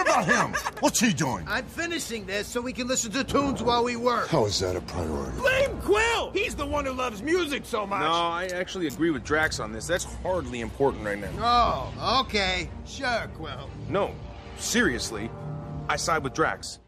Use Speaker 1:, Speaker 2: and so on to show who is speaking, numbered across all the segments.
Speaker 1: about him? What's he doing?
Speaker 2: I'm finishing this so we can listen to tunes while we work.
Speaker 1: How is that a priority?
Speaker 3: Blame Quill! He's the one who loves music so much.
Speaker 4: No, I actually agree with Drax on this. That's hardly important right now.
Speaker 2: Oh, okay. Sure, Quill.
Speaker 4: No, seriously, I side with Drax.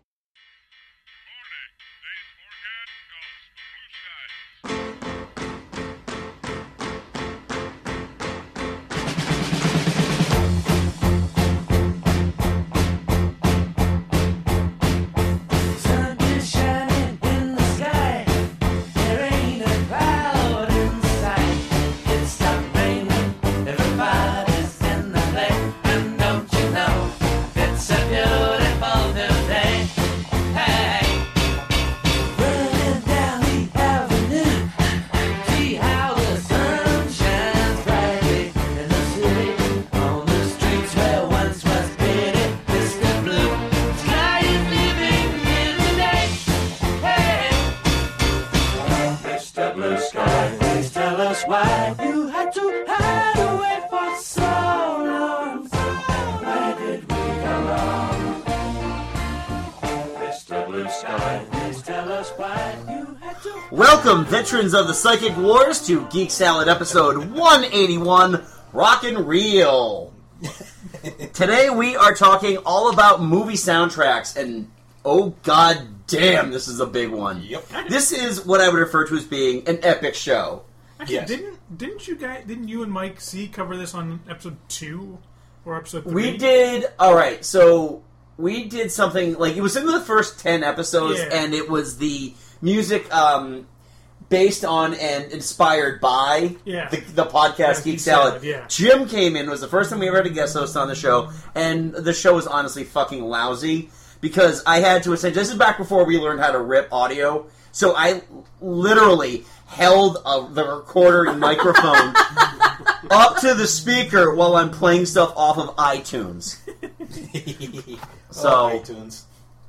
Speaker 5: Oh,
Speaker 6: Welcome, veterans of the Psychic Wars, to Geek Salad episode 181 Rockin' Real. Today we are talking all about movie soundtracks, and oh god damn, this is a big one.
Speaker 7: Yep.
Speaker 6: This is what I would refer to as being an epic show.
Speaker 8: Actually,
Speaker 7: Yes.
Speaker 8: didn't didn't you guys didn't you and Mike C cover this on episode two or episode three?
Speaker 6: We did, alright, so we did something, like, it was in the first 10 episodes,
Speaker 8: Yeah.
Speaker 6: and it was the music, um, based on and inspired by
Speaker 8: Yeah.
Speaker 6: the, the podcast
Speaker 8: Yeah,
Speaker 6: Geek
Speaker 8: Geek
Speaker 6: Salad.
Speaker 8: Salad, yeah.
Speaker 6: Jim came in was the first time we ever had a guest host on the show, and the show was honestly fucking lousy because I had to essentially. This is back before we learned how to rip audio, so I literally held a, the recorder microphone up to the speaker while I'm playing stuff off of iTunes.
Speaker 7: Oh,
Speaker 6: So
Speaker 7: iTunes.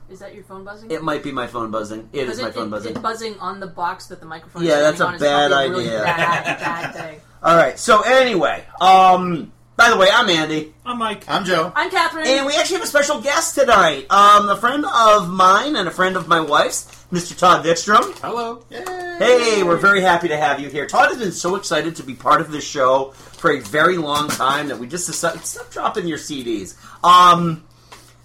Speaker 9: Is that your phone buzzing?
Speaker 6: it might be my phone buzzing. It is
Speaker 9: Because
Speaker 6: my
Speaker 9: it,
Speaker 6: phone
Speaker 9: it-
Speaker 6: buzzing.
Speaker 9: it buzzing on the box that the microphone.
Speaker 6: Yeah,
Speaker 9: is
Speaker 6: that's
Speaker 9: sitting
Speaker 6: a
Speaker 9: on is probably
Speaker 6: bad
Speaker 9: really
Speaker 6: idea.
Speaker 9: Bad, bad thing.
Speaker 6: All right. So anyway, um, by the way, I'm Andy.
Speaker 8: I'm Mike.
Speaker 7: I'm Joe.
Speaker 9: I'm Catherine.
Speaker 6: And we actually have a special guest tonight. Um, a friend of mine and a friend of my wife's, Mr. Todd Vickstrom.
Speaker 7: Hello.
Speaker 6: Hey, we're very happy to have you here. Todd has been so excited to be part of this show for a very long time that we just decided stop dropping your CDs. Um,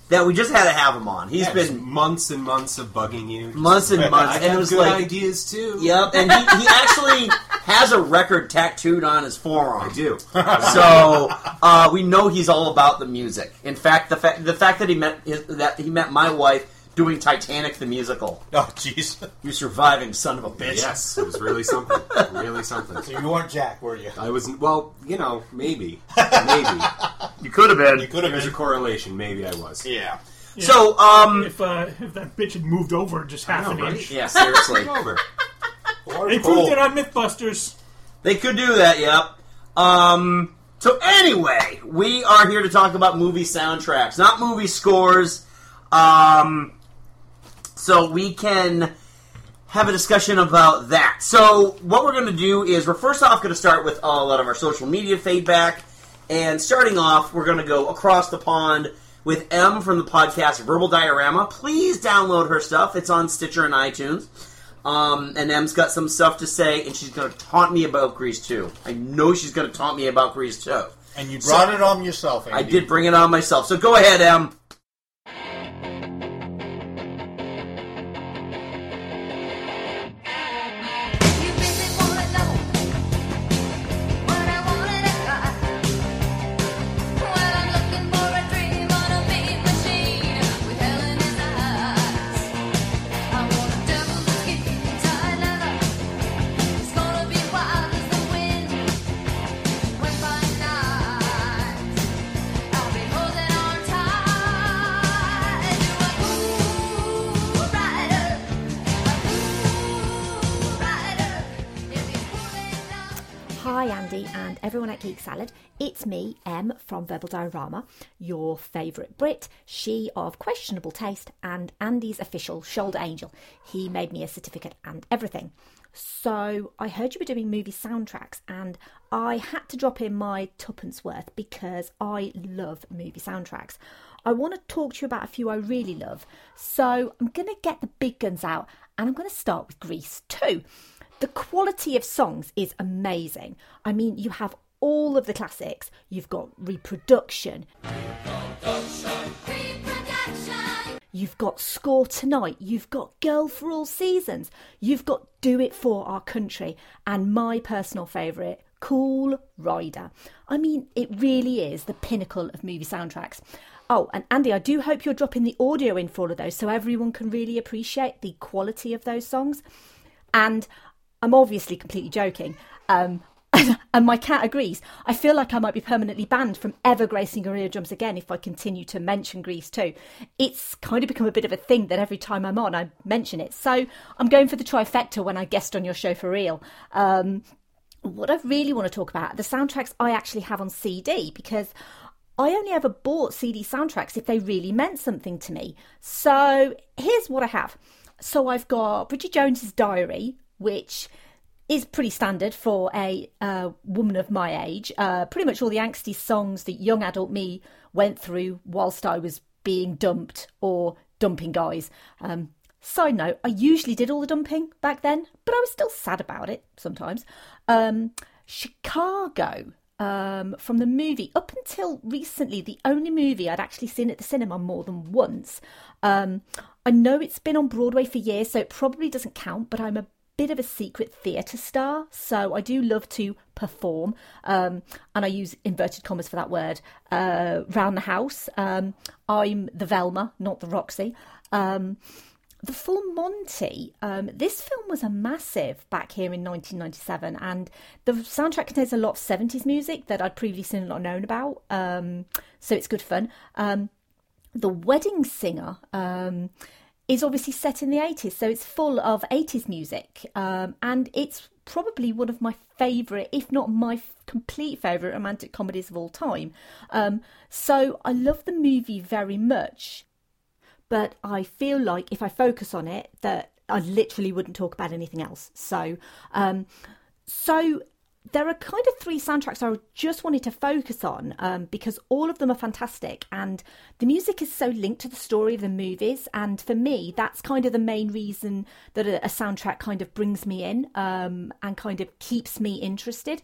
Speaker 6: that we just had to have him on. He's
Speaker 10: It's been
Speaker 6: been
Speaker 10: months and months of bugging you.
Speaker 6: months and months,
Speaker 10: I
Speaker 6: and
Speaker 10: have
Speaker 6: it was
Speaker 10: good
Speaker 6: like,
Speaker 10: ideas too.
Speaker 6: yep. And he, he actually has a record tattooed on his forearm.
Speaker 10: I do.
Speaker 6: So uh, we know he's all about the music. In fact, the fact the fact that he met his, that he met my wife doing Titanic the musical.
Speaker 7: Oh, jeez.
Speaker 6: You surviving son of a bitch.
Speaker 10: yes, it was really something. Really something.
Speaker 7: You weren't Jack, were you?
Speaker 10: I wasn't. Well, you know, maybe, maybe
Speaker 6: you could have
Speaker 7: You
Speaker 6: been.
Speaker 7: could have
Speaker 10: there's a
Speaker 7: been.
Speaker 10: correlation. Maybe I was.
Speaker 7: Yeah.
Speaker 6: So um,
Speaker 8: If uh, if that bitch had moved over just half
Speaker 10: know,
Speaker 8: an
Speaker 10: right?
Speaker 8: inch,
Speaker 6: yeah, seriously,
Speaker 10: Take over.
Speaker 8: they proved it on MythBusters.
Speaker 6: they could do that. Yep. Um. So anyway, we are here to talk about movie soundtracks, not movie scores. Um. So we can have a discussion about that. So what we're going to do is we're first off going to start with a lot of our social media feedback, and starting off we're going to go across the pond with M from the podcast Verbal Diorama. Please download her stuff. It's on Stitcher and iTunes. Um, and M's got some stuff to say, and she's going to taunt me about Grease too. I know she's going to taunt me about Grease too.
Speaker 7: And you brought it on yourself, Andy.
Speaker 6: I did bring it on myself. So go ahead, Em.
Speaker 11: You really wanna know what I wanted and got. Well, I'm looking for a dream on a mean machine with hell in his eyes. I want a devil to keep tied up. It's gonna be wild as the wind. When by night I'll be holding on tight to a cool rider.
Speaker 5: Hi, Andy, and everyone at Geek Salad. It's me, Em from Verbal Diorama, your favourite Brit, she of questionable taste, and Andy's official shoulder angel. He made me a certificate and everything. So, I heard you were doing movie soundtracks, and I had to drop in my tuppence worth because I love movie soundtracks. I want to talk to you about a few I really love. So I'm going to get the big guns out and I'm going to start with Grease too. The quality of songs is amazing. I mean, you have all of the classics, you've got reproduction, You've got Score Tonight, you've got Girl for All Seasons, you've got Do It for Our Country, and my personal favourite, Cool Rider. I mean, it really is the pinnacle of movie soundtracks. Oh, and Andy, I do hope you're dropping the audio in for all of those so everyone can really appreciate the quality of those songs. And I'm obviously completely joking. Um, and my cat agrees. I feel like I might be permanently banned from ever gracing her eardrums again if I continue to mention Greece too. It's kind of become a bit of a thing that every time I'm on, I mention it. So I'm going for the trifecta when I guest on your show for real. Um, what I really want to talk about are the soundtracks I actually have on CD because I only ever bought CD soundtracks if they really meant something to me. So here's what I have. So I've got Bridget Jones's Diary, which is pretty standard for a uh, woman of my age. Uh, pretty much all the angsty songs that young adult me went through whilst I was being dumped or dumping guys. Um, side note, I usually did all the dumping back then, but I was still sad about it sometimes. Um, Chicago. Um, from the movie, up until recently, the only movie I'd actually seen at the cinema more than once. Um, I know it's been on Broadway for years, so it probably doesn't count, but I'm a bit of a secret theatre star, so I do love to perform, um, and I use inverted commas for that word, uh, round the house. Um, I'm the Velma, not the Roxy. Um, the Full Monty. Um, this film was a massive back here in 1997, and the soundtrack contains a lot of 70s music that I'd previously not known about, um, so it's good fun. Um, the Wedding Singer. Um, is obviously set in the 80s, so it's full of 80s music. Um, and it's probably one of my favourite, if not my f- complete favourite, romantic comedies of all time. Um, so I love the movie very much, but I feel like if I focus on it, that I literally wouldn't talk about anything else. So, um, so there are kind of three soundtracks I just wanted to focus on um, because all of them are fantastic and the music is so linked to the story of the movies. And for me, that's kind of the main reason that a, a soundtrack kind of brings me in um, and kind of keeps me interested.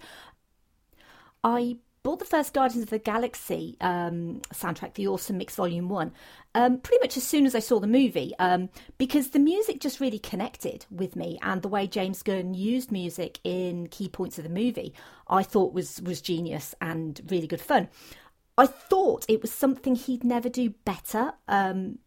Speaker 5: I bought the first Guardians of the Galaxy um, soundtrack, the Awesome Mix Volume 1, um, pretty much as soon as I saw the movie, um, because the music just really connected with me. And the way James Gunn used music in key points of the movie, I thought was, was genius and really good fun. I thought it was something he'd never do better. Um,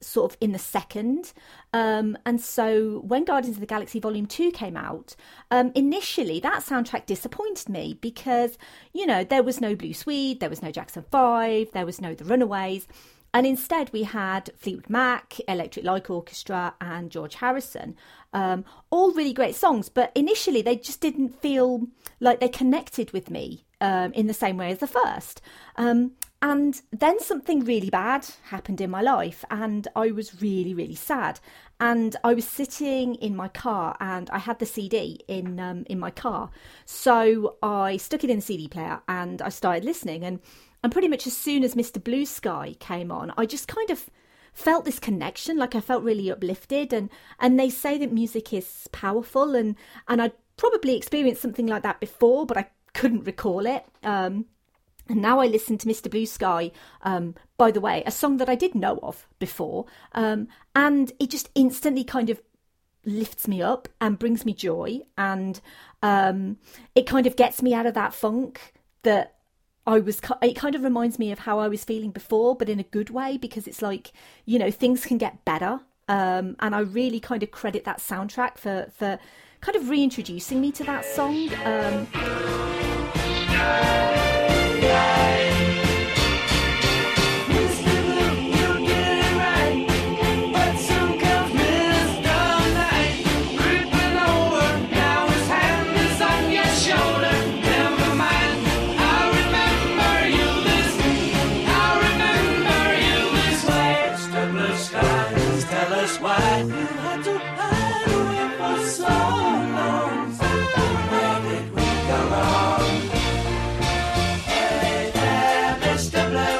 Speaker 5: sort of in the second. Um, and so when Guardians of the Galaxy Volume 2 came out, um, initially that soundtrack disappointed me because, you know, there was no Blue Swede, there was no Jackson 5, there was no The Runaways. And instead, we had Fleetwood Mac, Electric Light Orchestra, and George Harrison. Um, all really great songs, but initially they just didn't feel like they connected with me um, in the same way as the first. Um, and then something really bad happened in my life, and I was really, really sad. And I was sitting in my car, and I had the CD in um, in my car, so I stuck it in the CD player, and I started listening. And and pretty much as soon as Mr. Blue Sky came on, I just kind of felt this connection like i felt really uplifted and and they say that music is powerful and and i'd probably experienced something like that before but i couldn't recall it um and now I listen to Mr. Blue Sky, um, by the way, a song that I did know of before. Um, and it just instantly kind of lifts me up and brings me joy. And um, it kind of gets me out of that funk that I was, ki- it kind of reminds me of how I was feeling before, but in a good way, because it's like, you know, things can get better. Um, and I really kind of credit that soundtrack for, for kind of reintroducing me to that song. Um,
Speaker 12: Why did we go wrong? Everything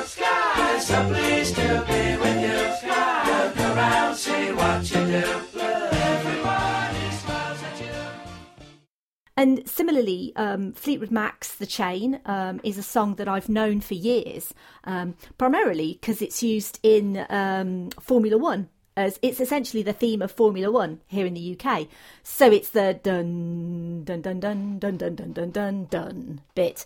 Speaker 10: And similarly, um, Fleetwood Mac's The Chain um, is a song that I've known for years, um, primarily because it's used in um, Formula One. As it's essentially the theme of Formula One here in the UK, so it's the dun dun dun dun dun dun dun dun dun dun bit.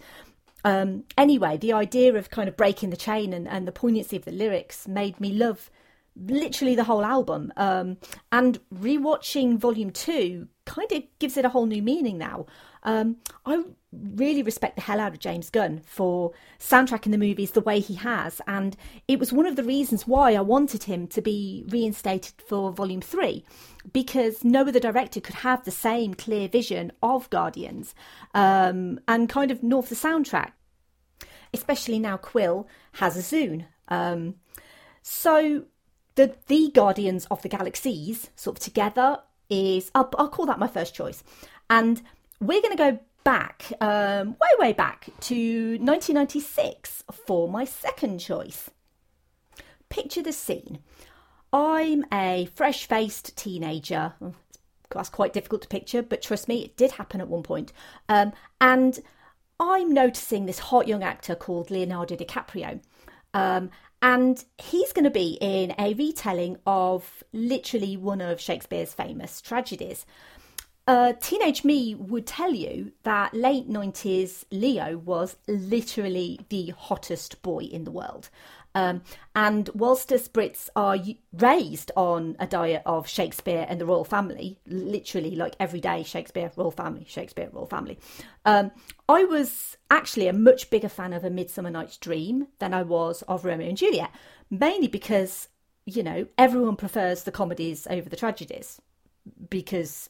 Speaker 10: Um, anyway, the idea of kind of breaking the chain and, and the poignancy of the lyrics made me love literally the whole album. Um, and rewatching Volume 2 kind of gives it a whole new meaning now. Um, I really respect the hell out of James Gunn for soundtracking the movies the way he has. And it was one of the reasons why I wanted him to be reinstated for Volume 3 because no other director could have the same clear vision of Guardians um, and kind of north the soundtrack. Especially now Quill has a Zune. Um, so the the Guardians of the Galaxies sort of together is I'll, I'll call that my first choice, and we're going to go back um, way way back to 1996 for my second choice. Picture the scene. I'm a fresh faced teenager. That's quite difficult to picture, but trust me, it did happen at one point. Um, and I'm noticing this hot young actor called Leonardo DiCaprio. Um, and he's going to be in a retelling of literally one of Shakespeare's famous tragedies. Uh, teenage me would tell you that late 90s Leo was literally the hottest boy in the world. Um, and whilst us Brits are y- raised on a diet of Shakespeare and the royal family, literally like every day Shakespeare, royal family, Shakespeare, royal family, um, I was actually a much bigger fan of A Midsummer Night's Dream than I was of Romeo and Juliet, mainly because, you know, everyone prefers the comedies over the tragedies because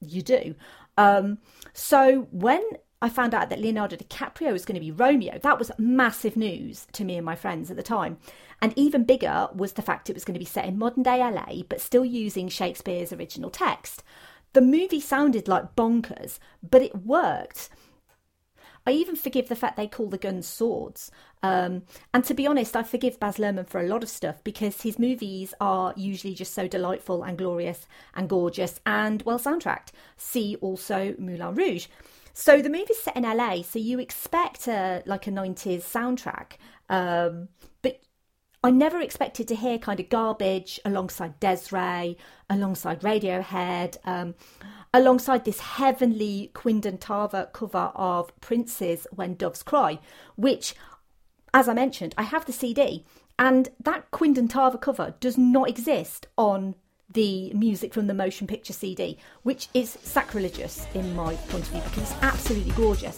Speaker 10: you do. Um, so when I found out that Leonardo DiCaprio was going to be Romeo, that was massive news to me and my friends at the time. And even bigger was the fact it was going to be set in modern day LA, but still using Shakespeare's original text. The movie sounded like bonkers, but it worked. I even forgive the fact they call the guns swords. Um, and to be honest, I forgive Baz Luhrmann for a lot of stuff because his movies are usually just so delightful and glorious and gorgeous and well soundtracked. See also Moulin Rouge. So the movie's set in LA, so you expect a like a '90s soundtrack, um, but I never expected to hear kind of garbage alongside Desiree, alongside Radiohead, um, alongside this heavenly Quindon Tarver cover of Prince's When Doves Cry, which, as I mentioned, I have the CD, and that Quindon Tarver cover does not exist on the music from the motion picture CD, which is sacrilegious in my point of view because it's absolutely gorgeous.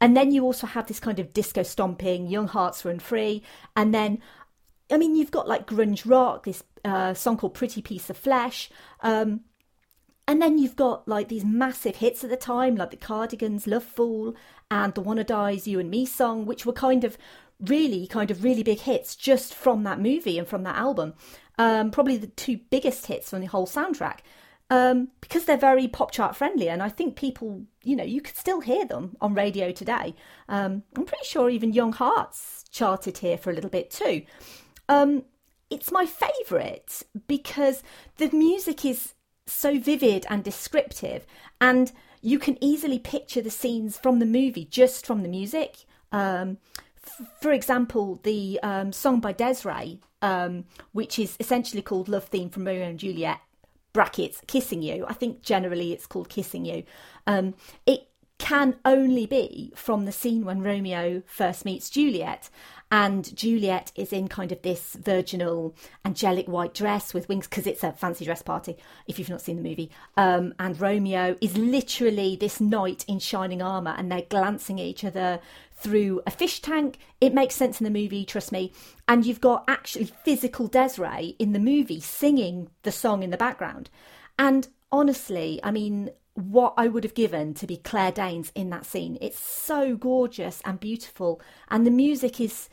Speaker 10: And then you also have this kind of disco stomping, Young Hearts Run Free. And then, I mean, you've got like grunge rock, this uh, song called Pretty Piece of Flesh. Um, and then you've got like these massive hits at the time, like the Cardigans, Love Fool, and the Wanna Dies You and Me song, which were kind of really, kind of really big hits just from that movie and from that album. Um, probably the two biggest hits from the whole soundtrack. Um, because they're very pop chart friendly, and I think people, you know, you could still hear them on radio today. Um, I'm pretty sure even Young Hearts charted here for a little bit too. Um, it's my favourite because the music is so vivid and descriptive, and you can easily picture the scenes from the movie just from the music. Um, f- for example, the um, song by Desiree, um, which is essentially called Love Theme from Romeo and Juliet, brackets, Kissing You. I think generally it's called Kissing You. Um, it can only be from the scene when Romeo first meets Juliet.
Speaker 5: And Juliet is in kind of this virginal, angelic white dress with wings because it's a fancy dress party, if you've not seen the movie. Um, and Romeo is literally this knight in shining armour and they're glancing at each other through a fish tank. It makes sense in the movie, trust me. And you've got actually physical Desiree in the movie singing the song in the background. And honestly, I mean, what I would have given to be Claire Danes in that scene. It's so gorgeous and beautiful. And the music is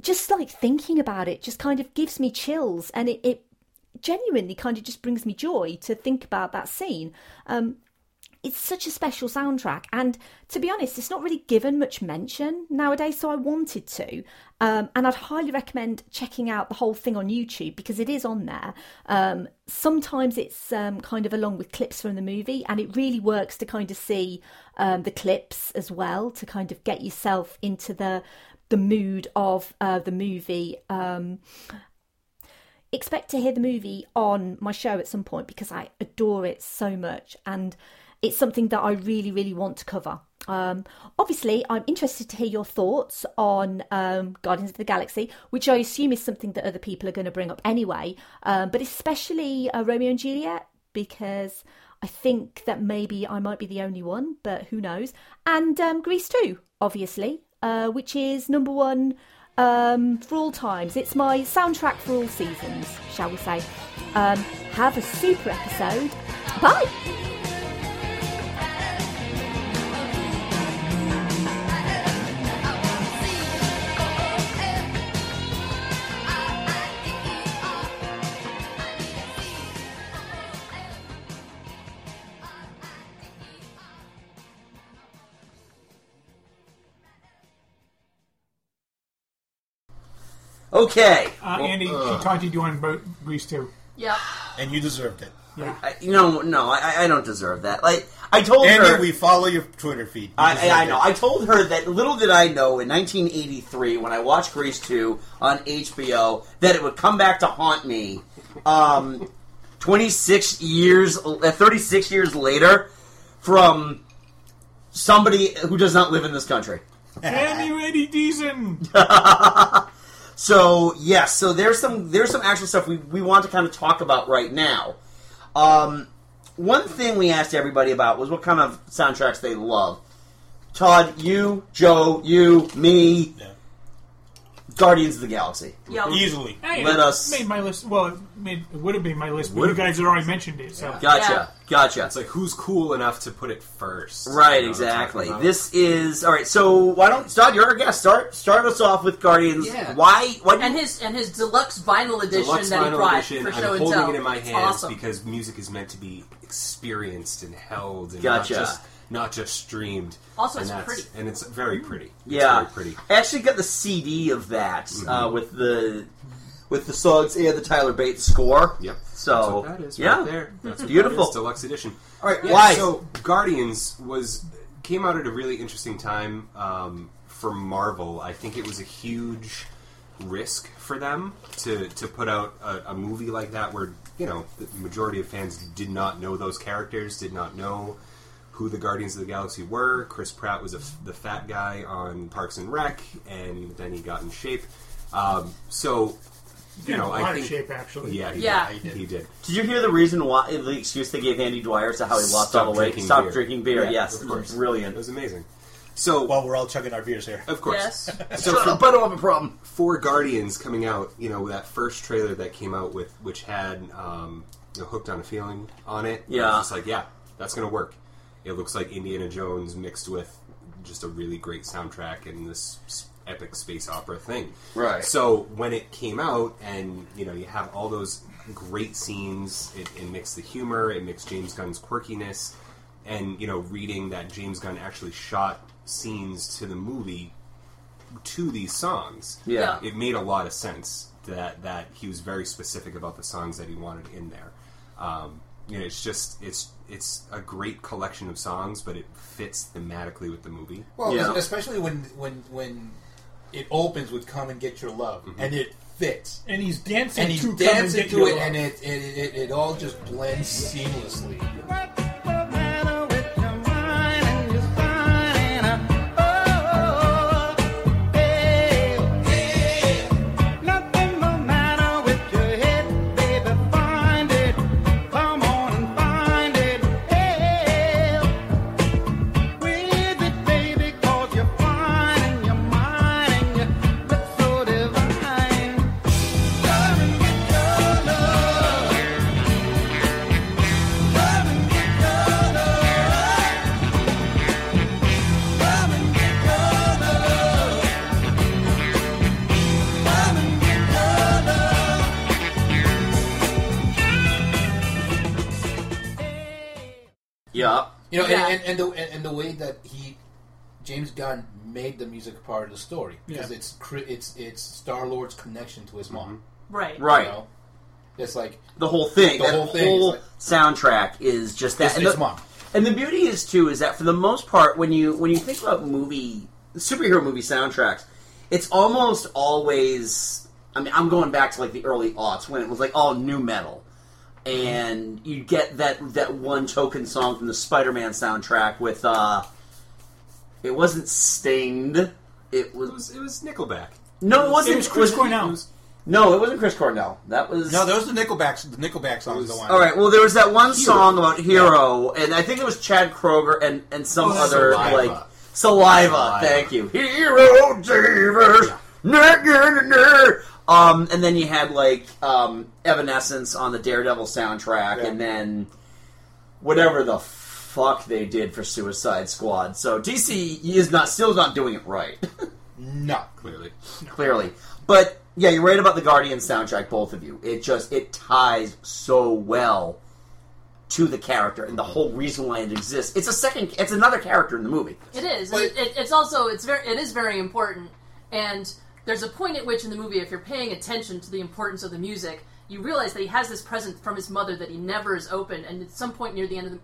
Speaker 5: just like thinking about it, just kind of gives me chills. And it, it genuinely kind of just brings me joy to think about that scene. Um, it's such a special soundtrack and to be honest it's not really given much mention nowadays so i wanted to um, and i'd highly recommend checking out the whole thing on youtube because it is on there um, sometimes it's um, kind of along with clips from the movie and it really works to kind of see um, the clips as well to kind of get yourself into the the mood of uh, the movie um, expect to hear the movie on my show at some point because I adore it so much and it's something that I really, really want to cover. Um, obviously, I'm interested to hear your thoughts on um, Guardians of the Galaxy, which I assume is something that other people are going to bring up anyway, um, but especially uh, Romeo and Juliet because I think that maybe I might be the only one, but who knows. And um, Grease 2, obviously, uh, which is number one um, for all times. It's my soundtrack for all seasons, shall we say. Um, have a super episode. Bye!
Speaker 6: Okay.
Speaker 8: Uh, Andy, she talked to you on Bo- Grease too.
Speaker 11: Yep.
Speaker 4: And you deserved it.
Speaker 6: I, no, no, I, I don't deserve that. Like I told
Speaker 4: Andy,
Speaker 6: her,
Speaker 4: we follow your Twitter feed. You
Speaker 6: I,
Speaker 4: deserve
Speaker 6: I, I know.
Speaker 4: it.
Speaker 6: I told her that little did I know in 1983 when I watched Grease 2 on HBO that it would come back to haunt me. Um, 26 years, uh, 36 years later, from somebody who does not live in this country.
Speaker 8: Damn you, Andy Deason!
Speaker 6: So yes, so there's some there's some actual stuff we, we want to kind of talk about right now. Um, one thing we asked everybody about was what kind of soundtracks they love. Todd, you, Joe, you, me,
Speaker 4: Yeah.
Speaker 6: Guardians of the Galaxy.
Speaker 11: Yep.
Speaker 4: Easily.
Speaker 8: Hey,
Speaker 6: Let
Speaker 8: it
Speaker 6: us-
Speaker 8: Made my list. Well, it, made, it would have been my list, but you
Speaker 10: Would've
Speaker 8: guys had already mentioned it. So
Speaker 6: Gotcha, gotcha.
Speaker 10: It's like who's cool enough to put it first?
Speaker 6: Right,
Speaker 10: You know what I'm
Speaker 6: exactly.
Speaker 10: talking about?
Speaker 6: This is all right. So why don't Todd? You're our guest. Start start us off with Guardians.
Speaker 11: Yeah.
Speaker 6: Why? Why? do
Speaker 11: And
Speaker 6: you-
Speaker 11: his and his deluxe vinyl edition
Speaker 10: Deluxe
Speaker 11: that he
Speaker 10: vinyl
Speaker 11: brought
Speaker 10: edition,
Speaker 11: for
Speaker 10: I'm
Speaker 11: show and
Speaker 10: holding
Speaker 11: tell.
Speaker 10: it in my
Speaker 11: It's
Speaker 10: hands
Speaker 11: awesome.
Speaker 10: because music is meant to be experienced and held, and
Speaker 6: Gotcha.
Speaker 10: not just not just streamed.
Speaker 11: Also,
Speaker 10: and
Speaker 11: it's
Speaker 10: that's-
Speaker 11: pretty. Mm.
Speaker 10: and it's very pretty. It's
Speaker 6: yeah,
Speaker 10: very pretty. Mm-hmm.
Speaker 6: I actually got the CD of that uh, with the with the songs and the Tyler Bates score.
Speaker 10: Yep.
Speaker 6: So
Speaker 10: That's what that is
Speaker 6: yeah,
Speaker 10: right there. That's what
Speaker 6: Beautiful.
Speaker 10: that is, deluxe edition.
Speaker 6: All right,
Speaker 10: Yeah,
Speaker 6: why?
Speaker 10: So Guardians was came out at a really interesting time um, for Marvel. I think it was a huge risk for them to to put out a, a movie like that, where you know the majority of fans did not know those characters, did not know who the Guardians of the Galaxy were. Chris Pratt was a f the fat guy on Parks and Rec, and then he got in shape. Um, so. You know,
Speaker 8: a
Speaker 10: I
Speaker 8: lot
Speaker 10: think
Speaker 8: of shape actually.
Speaker 10: yeah, he
Speaker 11: Yeah.
Speaker 10: did. He did.
Speaker 6: Did you hear the reason why the excuse they gave Andy Dwyer as to how he lost
Speaker 10: Stop
Speaker 6: all the weight?
Speaker 10: drinking
Speaker 6: Stop
Speaker 10: beer.
Speaker 6: drinking beer.
Speaker 10: Yeah,
Speaker 6: yes,
Speaker 10: of course. It
Speaker 6: brilliant.
Speaker 10: was amazing. So,
Speaker 4: While we're all chugging our beers here.
Speaker 10: of course.
Speaker 11: Yes.
Speaker 10: So
Speaker 6: Shut
Speaker 10: for,
Speaker 6: up, I don't have a problem.
Speaker 10: for Guardians coming out, you know that first trailer that came out with which had um, you know, hooked on a feeling on it. I
Speaker 6: Yeah.
Speaker 10: was just like yeah, that's gonna work. It looks like Indiana Jones mixed with just a really great soundtrack and this s- epic space opera thing.
Speaker 6: Right.
Speaker 10: So when it came out, and you know you have all those great scenes, it, it mixed the humor, it mixed James Gunn's quirkiness, and you know reading that James Gunn actually shot scenes to the movie to these songs
Speaker 6: Yeah.
Speaker 10: it made a lot of sense that that he was very specific about the songs that he wanted in there. Um, you know, it's just it's it's a great collection of songs, but it fits thematically with the movie.
Speaker 4: Well,
Speaker 6: Yeah.
Speaker 4: especially when when when it opens with "Come and Get Your Love" and it fits,
Speaker 8: And he's dancing
Speaker 4: and he's
Speaker 8: to
Speaker 4: dancing
Speaker 8: come
Speaker 4: to
Speaker 8: and
Speaker 4: it,
Speaker 8: get
Speaker 4: and it it, it it all just blends seamlessly.
Speaker 12: Hey.
Speaker 4: You know, and-
Speaker 11: Yeah.
Speaker 4: and, and, the and, and the way that he James Gunn made the music part of the story because
Speaker 8: Yeah.
Speaker 4: it's cri- it's it's Star Lord's connection to his mom.
Speaker 11: Right.
Speaker 6: Right.
Speaker 4: You know? It's like
Speaker 6: the whole thing.
Speaker 4: The
Speaker 6: that
Speaker 4: whole
Speaker 6: whole,
Speaker 4: thing is like-
Speaker 6: soundtrack is just that.
Speaker 4: It's-
Speaker 6: and, the,
Speaker 4: it's mom.
Speaker 6: and the beauty is too is that for the most part, when you when you think about movie superhero movie soundtracks, it's almost always. I mean, I'm going back to like the early aughts when it was like all new metal, and you get that that one token song from the Spider-Man soundtrack with. uh It wasn't Stinged. It was,
Speaker 10: It was, it was Nickelback.
Speaker 6: no, it wasn't.
Speaker 8: It was Chris
Speaker 6: wasn't-
Speaker 8: Cornell.
Speaker 6: No, it wasn't Chris Cornell. That was
Speaker 4: no, there was the Nickelback the Nickelback song was the one.
Speaker 6: all right. Well, there was that one song about Hero, and I think it was Chad Kroger and and some other
Speaker 10: Oh, Saliva.
Speaker 6: like saliva,
Speaker 10: Saliva.
Speaker 6: Thank you, Hero Davis. Nah, nah, nah, nah. Um, and then you had like um, Evanescence on the Daredevil soundtrack, and then whatever the fuck they did for Suicide Squad. So DC is not still not doing it right,
Speaker 4: No.
Speaker 10: Clearly,
Speaker 6: clearly. But yeah, you're right about the Guardian soundtrack, both of you. It just it ties so well to the character and the whole reason why it exists. It's a second. It's another character in the movie.
Speaker 11: It is.
Speaker 4: But-
Speaker 11: It, it, it's also it's very it is very important. And there's a point at which in the movie, if you're paying attention to the importance of the music, you realize that he has this present from his mother that he never is open. And at some point near the end of the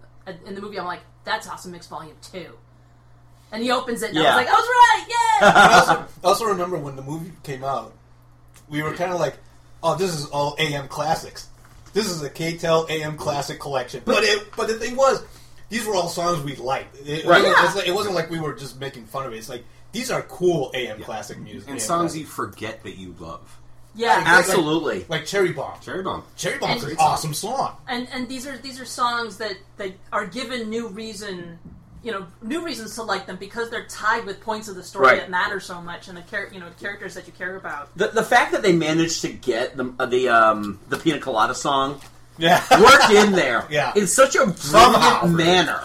Speaker 11: in the movie, I'm like, that's Awesome Mix Volume Two. And he opens it, and I
Speaker 6: Yeah.
Speaker 11: was like, I was right, yeah.
Speaker 4: I also, I also remember when the movie came out, we were kind of like, "Oh, this is all AM classics. This is a KTEL AM classic collection." But it, but the thing was, these were all songs we liked. It,
Speaker 6: Right.
Speaker 4: it, wasn't- it's like- it wasn't like we were just making fun of it. It's like these are cool AM classic music
Speaker 10: and
Speaker 4: AM
Speaker 10: songs you
Speaker 4: classic.
Speaker 10: forget that you love.
Speaker 11: yeah.
Speaker 6: Absolutely.
Speaker 4: like Cherry Bomb.
Speaker 10: Cherry Bomb.
Speaker 4: Cherry Bomb's
Speaker 11: And-
Speaker 4: an awesome song.
Speaker 11: and and these are these are songs that that are given new reason you know new reasons to like them because they're tied with points of the story
Speaker 6: Right.
Speaker 11: that matter so much and the char- you know characters that you care about
Speaker 6: The, the fact that they managed to get the uh, the um, the Pina Colada song
Speaker 4: Yeah,
Speaker 6: worked in there
Speaker 4: Yeah.
Speaker 6: in such a brilliant
Speaker 4: Somehow.
Speaker 6: manner.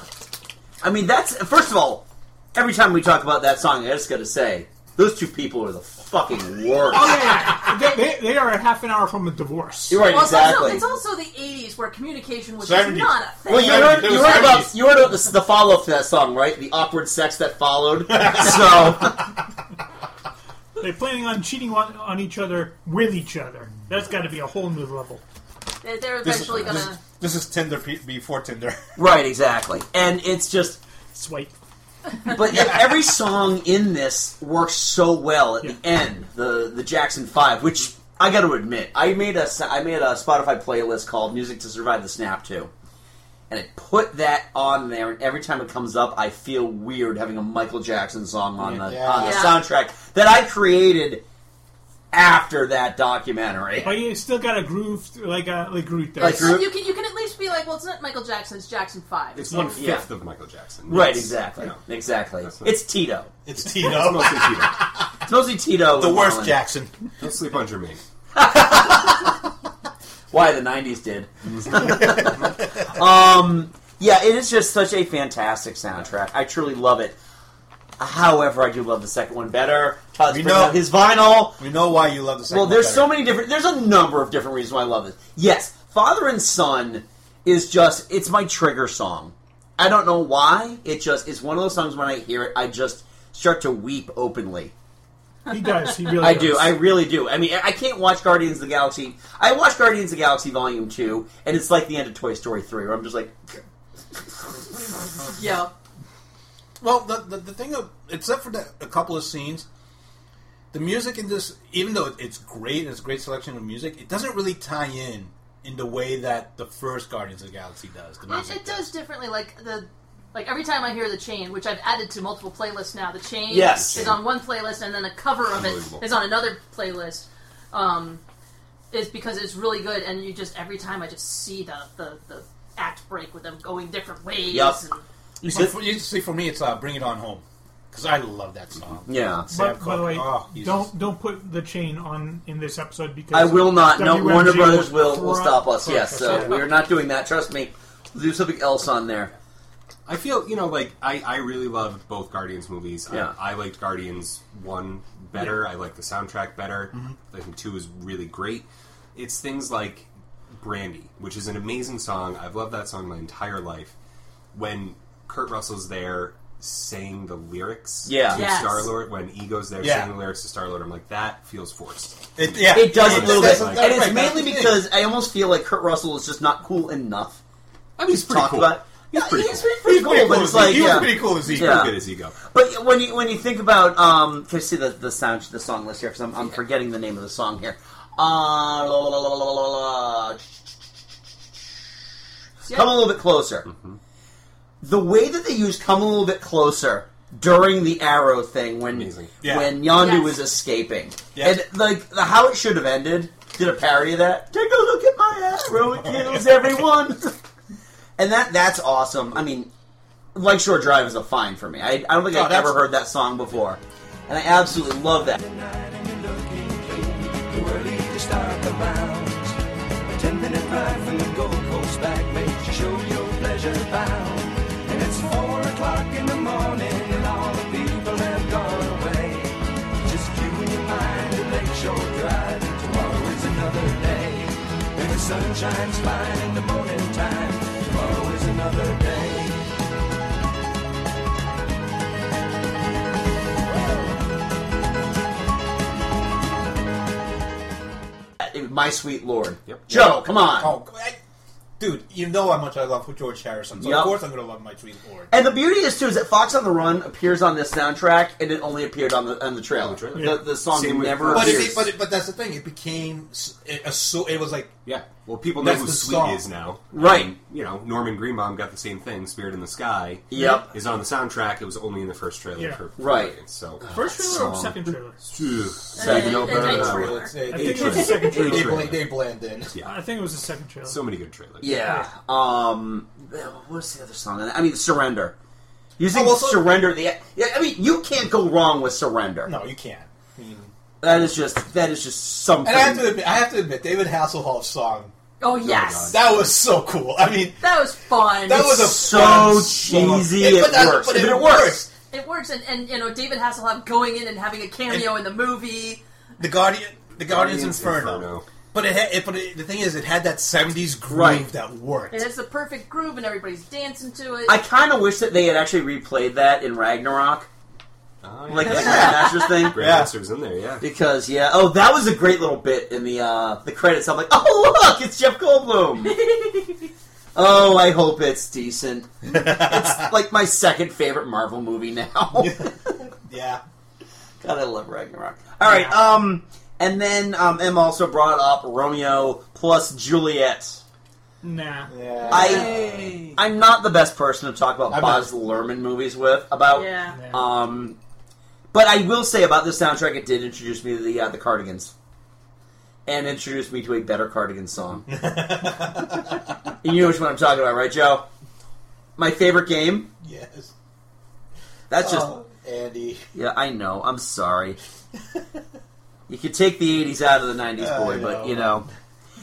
Speaker 6: I mean, that's first of all. Every time we talk about that song, I just got to say those two people are the fucking worst.
Speaker 8: Oh yeah, yeah. they, they, they are a half an hour from a divorce.
Speaker 6: You're right,
Speaker 11: well, it's also-
Speaker 6: exactly.
Speaker 11: it's, also, the 80s where communication was just
Speaker 4: 70s.
Speaker 11: not a thing
Speaker 6: Well, you heard,
Speaker 4: It
Speaker 6: you
Speaker 4: was
Speaker 6: heard about
Speaker 4: 70s.
Speaker 6: you heard about the, the follow up to that song, right? The awkward sex that followed. so
Speaker 8: They're planning on cheating on, on each other with each other. That's got to be a whole new level.
Speaker 11: They- they're eventually
Speaker 4: this,
Speaker 11: gonna
Speaker 4: this is Tinder pe- before Tinder.
Speaker 6: right, exactly, and it's just.
Speaker 8: Swipe.
Speaker 6: But every song in this works so well at
Speaker 8: Yeah.
Speaker 6: the end. The the Jackson Five, which I got to admit, I made a s- I made a Spotify playlist called "Music to Survive the Snap Too," and I put that on there. And every time it comes up, I feel weird having a Michael Jackson song on the
Speaker 4: Yeah.
Speaker 6: on the
Speaker 11: Yeah.
Speaker 6: soundtrack that I created after that documentary.
Speaker 4: Oh,
Speaker 8: But you still got a groove like a like Groot does.
Speaker 6: Like Groot.
Speaker 11: you can you can at least be like well it's not Michael Jackson it's Jackson 5
Speaker 10: It's one fifth
Speaker 6: yeah.
Speaker 10: of Michael Jackson.
Speaker 6: Right,
Speaker 10: It's-
Speaker 6: exactly.
Speaker 10: you know,
Speaker 6: Exactly.
Speaker 10: That's not-
Speaker 6: It's Tito.
Speaker 4: It's
Speaker 10: it's
Speaker 4: Tino,
Speaker 10: mostly Peter.
Speaker 6: It's mostly Tito.
Speaker 4: the
Speaker 6: and
Speaker 4: worst
Speaker 6: Marlon.
Speaker 4: Jackson.
Speaker 10: Don't sleep on Jermaine.
Speaker 6: Why the '90s did. um, yeah, it is just such a fantastic soundtrack. I truly love it. However, I do love the second one better. Todd's
Speaker 4: We
Speaker 6: bringing
Speaker 4: know.
Speaker 6: out his vinyl.
Speaker 4: We know why you love the.
Speaker 6: Well, there's so many different. There's a number of different reasons why I love this. Yes, Father and Son is just. It's my trigger song. I don't know why. It just. It's one of those songs when I hear it, I just start to weep openly.
Speaker 8: He does. He really.
Speaker 6: I
Speaker 8: does.
Speaker 6: do. I really do. I mean, I I can't watch Guardians of the Galaxy. I watch Guardians of the Galaxy Volume 2, and it's like the end of Toy Story 3, where I'm just like,
Speaker 11: yeah
Speaker 4: Well, the, the, the thing, of, except for the, a couple of scenes, the music in this, even though it- it's great and it's a great selection of music, it doesn't really tie in in the way that the first Guardians of the Galaxy does. The
Speaker 11: it,
Speaker 4: music
Speaker 11: it does differently like the like every time I hear the chain, which I've added to multiple playlists now, the chain
Speaker 6: Yes.
Speaker 11: is on one playlist, and then a cover of
Speaker 10: Unbelievable.
Speaker 11: it is on another playlist. Um, is because it's really good, and you just every time I just see the the, the act break with them going different ways.
Speaker 6: Yep.
Speaker 11: and-
Speaker 4: You see, for, you see, for me, it's uh, "Bring It On Home" because I love that song.
Speaker 6: yeah.
Speaker 4: Sam
Speaker 8: But, by the
Speaker 4: Cooke.
Speaker 8: way,
Speaker 4: Oh, Jesus.
Speaker 8: don't don't put the chain on in this episode because
Speaker 6: I will not. No,
Speaker 8: WMG
Speaker 6: Warner Brothers will, will
Speaker 8: throw-
Speaker 6: stop us.
Speaker 8: throw
Speaker 6: Yes, so
Speaker 8: Yeah.
Speaker 6: we're not doing that. Trust me. We'll do something else on there.
Speaker 10: I feel, you know, like I, I really loved both Guardians movies.
Speaker 6: Yeah.
Speaker 10: I, I liked Guardians one better. I liked the soundtrack better.
Speaker 4: Mm-hmm.
Speaker 10: I think two is really great. It's things like Brandy, which is an amazing song. I've loved that song my entire life. When Kurt Russell's there saying the lyrics
Speaker 6: Yeah.
Speaker 10: to
Speaker 6: Yes.
Speaker 10: Star Lord when Ego's there
Speaker 6: Yeah.
Speaker 10: saying the lyrics to Star Lord. I'm like, that feels forced.
Speaker 4: It, yeah,
Speaker 6: it does a
Speaker 10: It's
Speaker 6: little
Speaker 10: like-
Speaker 6: bit, and it's mainly because I almost feel like Kurt Russell is just not cool enough.
Speaker 10: I mean, he's
Speaker 6: pretty
Speaker 10: cool.
Speaker 6: He's
Speaker 10: pretty
Speaker 6: he's
Speaker 10: cool.
Speaker 6: pretty, pretty
Speaker 10: He's
Speaker 6: cool,
Speaker 10: pretty
Speaker 6: but
Speaker 10: cool
Speaker 6: it's
Speaker 10: as Ego.
Speaker 6: like
Speaker 10: He was
Speaker 6: yeah.
Speaker 10: pretty cool as Ego.
Speaker 6: Yeah.
Speaker 10: Pretty good as Ego.
Speaker 6: But when you when you think about um, can I see the the sound the song list here? Because I'm, I'm forgetting the name of the song here. Uh, la, la, la, la, la, la, la. Come a little bit closer.
Speaker 4: Mm-hmm.
Speaker 6: The way that they use "Come a little bit closer" during the arrow thing when
Speaker 4: Yeah.
Speaker 6: when Yondu
Speaker 4: Yes.
Speaker 6: was escaping,
Speaker 4: Yeah.
Speaker 6: and like the, how it should have ended. Did a parody of that? Take a look at my arrow; it kills everyone. and that that's awesome. I mean, Lakeshore Drive is a find for me. I, I don't think
Speaker 4: Oh,
Speaker 6: I've
Speaker 4: that's-
Speaker 6: ever heard that song before, and I absolutely love that.
Speaker 13: Too early to start the rounds. A ten minute ride from the Gold Coast back makes you show your pleasure bound. And it's four o'clock in the morning and all the people have gone away. Just you and your mind at Lakeshore Drive. and Tomorrow is another day. And the sun shines fine in the morning time. Tomorrow is another day.
Speaker 6: My sweet lord, Joe, come on.
Speaker 4: Oh, I- dude, you know how much I love George Harrison, so
Speaker 6: Yep.
Speaker 4: of course I'm going to love my Tweet Lord.
Speaker 6: And the beauty is too is that Fox on the Run appears on this soundtrack, and it only appeared on the on the trailer. The, the song
Speaker 10: Same with-
Speaker 6: never
Speaker 4: But,
Speaker 6: appears.
Speaker 4: it, but, it, but that's the thing. It became s- it, a so it was like
Speaker 10: yeah. Well, people know
Speaker 4: That's
Speaker 10: who
Speaker 4: the
Speaker 10: Sweet
Speaker 4: song.
Speaker 10: is now,
Speaker 6: Right.
Speaker 10: Um, you know, Norman Greenbaum got the same thing. Spirit in the Sky.
Speaker 6: Yep.
Speaker 10: is on the soundtrack. It was only in the first trailer.
Speaker 8: Yeah. Uh,
Speaker 10: For,
Speaker 6: Right.
Speaker 10: So
Speaker 8: First trailer or second trailer?
Speaker 10: Second.
Speaker 8: Uh,
Speaker 10: No, better than
Speaker 8: I
Speaker 10: that
Speaker 8: think
Speaker 10: one.
Speaker 8: it's- I think it's the second trailer.
Speaker 4: They, bla- they blend in.
Speaker 10: Yeah.
Speaker 8: I think it was the second trailer.
Speaker 10: So many good trailers.
Speaker 6: yeah. Um, what's the other song? I mean, Surrender. Using
Speaker 4: Oh, well, so-
Speaker 6: Surrender, the yeah, I mean, you can't go wrong with Surrender.
Speaker 4: No, you can't. I mean,
Speaker 6: That is just that is just something.
Speaker 4: and I have to admit, I have to admit, David Hasselhoff's song.
Speaker 11: Oh, yes.
Speaker 4: that was so cool. I mean,
Speaker 11: That was fun.
Speaker 4: that was a
Speaker 6: so
Speaker 4: fun song.
Speaker 6: cheesy,
Speaker 4: It-
Speaker 6: it
Speaker 4: but that-
Speaker 6: works.
Speaker 4: but
Speaker 6: But
Speaker 4: it
Speaker 6: it works.
Speaker 4: works.
Speaker 11: It works, and, and you know David Hasselhoff going in and having a cameo in the movie.
Speaker 4: The Guardian, the Guardians,
Speaker 10: Guardians
Speaker 4: Inferno.
Speaker 10: Inferno.
Speaker 4: But it, had, it, but it, the thing is, it had that '70s groove
Speaker 6: Right.
Speaker 4: that worked.
Speaker 11: And it's the perfect groove, and everybody's dancing to it.
Speaker 6: I kind of wish that they had actually replayed that in Ragnarok, like the
Speaker 10: yeah.
Speaker 6: Grandmasters thing.
Speaker 10: Grandmaster's in there. Yeah.
Speaker 6: Because yeah, oh, that was a great little bit in the uh, the credits. I'm like, oh look, it's Jeff Goldblum. oh, I hope it's decent. it's like my second favorite Marvel movie now.
Speaker 4: yeah.
Speaker 6: God, I love Ragnarok. All right, um, and then um, Em also brought up Romeo plus Juliet.
Speaker 8: Nah.
Speaker 6: I I'm not the best person to talk about
Speaker 8: I'm
Speaker 6: Boz Lerman movies with about.
Speaker 8: Yeah. Yeah.
Speaker 6: Um, but I will say about this soundtrack, it did introduce me to the uh, the Cardigans, and introduced me to a better Cardigan song. you know which one I'm talking about, right, Joe? My favorite game.
Speaker 4: Yes.
Speaker 6: That's just
Speaker 4: Oh, Andy.
Speaker 6: yeah. I know. I'm sorry. you could take the '80s out of the '90s,
Speaker 4: I
Speaker 6: boy, but you
Speaker 4: know.
Speaker 6: know.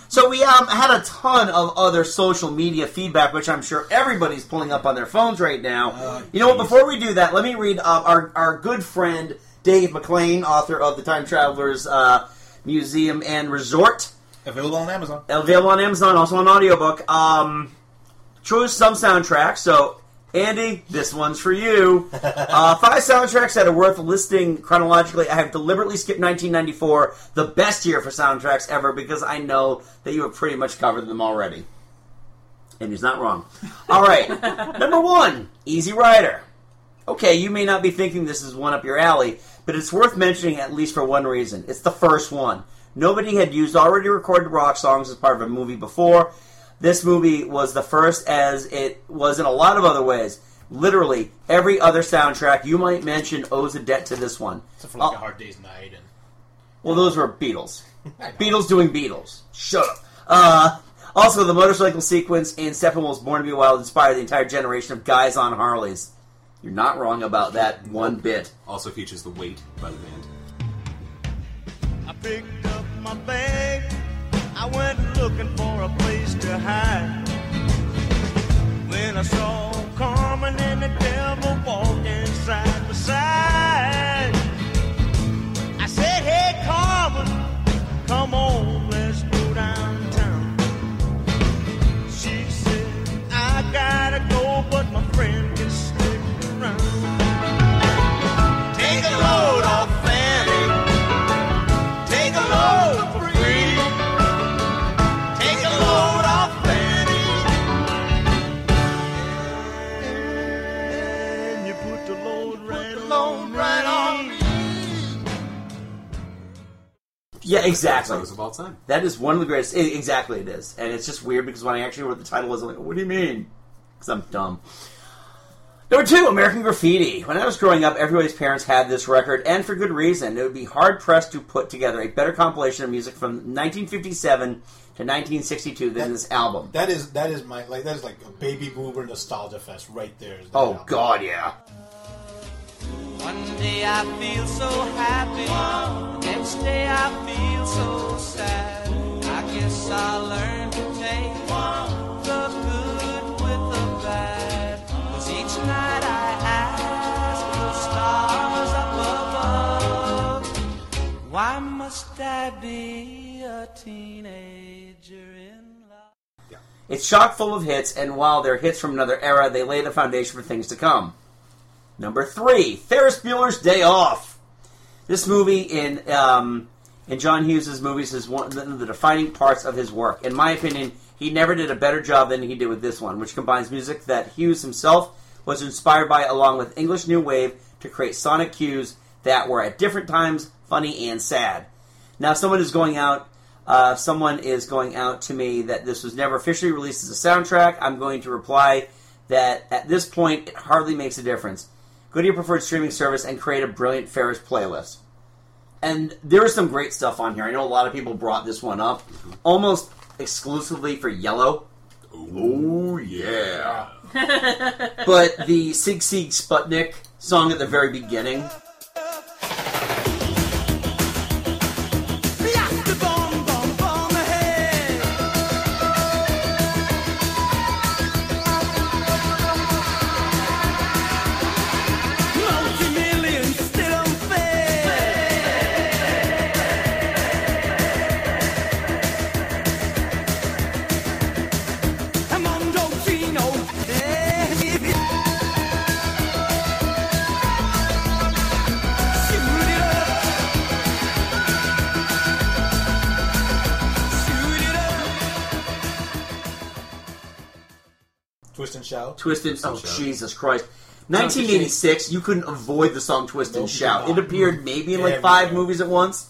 Speaker 6: So we um, had a ton of other social media feedback, which I'm sure everybody's pulling up on their phones right now.
Speaker 4: Oh,
Speaker 6: you know what? Before we do that, let me read um, our our good friend Dave McLean, author of the Time Travelers uh, Museum and Resort,
Speaker 4: available on Amazon.
Speaker 6: Available on Amazon, also on audiobook. Um, chose some soundtracks, so. Andy, this one's for you. Uh, five soundtracks that are worth listing chronologically. I have deliberately skipped 1994, the best year for soundtracks ever, because I know that you have pretty much covered them already. And he's not wrong. All right. Number one, Easy Rider. Okay, you may not be thinking this is one up your alley, but it's worth mentioning at least for one reason. It's the first one. Nobody had used already recorded rock songs as part of a movie before. This movie was the first, as it was in a lot of other ways. Literally, every other soundtrack you might mention owes a debt to this one.
Speaker 4: Except for like a hard day's night and
Speaker 6: Well, those were Beatles. Beatles doing Beatles. Shut up. Uh, also, the motorcycle sequence in Steppenwolf's Born to Be Wild inspired the entire generation of guys on Harleys. You're not wrong about that one bit.
Speaker 10: Also features the weight by the band.
Speaker 2: I picked up my bag. I went looking for a place to hide. Then I saw Carmen and the devil walking side by side. I said, Hey, Carmen, come on, let's go downtown. She said, I gotta go, but my friend can
Speaker 6: Yeah, exactly.
Speaker 10: Songs of all time.
Speaker 6: That is one of the greatest. e- exactly, it is, and it's just weird because when I actually read the title, I was like, "What do you mean?" Because I'm dumb. Number two, American Graffiti. When I was growing up, everybody's parents had this record, and for good reason. It would be hard pressed to put together a better compilation of music from 1957 to 1962 than this album.
Speaker 4: That is that is my like that is like a baby boomer nostalgia fest right there. is that
Speaker 6: Oh
Speaker 4: album.
Speaker 6: God, yeah.
Speaker 12: One day I feel so happy, the next day I feel so sad. I guess I learned to take the good with the bad. 'Cause each night I ask the stars up above, why must I be a teenager in
Speaker 6: It's chock full of hits, and while they're hits from another era, they lay the foundation for things to come. Number three, Ferris Bueller's Day Off. This movie in um, in John Hughes' movies is one of the defining parts of his work. In my opinion, he never did a better job than he did with this one, which combines music that Hughes himself was inspired by, along with English New Wave, to create sonic cues that were at different times funny and sad. Now, someone is going out. Uh, someone is going out to me that this was never officially released as a soundtrack. I'm going to reply that at this point, it hardly makes a difference. Go to your preferred streaming service and create a brilliant Ferris playlist. And there is some great stuff on here. I know a lot of people brought this one up almost exclusively for Yellow. Oh, yeah. but the Sig Sig Sputnik song at the very beginning.
Speaker 4: Twist and shout.
Speaker 6: Twist and Oh,
Speaker 4: Shout.
Speaker 6: Jesus Christ. 1986, you couldn't avoid the song Twist and Shout. It appeared maybe in like
Speaker 4: Everywhere.
Speaker 6: five movies at once,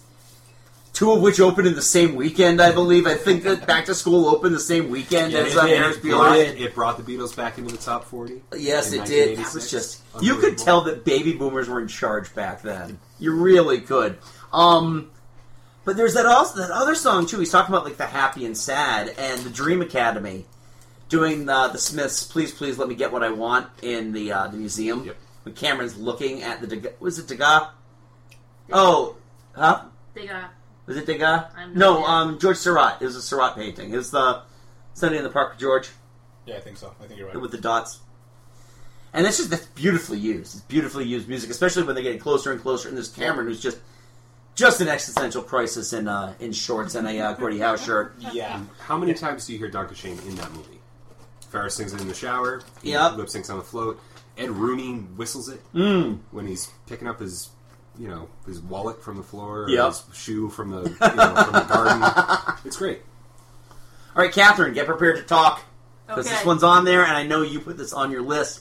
Speaker 6: two of which opened in the same weekend, I believe. I think that Back to School opened the same weekend
Speaker 10: Yeah,
Speaker 6: as
Speaker 10: it,
Speaker 6: uh,
Speaker 10: did.
Speaker 6: Ferris
Speaker 10: It brought,
Speaker 6: Bueller.
Speaker 10: it brought the Beatles back into the top 40.
Speaker 6: Yes,
Speaker 10: in
Speaker 6: it did. That was
Speaker 10: 1986.
Speaker 6: just. You could tell that baby boomers were in charge back then. You really could. Um, but there's that also that other song too. He's talking about like the happy and sad and the Dream Academy doing uh, the, the Smiths. Please, please let me get what I want in the uh, the museum. When Cameron's looking at the Degas, was it Degas? Oh, huh?
Speaker 11: They got
Speaker 6: Was it Degas?
Speaker 11: I'm not
Speaker 6: No,
Speaker 11: sure.
Speaker 6: um, George Surratt. It was a Surratt painting. It was the Sunday in the Park with George
Speaker 4: Yeah, I think so. I think you're right.
Speaker 6: with the dots. And that's just that's beautifully used. It's beautifully used music, especially when they're getting closer and closer. And there's Cameron, who's just just an existential crisis in uh, in shorts and a uh, Gordie Howe shirt.
Speaker 4: Yeah.
Speaker 10: How many times do you hear Dr. Shane in that movie? Ferris sings it in the shower. he
Speaker 6: Yep.
Speaker 10: Lip syncs on the float. Ed Rooney whistles it
Speaker 6: Mm.
Speaker 10: when he's picking up his, you know, his wallet from the floor. Or
Speaker 6: Yep.
Speaker 10: His shoe from the, you know, from the garden. It's great.
Speaker 6: All right, Catherine, get prepared to talk because
Speaker 10: Okay.
Speaker 6: this one's on there, and I know you put this on your list.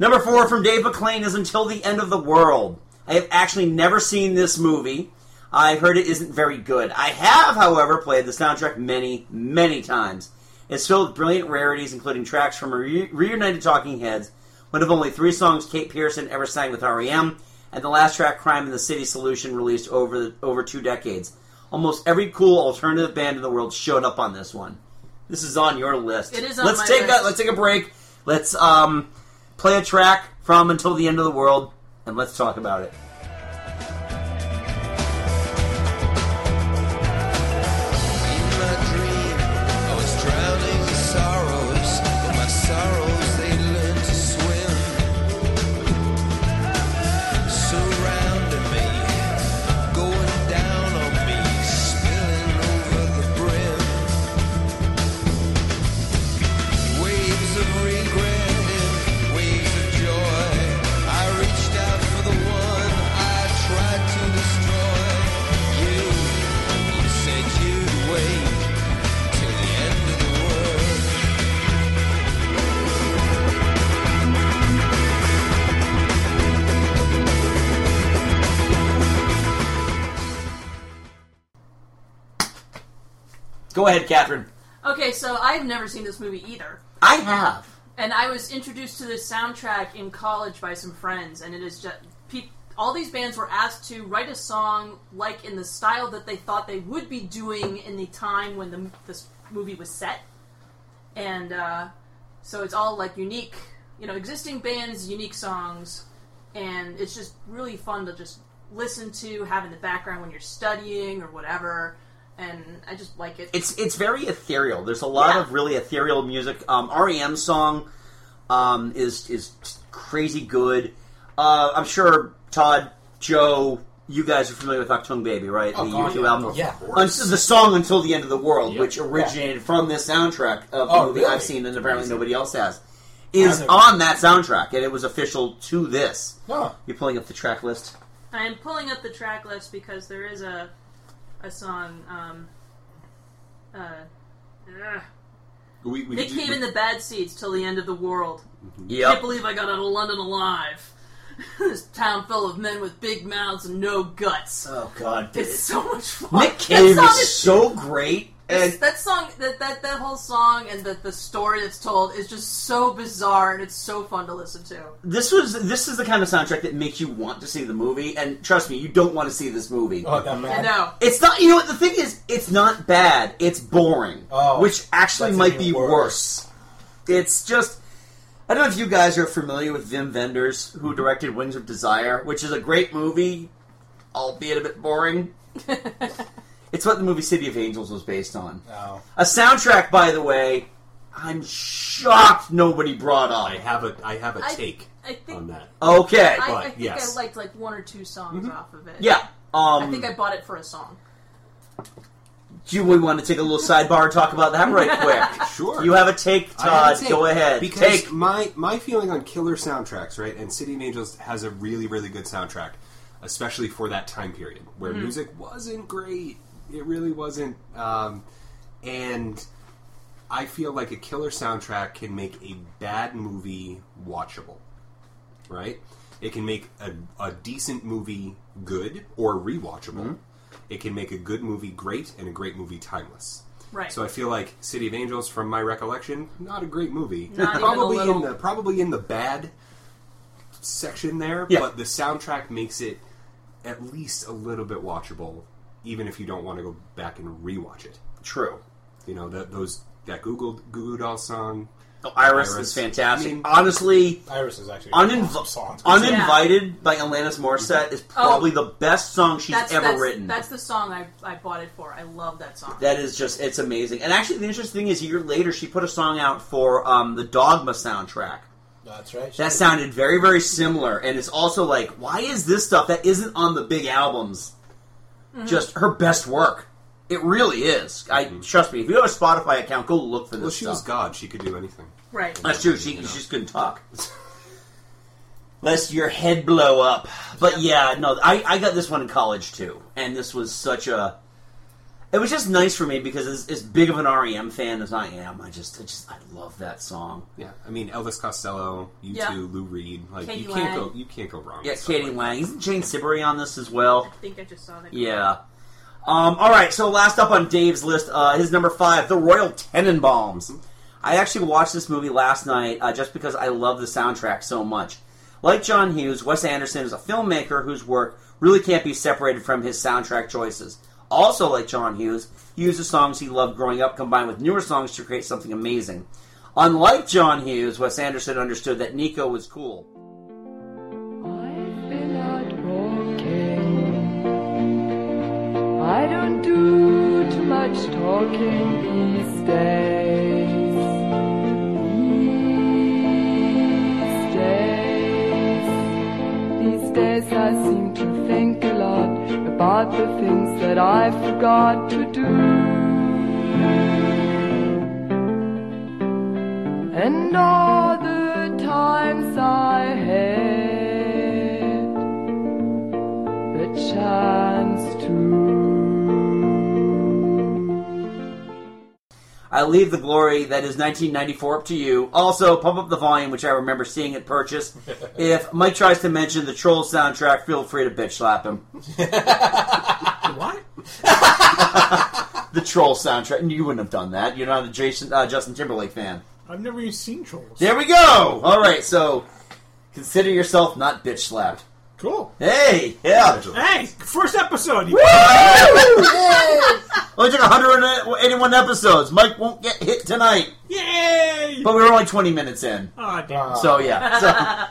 Speaker 6: Number four from Dave McLean is Until the End of the World. I have actually never seen this movie. I've heard it isn't very good. I have, however, played the soundtrack many, many times. It's filled with brilliant rarities, including tracks from re- reunited Talking Heads, one of only three songs Kate Pearson ever sang with REM, and the last track, "Crime in the City Solution," released over the, over two decades. Almost every cool alternative band in the world showed up on this one. This is on your list.
Speaker 11: It is on
Speaker 6: let's
Speaker 11: my
Speaker 6: take
Speaker 11: list.
Speaker 6: a let's take a break. Let's um, play a track from "Until the End of the World," and let's talk about it.
Speaker 13: my dream, I was drowning in sorrows, but my sorrows they learned to swim. Surrounding me, going down on me, spilling over the brim. Waves of regret and waves of joy. I reached out for the one
Speaker 6: Go ahead, Catherine.
Speaker 11: Okay, so I've never seen this movie either.
Speaker 6: I have.
Speaker 11: And I was introduced to this soundtrack in college by some friends, and it is just pe- all these bands were asked to write a song like in the style that they thought they would be doing in the time when the this movie was set, and uh, so it's all like unique, you know, existing bands, unique songs, and it's just really fun to just listen to, have in the background when you're studying or whatever. And I just like it.
Speaker 6: It's it's very ethereal. There's a lot of really ethereal music. Um, REM song um, is is crazy good. Uh, I'm sure Todd, Joe, you guys are familiar with Octung Baby, right?
Speaker 13: Oh,
Speaker 6: the
Speaker 13: God,
Speaker 6: U2
Speaker 13: yeah.
Speaker 6: album,
Speaker 13: Yeah.
Speaker 6: Un- the song "Until the End of the World," which originated from this soundtrack of the
Speaker 13: Oh,
Speaker 6: movie
Speaker 13: really?
Speaker 6: I've seen, and apparently
Speaker 13: Amazing.
Speaker 6: nobody else has, is
Speaker 13: Wow.
Speaker 6: on that soundtrack, and it was official to this.
Speaker 4: Oh.
Speaker 6: You're pulling up the track list.
Speaker 11: I'm pulling up the track list because there is a a song. Um, uh, ugh.
Speaker 10: We, we
Speaker 11: Nick
Speaker 10: could do-
Speaker 11: Cave in the bad seats till the end of the world.
Speaker 6: Yep.
Speaker 11: Can't believe I got out of London alive. this town full of men with big mouths and no guts.
Speaker 6: Oh God,
Speaker 11: it's so much fun.
Speaker 6: Nick Cave
Speaker 11: that song
Speaker 6: is, so great, and
Speaker 11: that song, that, that that whole song, and the, the story that's told is just so bizarre, and it's so fun to listen to.
Speaker 6: this was this is the kind of soundtrack that makes you want to see the movie. And trust me, you don't want to see this movie.
Speaker 4: Oh, that
Speaker 11: I know.
Speaker 6: It's not. You know what the thing is? It's not bad. It's boring,
Speaker 4: Oh,
Speaker 6: which actually
Speaker 4: that's
Speaker 6: might
Speaker 4: even
Speaker 6: be worse. It's just. I don't know if you guys are familiar with Vim Vendors, who directed Wings of Desire, which is a great movie, albeit a bit boring. it's what the movie City of Angels was based on.
Speaker 4: No.
Speaker 6: A soundtrack, by the way, I'm shocked nobody brought up. I
Speaker 10: have a I have a
Speaker 11: I-
Speaker 10: take
Speaker 11: I think-
Speaker 10: on
Speaker 6: Oh,
Speaker 10: that.
Speaker 6: Okay.
Speaker 11: I, I think
Speaker 10: yes.
Speaker 11: I liked like one or two songs off of it.
Speaker 6: Yeah. Um,
Speaker 11: I think I bought it for a song.
Speaker 6: Do we want to take a little sidebar and talk about that right quick?
Speaker 10: Sure.
Speaker 6: You have a take,
Speaker 10: I have a
Speaker 6: Todd.
Speaker 10: take,
Speaker 6: Go ahead.
Speaker 10: Because
Speaker 6: Take.
Speaker 10: my my feeling on killer soundtracks, right? And City of Angels has a really really good soundtrack, especially for that time period where
Speaker 13: Mhm.
Speaker 10: music wasn't great. It really wasn't. Um, and I feel like a killer soundtrack can make a bad movie watchable, right? It can make a, a decent movie good or
Speaker 6: Mm-hmm.
Speaker 10: rewatchable. It can make a good movie great and a great movie timeless.
Speaker 13: Right.
Speaker 10: So I feel like City of Angels, from my recollection, not a great movie.
Speaker 13: Not even a
Speaker 10: probably
Speaker 13: little.
Speaker 10: in the probably in the bad section there, but the soundtrack makes it at least a little bit watchable, even if you don't want to go back and rewatch it.
Speaker 6: True.
Speaker 10: You know that those that Google Goo Goo Doll song.
Speaker 6: Oh, Iris, is fantastic. Honestly,
Speaker 4: Iris is actually
Speaker 6: Uninv-
Speaker 4: awesome song.
Speaker 6: Uninvited by Alanis Morissette is probably the best song she's
Speaker 11: Oh. that's,
Speaker 6: ever
Speaker 11: that's,
Speaker 6: written.
Speaker 11: That's the song I, I bought it for. I love that song.
Speaker 6: That is just, it's amazing. And actually, the interesting thing is, a year later, she put a song out for um, the Dogma soundtrack.
Speaker 4: That's right.
Speaker 6: That sounded very, very similar. And it's also like, why is this stuff that isn't on the big albums
Speaker 13: Mhm.
Speaker 6: just her best work? It really is. I trust me. If you have a Spotify account, go look for this.
Speaker 10: Well, she was God. She could do anything.
Speaker 11: Right.
Speaker 6: That's true. She, she just couldn't talk. Lest your head blow up. But yeah, no, I, I got this one in college too. And this was such a. It was just nice for me because as, as big of an REM fan as I am, I just, I just, I love that song.
Speaker 10: Yeah, I mean Elvis Costello, you
Speaker 6: Yeah.
Speaker 10: two, Lou Reed. Like
Speaker 6: Katie
Speaker 10: you can't
Speaker 6: Lang.
Speaker 10: go, you can't go wrong.
Speaker 6: Yeah,
Speaker 10: with stuff
Speaker 6: Katie
Speaker 10: like
Speaker 6: Lang. Isn't Jane Siberry on this as well?
Speaker 11: I think I just saw that.
Speaker 6: Yeah. Um, all right, so last up on Dave's list, uh, his number five, The Royal Tenenbaums. I actually watched this movie last night uh, just because I love the soundtrack so much. Like John Hughes, Wes Anderson is a filmmaker whose work really can't be separated from his soundtrack choices. Also, like John Hughes, he uses songs he loved growing up combined with newer songs to create something amazing. Unlike John Hughes, Wes Anderson understood that Nico was cool.
Speaker 14: been out walking. I don't do too much talking these days. These days. These days I seem to think a lot about the things that I forgot to do. And all the times I had the chance to.
Speaker 6: I leave the glory that is 1994 up to you. Also, pump up the volume, which I remember seeing at purchase. if Mike tries to mention the Troll soundtrack, feel free to bitch slap him. what? the Troll soundtrack. And you wouldn't have done that. You're not a Jason, uh, Justin Timberlake fan.
Speaker 8: I've never even seen Trolls.
Speaker 6: There we go. All right, so consider yourself not bitch slapped.
Speaker 8: Cool.
Speaker 6: Hey, yeah.
Speaker 8: Hey, first episode.
Speaker 6: Woo! Only took 181 episodes. Mike won't get hit tonight.
Speaker 8: Yay!
Speaker 6: But we were only 20 minutes in.
Speaker 8: Aw, damn.
Speaker 6: So, yeah.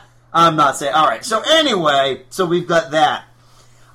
Speaker 6: So, I'm not saying. All right. So, anyway, so we've got that.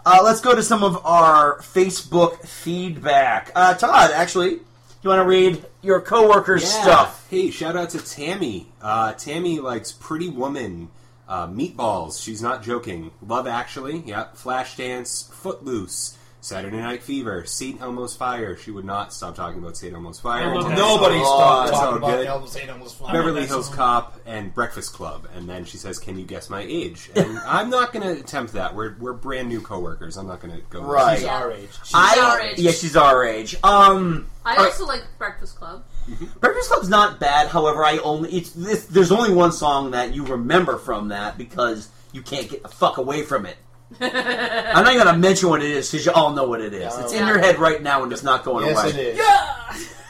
Speaker 6: Uh, let's go to some of our Facebook feedback. Uh, Todd, actually, you want to read your coworkers' stuff?
Speaker 10: Hey, shout out to Tammy. Uh, Tammy likes Pretty Woman, uh, Meatballs. She's not joking. Love Actually. Yep. Flashdance, Footloose, Saturday Night Fever, St. Elmo's Fire. She would not stop talking about St. Elmo's Fire.
Speaker 4: I love Oh, that Nobody song. stopped
Speaker 10: it's
Speaker 4: talking
Speaker 10: all
Speaker 4: about
Speaker 10: good.
Speaker 4: Elmo's- St. Elmo's Fire. I love
Speaker 10: Beverly
Speaker 4: that
Speaker 10: Hills
Speaker 4: song.
Speaker 10: Cop and Breakfast Club. And then she says, "Can you guess my age?" And I'm not going to attempt that. We're we're brand new coworkers. I'm not going to go.
Speaker 6: Right. She's our age. I-
Speaker 11: our age.
Speaker 6: Yeah, she's our age. Um,
Speaker 11: I
Speaker 6: all right.
Speaker 11: also like Breakfast Club.
Speaker 6: Breakfast Club's not bad. However, I only it's this, there's only one song that you remember from that because you can't get the fuck away from it. I'm not gonna mention what it is because you all know what it is. It's in your head right now and it's not going
Speaker 4: Yes,
Speaker 6: away.
Speaker 4: it is.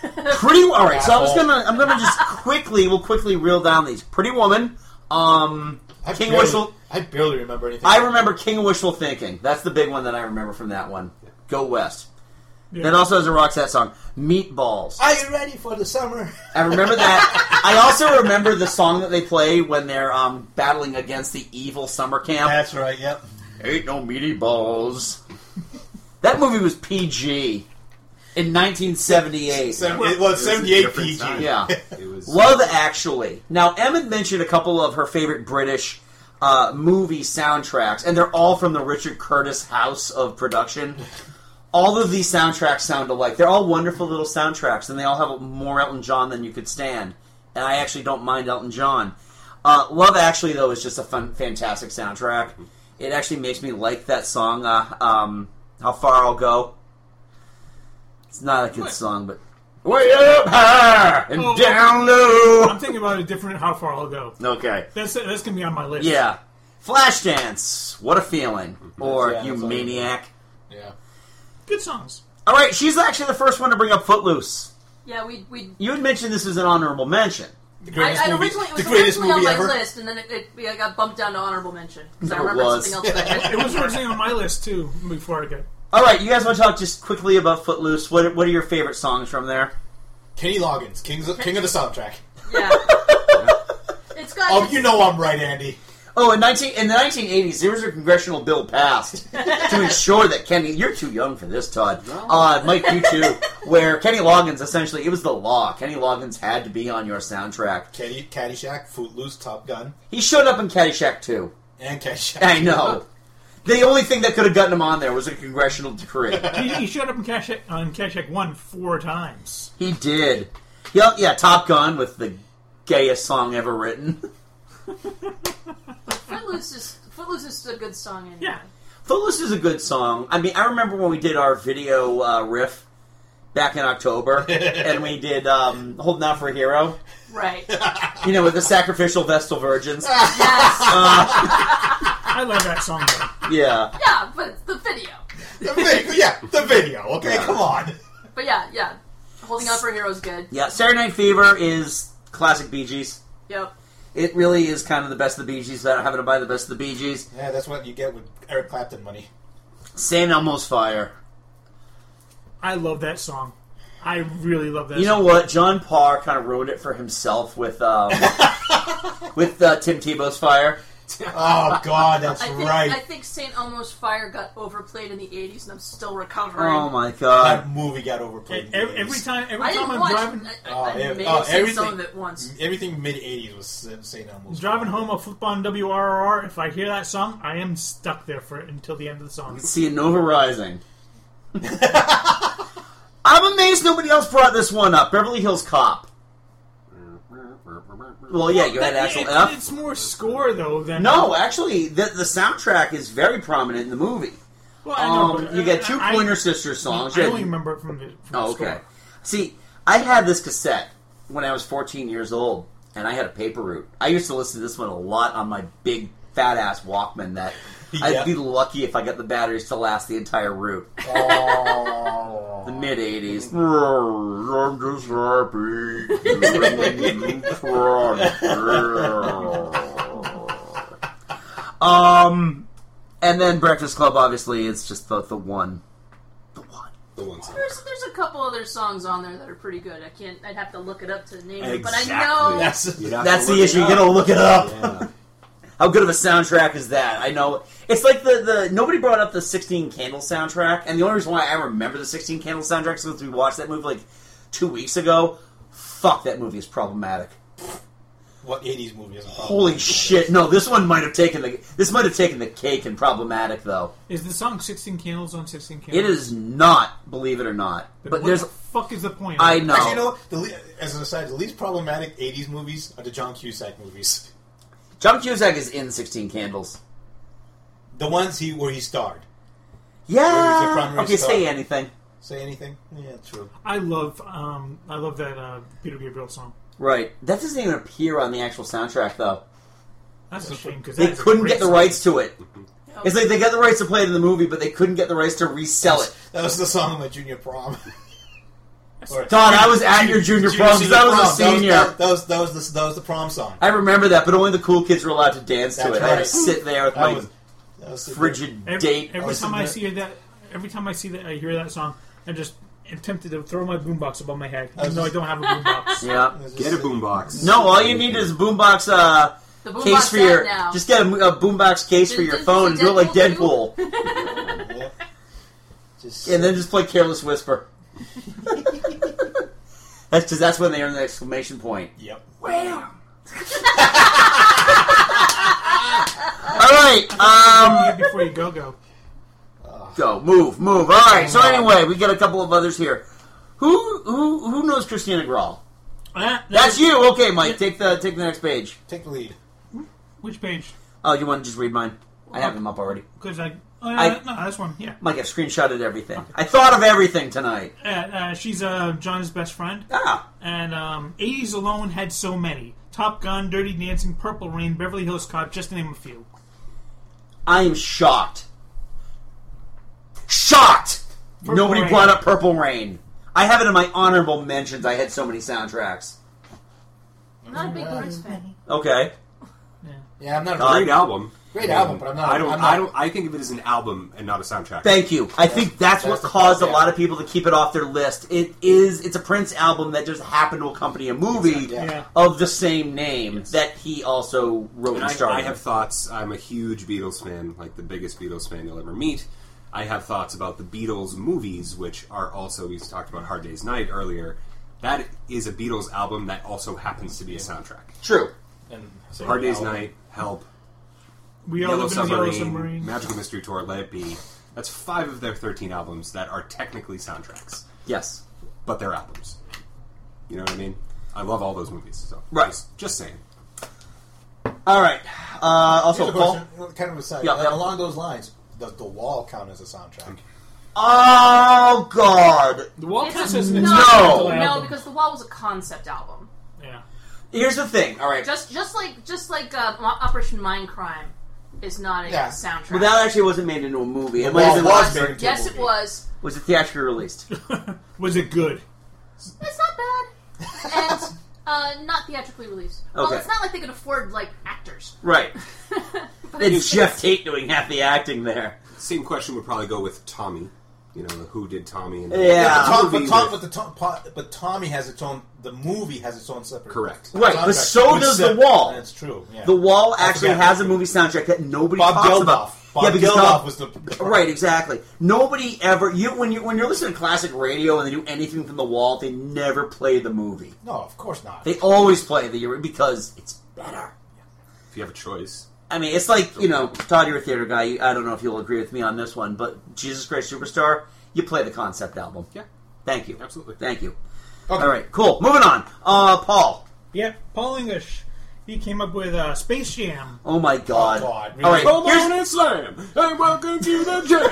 Speaker 6: Pretty all right. So I was
Speaker 4: Apple.
Speaker 6: gonna I'm gonna just quickly we'll quickly reel down these. Pretty Woman, um,
Speaker 4: I
Speaker 6: King
Speaker 4: barely-
Speaker 6: Whistle.
Speaker 4: I barely remember anything.
Speaker 6: I remember King Wishful Thinking. That's the big one that I remember from that one. Go West.
Speaker 4: Yeah.
Speaker 6: That also has a Roxette song, Meatballs.
Speaker 4: Are you ready for the summer?
Speaker 6: I remember that. I also remember the song that they play when they're um, battling against the evil summer camp.
Speaker 4: That's right. Yep.
Speaker 6: Ain't no meaty balls. that movie was PG in 1978.
Speaker 4: Seven- it was 78 PG.
Speaker 6: Yeah. Love Actually. Now, Emmett mentioned a couple of her favorite British uh, movie soundtracks, and they're all from the Richard Curtis house of production. All of these soundtracks sound alike. They're all wonderful little soundtracks, and they all have more Elton John than you could stand. And I actually don't mind Elton John. Uh, Love Actually, though, is just a fun, fantastic soundtrack. It actually makes me like that song, uh, um, How Far I'll Go. It's not a good song, but. Way up high and
Speaker 8: Oh.
Speaker 6: down low!
Speaker 8: I'm thinking about a different How Far I'll Go.
Speaker 6: Okay.
Speaker 8: That's that's gonna be on my list.
Speaker 6: Yeah. Flashdance. What a feeling.
Speaker 8: Mm-hmm.
Speaker 6: Or
Speaker 8: Yeah,
Speaker 6: you
Speaker 8: that's all.
Speaker 6: maniac.
Speaker 4: Yeah.
Speaker 8: Good songs.
Speaker 6: All right, she's actually the first one to bring up Footloose.
Speaker 11: Yeah, we we.
Speaker 6: You had mentioned this is an honorable mention. The
Speaker 11: I, I originally it was originally on my list, and then it, it, I got bumped down to honorable mention because I
Speaker 6: No, it
Speaker 11: remembered
Speaker 6: was.
Speaker 11: something else. that I
Speaker 8: it was originally on my list too before I got.
Speaker 6: All right, you guys want to talk just quickly about Footloose? What What are your favorite songs from there?
Speaker 4: Kenny Loggins, Kings of, King of the Soundtrack.
Speaker 11: It's got.
Speaker 4: Oh, you know I'm right, Andy.
Speaker 6: Oh, in nineteen in the nineteen eighties, there was a congressional bill passed to ensure that Kenny. You're too young for this, Todd. Uh, Mike, you too. Where Kenny Loggins essentially it was the law. Kenny Loggins had to be on your soundtrack.
Speaker 4: Caddy, Caddyshack, Footloose, Top Gun,
Speaker 6: He showed up in Caddyshack too.
Speaker 4: and Caddyshack.
Speaker 6: I know. The only thing that could have gotten him on there was a congressional decree.
Speaker 8: He, he showed up in Cash App- on Cash App One four times.
Speaker 6: He did. Yeah, yeah, Top Gun with the gayest song ever written.
Speaker 11: Footloose is Footloose is a good song. Anyway.
Speaker 8: Yeah.
Speaker 6: Footloose is a good song. I mean, I remember when we did our video uh, riff back in October, and we did um, Holding Out for a Hero,
Speaker 11: Right.
Speaker 6: you know, with the sacrificial Vestal Virgins. Uh.
Speaker 8: I love that song. though.
Speaker 6: Yeah.
Speaker 11: yeah, but it's the video.
Speaker 4: The video, yeah, the video. Okay,
Speaker 6: Yeah.
Speaker 4: come on.
Speaker 11: But yeah, yeah. Holding out for a hero is good.
Speaker 6: Yeah, Saturday Night Fever is classic Bee Gees.
Speaker 11: Yep.
Speaker 6: It really is kind of the best of the Bee Gees without having to buy the best of the Bee Gees.
Speaker 4: Yeah, that's what you get with Eric Clapton money.
Speaker 6: St. Elmo's Fire.
Speaker 8: I love that song. I really love that.
Speaker 6: You know
Speaker 8: song.
Speaker 6: what? John Parr kind of ruined it for himself with um, with uh, Tim Tebow's fire.
Speaker 4: Oh God, that's
Speaker 11: I think I
Speaker 4: right.
Speaker 11: think Saint Elmo's Fire got overplayed in the '80s, and I'm still recovering.
Speaker 6: Oh my god!
Speaker 4: That movie got overplayed. in the
Speaker 8: E-, Every, every
Speaker 4: 80s.
Speaker 8: time, every time
Speaker 11: I didn't
Speaker 8: I'm
Speaker 11: watch.
Speaker 8: driving,
Speaker 11: I,
Speaker 4: Oh,
Speaker 11: I, I
Speaker 4: ev-
Speaker 11: may
Speaker 4: oh,
Speaker 11: have seen
Speaker 4: everything- Mm.
Speaker 11: some of it once.
Speaker 4: everything mid '80s was S- St. Elmo's.
Speaker 8: driving home a football on WRR, if I hear that song, I am stuck there for until the end of the song.
Speaker 6: See Nova Rising. I'm amazed nobody else brought this one up. Beverly Hills Cop. Well, yeah, you had
Speaker 8: That-
Speaker 6: Axel
Speaker 8: it-
Speaker 6: F.
Speaker 8: It's more score though than
Speaker 6: No, actually, the, the soundtrack is very prominent in the movie.
Speaker 8: Well, I know,
Speaker 6: um,
Speaker 8: but,
Speaker 6: you
Speaker 8: uh,
Speaker 6: got two
Speaker 8: I-
Speaker 6: Pointer Sisters songs.
Speaker 8: I
Speaker 6: You had-
Speaker 8: only remember it from the. From
Speaker 6: Oh,
Speaker 8: the score.
Speaker 6: okay. See, I had this cassette when I was 14 years old, and I had a paper route. I used to listen to this one a lot on my big fat ass Walkman that I'd be lucky if I got the batteries to last the entire route. the mid 80s. Oh. I'm just um, and then Breakfast Club, obviously, is just the, the one.
Speaker 10: The one song.
Speaker 11: There's, there's a couple other songs on there that are pretty good. I can't. I'd have to look it up to name it, but I
Speaker 10: Exactly.
Speaker 11: know
Speaker 6: That's,
Speaker 10: You'd have to
Speaker 6: the
Speaker 10: look
Speaker 6: issue.
Speaker 10: it
Speaker 6: You're gonna
Speaker 10: up.
Speaker 6: look it up. How good of a soundtrack is that? I know it's like the the nobody brought up the 16 Candle soundtrack, and the only reason why I remember the 16 Candle soundtrack is because we watched that movie like two weeks ago. Fuck, that movie is problematic.
Speaker 4: What '80s movie is a problem?
Speaker 6: Holy shit! No, this one might have taken the this might have taken the cake and problematic though.
Speaker 8: Is the song 16 Candles on 16 Candles?
Speaker 6: It is not, believe it or not.
Speaker 8: Then
Speaker 6: But
Speaker 8: what
Speaker 6: there's
Speaker 8: the fuck is the point?
Speaker 6: I know.
Speaker 4: Actually, you know, what? the, le- as an aside, the least problematic '80s movies are the John Cusack movies,
Speaker 6: John Cusack is in 16 Candles.
Speaker 4: the ones he where he starred. Where he's a
Speaker 6: Yeah.
Speaker 4: primary
Speaker 6: Okay,
Speaker 4: star.
Speaker 6: say anything.
Speaker 4: Say anything? Yeah, true.
Speaker 8: I love um, I love that uh, Peter Gabriel song.
Speaker 6: Right. That doesn't even appear on the actual soundtrack though.
Speaker 8: That's a shame because
Speaker 6: They couldn't get the rights to it.
Speaker 8: Oh.
Speaker 6: It's like they got the rights to play it in the movie, but they couldn't get the rights to resell it.
Speaker 4: That was the song of my junior prom. Or-
Speaker 6: Don, I was at your junior prom, 'cause I was a senior.
Speaker 4: That was, that was, that was, the, that was the prom song.
Speaker 6: I remember that, but only the cool kids were allowed to dance to
Speaker 4: That's
Speaker 6: it. I had to
Speaker 4: right.
Speaker 6: sit there with
Speaker 4: That
Speaker 6: my
Speaker 4: was- that was-
Speaker 6: frigid
Speaker 8: every,
Speaker 6: date.
Speaker 8: Every time I see that, every time I see that, I hear that song. I just am tempted to throw my boombox above my head, even
Speaker 6: I was
Speaker 8: though I
Speaker 6: just-
Speaker 8: don't have a boombox.
Speaker 6: Yeah.
Speaker 10: Get a boombox.
Speaker 6: No, all you need is a boombox uh,
Speaker 8: The boombox
Speaker 6: case for
Speaker 8: app
Speaker 6: your.
Speaker 8: now.
Speaker 6: Just get a, mo- a boombox case for your phone and do it like Deadpool, and then just play Careless Whisper. that's because that's when they earn the exclamation point.
Speaker 4: Yep.
Speaker 6: Wham!
Speaker 8: Uh,
Speaker 6: All right. Um,
Speaker 8: before you go, go.
Speaker 6: Go, move, move. All right. So anyway, we got a couple of others here. Who who who knows Christina Grawl?
Speaker 8: Uh,
Speaker 6: That's you. Okay, Mike. Take the take the next page.
Speaker 4: Take the lead.
Speaker 8: Which page?
Speaker 6: Oh, you want to just read mine? I have them up already.
Speaker 8: Because I, oh, yeah,
Speaker 6: I-
Speaker 8: no, that's one. Yeah,
Speaker 6: Mike, I've screenshotted everything. I thought of everything tonight.
Speaker 8: uh, uh, she's uh, John's best friend.
Speaker 6: Ah,
Speaker 8: and um, '80s alone had so many: Top Gun, Dirty Dancing, Purple Rain, Beverly Hills Cop, just to name a few.
Speaker 6: I am shocked. Shocked.
Speaker 8: Purple
Speaker 6: Nobody
Speaker 8: Rain.
Speaker 6: brought up Purple Rain. I have it in my honorable mentions. I had so many soundtracks.
Speaker 11: I'm not a big Prince fan.
Speaker 6: Okay. Uh,
Speaker 4: Yeah, I'm
Speaker 10: a great album.
Speaker 4: Great album, but I'm not-
Speaker 10: I don't.
Speaker 4: I'm not-
Speaker 10: I don't. I think of it as an album and not a soundtrack.
Speaker 6: Thank you. I think that's what
Speaker 10: That's the-
Speaker 6: caused a
Speaker 10: yeah.
Speaker 6: lot of people to keep it off their list. It is it's a Prince album that just happened to accompany a movie
Speaker 10: Exactly. Yeah.
Speaker 6: of the same name that he also wrote
Speaker 10: And
Speaker 6: and,
Speaker 10: I,
Speaker 6: starred.
Speaker 10: I have thoughts. I'm a huge Beatles fan, like the biggest Beatles fan you'll ever meet. I have thoughts about the Beatles movies, which are also we talked about Hard Day's Night earlier. That is a Beatles album that also happens to be a soundtrack.
Speaker 6: True.
Speaker 4: And
Speaker 10: Hard Day's Night, Help,
Speaker 8: We all
Speaker 10: Yellow
Speaker 8: live in a yellow
Speaker 10: Submarine,
Speaker 8: submarine.
Speaker 10: Magical Mystery Tour, Let It Be. That's five of their 13 albums that are technically soundtracks.
Speaker 6: Yes.
Speaker 10: But they're albums. You know what I mean? I love all those movies. So
Speaker 6: Right.
Speaker 10: Just, just saying.
Speaker 6: All right. Uh, also,
Speaker 4: Here's a
Speaker 6: Paul.
Speaker 4: question, kind of aside,
Speaker 6: Yeah,
Speaker 4: uh,
Speaker 6: yeah.
Speaker 4: along those lines, does The Wall count as a soundtrack?
Speaker 6: Oh God!
Speaker 8: The Wall
Speaker 11: It's
Speaker 6: no.
Speaker 11: not- no, because the Wall was a concept album.
Speaker 8: Yeah.
Speaker 6: Here's the thing. All right.
Speaker 11: Just just like just like uh, Mo- Operation Mindcrime is not a
Speaker 6: Yeah.
Speaker 11: soundtrack.
Speaker 6: Well, that actually wasn't made into a movie. It
Speaker 4: The
Speaker 6: might have
Speaker 4: Wall
Speaker 6: been
Speaker 4: was
Speaker 6: like-
Speaker 4: made into a
Speaker 11: yes, it was.
Speaker 6: Was it theatrically released?
Speaker 8: was it good?
Speaker 11: It's not bad, and uh, not theatrically released. Well,
Speaker 6: Okay.
Speaker 11: it's not like they could afford like actors.
Speaker 6: Right.
Speaker 11: But
Speaker 6: it's Jeff Tate doing half the acting there.
Speaker 10: Same question would probably go with Tommy. You know, the who did Tommy? And
Speaker 4: but, Tom,
Speaker 10: Movie
Speaker 4: but, Tom,
Speaker 10: with-
Speaker 4: but, the Tom, po- but Tommy has its own. The movie has its own separate.
Speaker 10: Correct.
Speaker 6: Right, but
Speaker 4: soundtrack,
Speaker 6: so
Speaker 4: which
Speaker 6: does
Speaker 4: sep-
Speaker 6: The Wall.
Speaker 4: That's true. Yeah.
Speaker 6: The Wall
Speaker 4: I
Speaker 6: actually
Speaker 4: forgot.
Speaker 6: has a movie soundtrack that nobody
Speaker 4: Bob
Speaker 6: talks
Speaker 4: Geldof.
Speaker 6: about.
Speaker 4: Bob Geldof was the-
Speaker 6: right, exactly. Nobody ever you when you when you're listening to classic radio and they do anything from The Wall, they never play the movie.
Speaker 4: No, of course not.
Speaker 6: They always play the because it's better.
Speaker 10: if you have a choice.
Speaker 6: I mean, it's like you know, Todd, you're a theater guy. you- I don't know if you'll agree with me on this one, but Jesus Christ Superstar, you play the concept album. Yeah. Thank you. Absolutely. Thank you. All right. Cool. Moving on. Uh, Paul.
Speaker 8: Yeah, Paul English. He came up with uh, Space Jam.
Speaker 6: Oh my God. All right.
Speaker 8: Come
Speaker 6: here's-
Speaker 8: on
Speaker 10: and slam. Hey, welcome to the jam.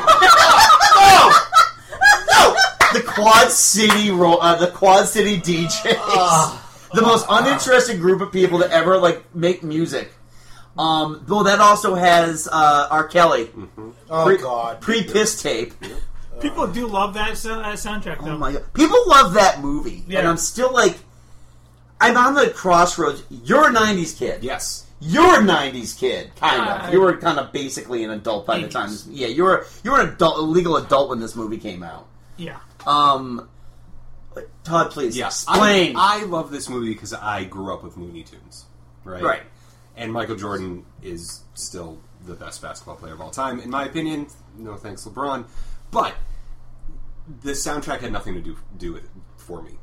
Speaker 6: the Quad City ro- uh, the Quad City
Speaker 4: Ah.
Speaker 6: DJs, the most uninteresting group of people to ever like make music. Um, well, that also has uh, R. Kelly.
Speaker 4: Oh,
Speaker 6: pre-
Speaker 4: God.
Speaker 6: Pre-piss tape.
Speaker 8: People do love that, so- that soundtrack, though.
Speaker 6: Oh my god. People love that movie. And I'm still like I'm on the crossroads. You're a nineties kid.
Speaker 10: Yes.
Speaker 6: You're a nineties kid, kind
Speaker 10: Uh,
Speaker 6: of. You were kind of basically an adult by the time this yeah, you were you were an adult a legal adult when this movie came out.
Speaker 8: Yeah.
Speaker 6: Um Todd, please
Speaker 10: Yes,
Speaker 6: explain.
Speaker 10: I, I love this movie because I grew up with Looney Tunes, right?
Speaker 6: Right.
Speaker 10: And Michael Jordan is still the best basketball player of all time, in my opinion. No thanks, LeBron. But the soundtrack had nothing to do do with it for me.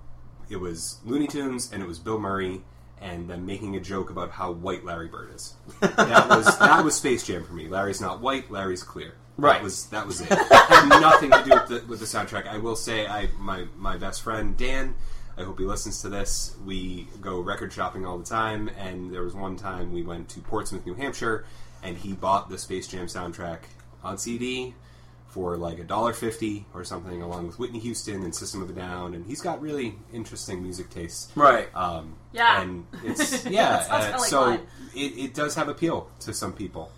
Speaker 10: It was Looney Tunes, and it was Bill Murray, and them making a joke about how white Larry Bird is. That was that was Space Jam for me. Larry's not white. Larry's clear.
Speaker 6: Right.
Speaker 10: That was that was it. it had nothing to do with the, with the soundtrack. I will say, I my my best friend Dan. I hope he listens to this. We go record shopping all the time, and there was one time we went to Portsmouth, New Hampshire, and he bought the Space Jam soundtrack on CD for like a dollar fifty or something, along with Whitney Houston and System of a Down, and he's got really interesting music tastes.
Speaker 6: Right.
Speaker 10: Um,
Speaker 11: Yeah.
Speaker 10: And it's yeah.
Speaker 11: That sounds
Speaker 10: uh,
Speaker 11: kinda like
Speaker 10: so
Speaker 11: mine.
Speaker 10: it, it does have appeal to some people.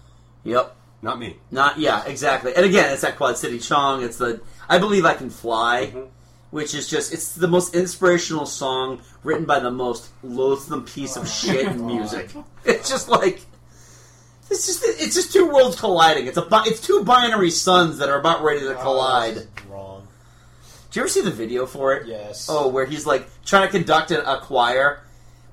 Speaker 6: Yep.
Speaker 10: Not me.
Speaker 6: Not yeah, exactly. And again, it's that Quad City Chong. It's the I believe I can fly, which is just it's the most inspirational song written by the most loathsome piece of shit in music. It's just like it's just it's just two worlds colliding. It's a bi- it's two binary suns that are about ready
Speaker 4: Oh,
Speaker 6: to collide.
Speaker 15: wrong.
Speaker 6: Do you ever see the video for it?
Speaker 15: Yes.
Speaker 6: Oh, where he's like trying to conduct a, a choir,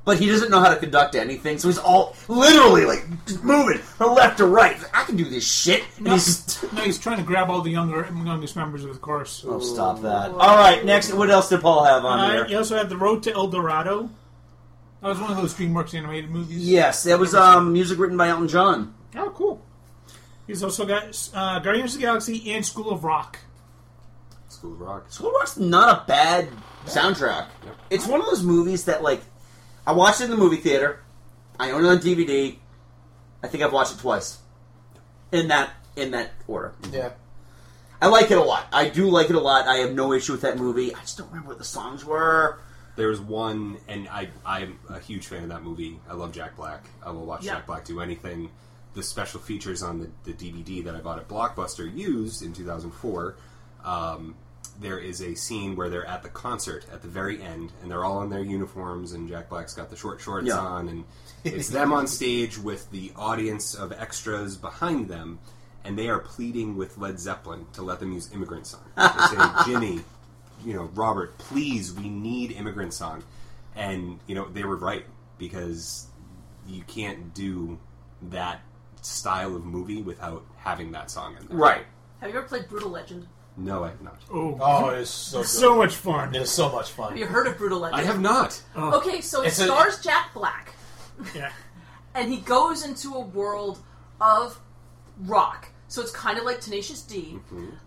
Speaker 6: but he doesn't know how to conduct anything, so he's all literally like just moving from left to right. He's like, I can do this shit. And he's just
Speaker 8: No, he's trying to grab all the younger youngest members of the chorus.
Speaker 6: Oh, stop that. All right, next. What else did Paul have on
Speaker 8: Uh,
Speaker 6: here?
Speaker 8: you also had The Road to El Dorado. That was one of those DreamWorks animated movies.
Speaker 6: Yes, that was um, music written by Elton John.
Speaker 8: Oh, cool. He's also got uh, Guardians of the Galaxy and School of Rock.
Speaker 10: School of Rock.
Speaker 6: School of Rock's not a bad soundtrack. It's one of those movies that, like, I watched it in the movie theater. I own it on DVD. I think I've watched it twice. In that in that order.
Speaker 4: Yeah.
Speaker 6: I like it a lot. I do like it a lot. I have no issue with that movie. I just don't remember what the songs were.
Speaker 10: There's one, and I, I'm a huge fan of that movie. I love Jack Black. I will watch
Speaker 6: Yeah.
Speaker 10: Jack Black do anything. The special features on the, the DVD that I bought at Blockbuster used in 2004. Um, there is a scene where they're at the concert at the very end, and they're all in their uniforms, and Jack Black's got the short shorts
Speaker 16: Yeah.
Speaker 10: on, and it's them on stage with the audience of extras behind them, and they are pleading with Led Zeppelin to let them use Immigrant Song. They say, Jimmy, you know, Robert, please, we need Immigrant Song. And, you know, they were right because you can't do that style of movie without having that song in there.
Speaker 6: Right.
Speaker 11: Have you ever played Brutal Legend?
Speaker 10: No, I have not.
Speaker 8: Oh,
Speaker 4: oh it's so good.
Speaker 8: So much fun.
Speaker 4: It is so much fun.
Speaker 11: Have you heard of Brutal Legend?
Speaker 10: I have not.
Speaker 11: Okay, so it
Speaker 4: It's a-
Speaker 11: stars Jack Black.
Speaker 8: Yeah.
Speaker 11: and he goes into a world of rock. So it's kind of like Tenacious D.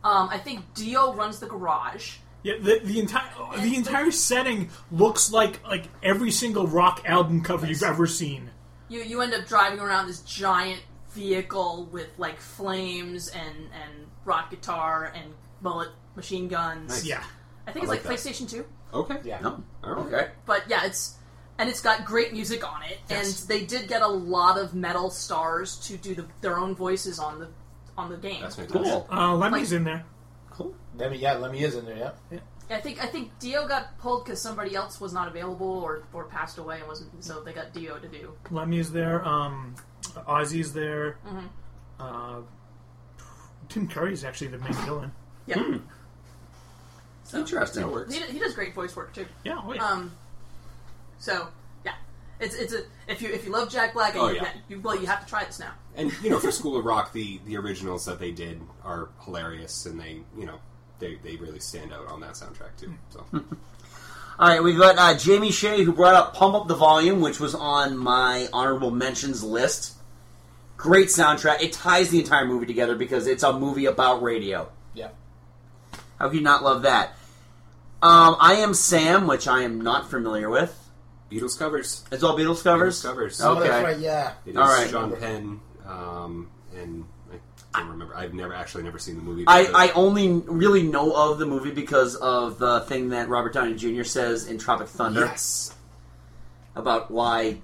Speaker 11: Um, I think Dio runs the garage.
Speaker 8: Yeah, the, the entire the entire setting looks like like every single rock album cover you've ever seen.
Speaker 11: You you end up driving around this giant vehicle with like flames and and rock guitar and bullet machine guns.
Speaker 10: Nice. Yeah.
Speaker 11: I think
Speaker 10: I
Speaker 11: it's like,
Speaker 10: like that.
Speaker 11: PlayStation Two.
Speaker 10: Okay. Yeah. No. All right.
Speaker 6: Okay.
Speaker 11: But yeah, it's and it's got great music on it,
Speaker 10: Yes.
Speaker 11: and they did get a lot of metal stars to do the, their own voices on the on the game.
Speaker 10: That's
Speaker 4: Cool.
Speaker 8: Uh, Lemmy's in there.
Speaker 4: Lemmy, yeah, Lemmy is in there, yeah.
Speaker 11: I think I think Dio got pulled because somebody else was not available or, or passed away and wasn't, so they got Dio to do.
Speaker 8: Lemmy's there. Um, Ozzy's there.
Speaker 11: Mhm.
Speaker 8: Uh, Tim Curry's actually the main villain.
Speaker 11: Yeah.
Speaker 6: Hmm.
Speaker 11: So-
Speaker 6: Interesting. That
Speaker 11: He, he does great voice work too.
Speaker 8: Yeah. Oh,
Speaker 11: Um. So yeah, it's it's a if you if you love Jack Black, and
Speaker 10: Oh,
Speaker 11: you,
Speaker 10: yeah.
Speaker 11: you well you have to try this now.
Speaker 10: And you know, for School of Rock, the the originals that they did are hilarious, and they you know they they really stand out on that soundtrack too. So
Speaker 6: All right, we've got uh, Jamie Shea who brought up "Pump Up the Volume," which was on my honorable mentions list. Great soundtrack. It ties the entire movie together because it's a movie about radio.
Speaker 4: Yeah.
Speaker 6: How could you not love that? Um, I am Sam, which I am not familiar with.
Speaker 10: Beatles covers.
Speaker 6: It's all Beatles covers.
Speaker 10: Beatles covers.
Speaker 4: Oh,
Speaker 6: Okay.
Speaker 10: It is
Speaker 6: All right.
Speaker 10: Sean Penn, um, and I don't remember. I've never actually never seen the movie.
Speaker 6: I,
Speaker 10: but-
Speaker 6: I only really know of the movie because of the thing that Robert Downey Jr. says in Tropic Thunder.
Speaker 10: Yes.
Speaker 6: About why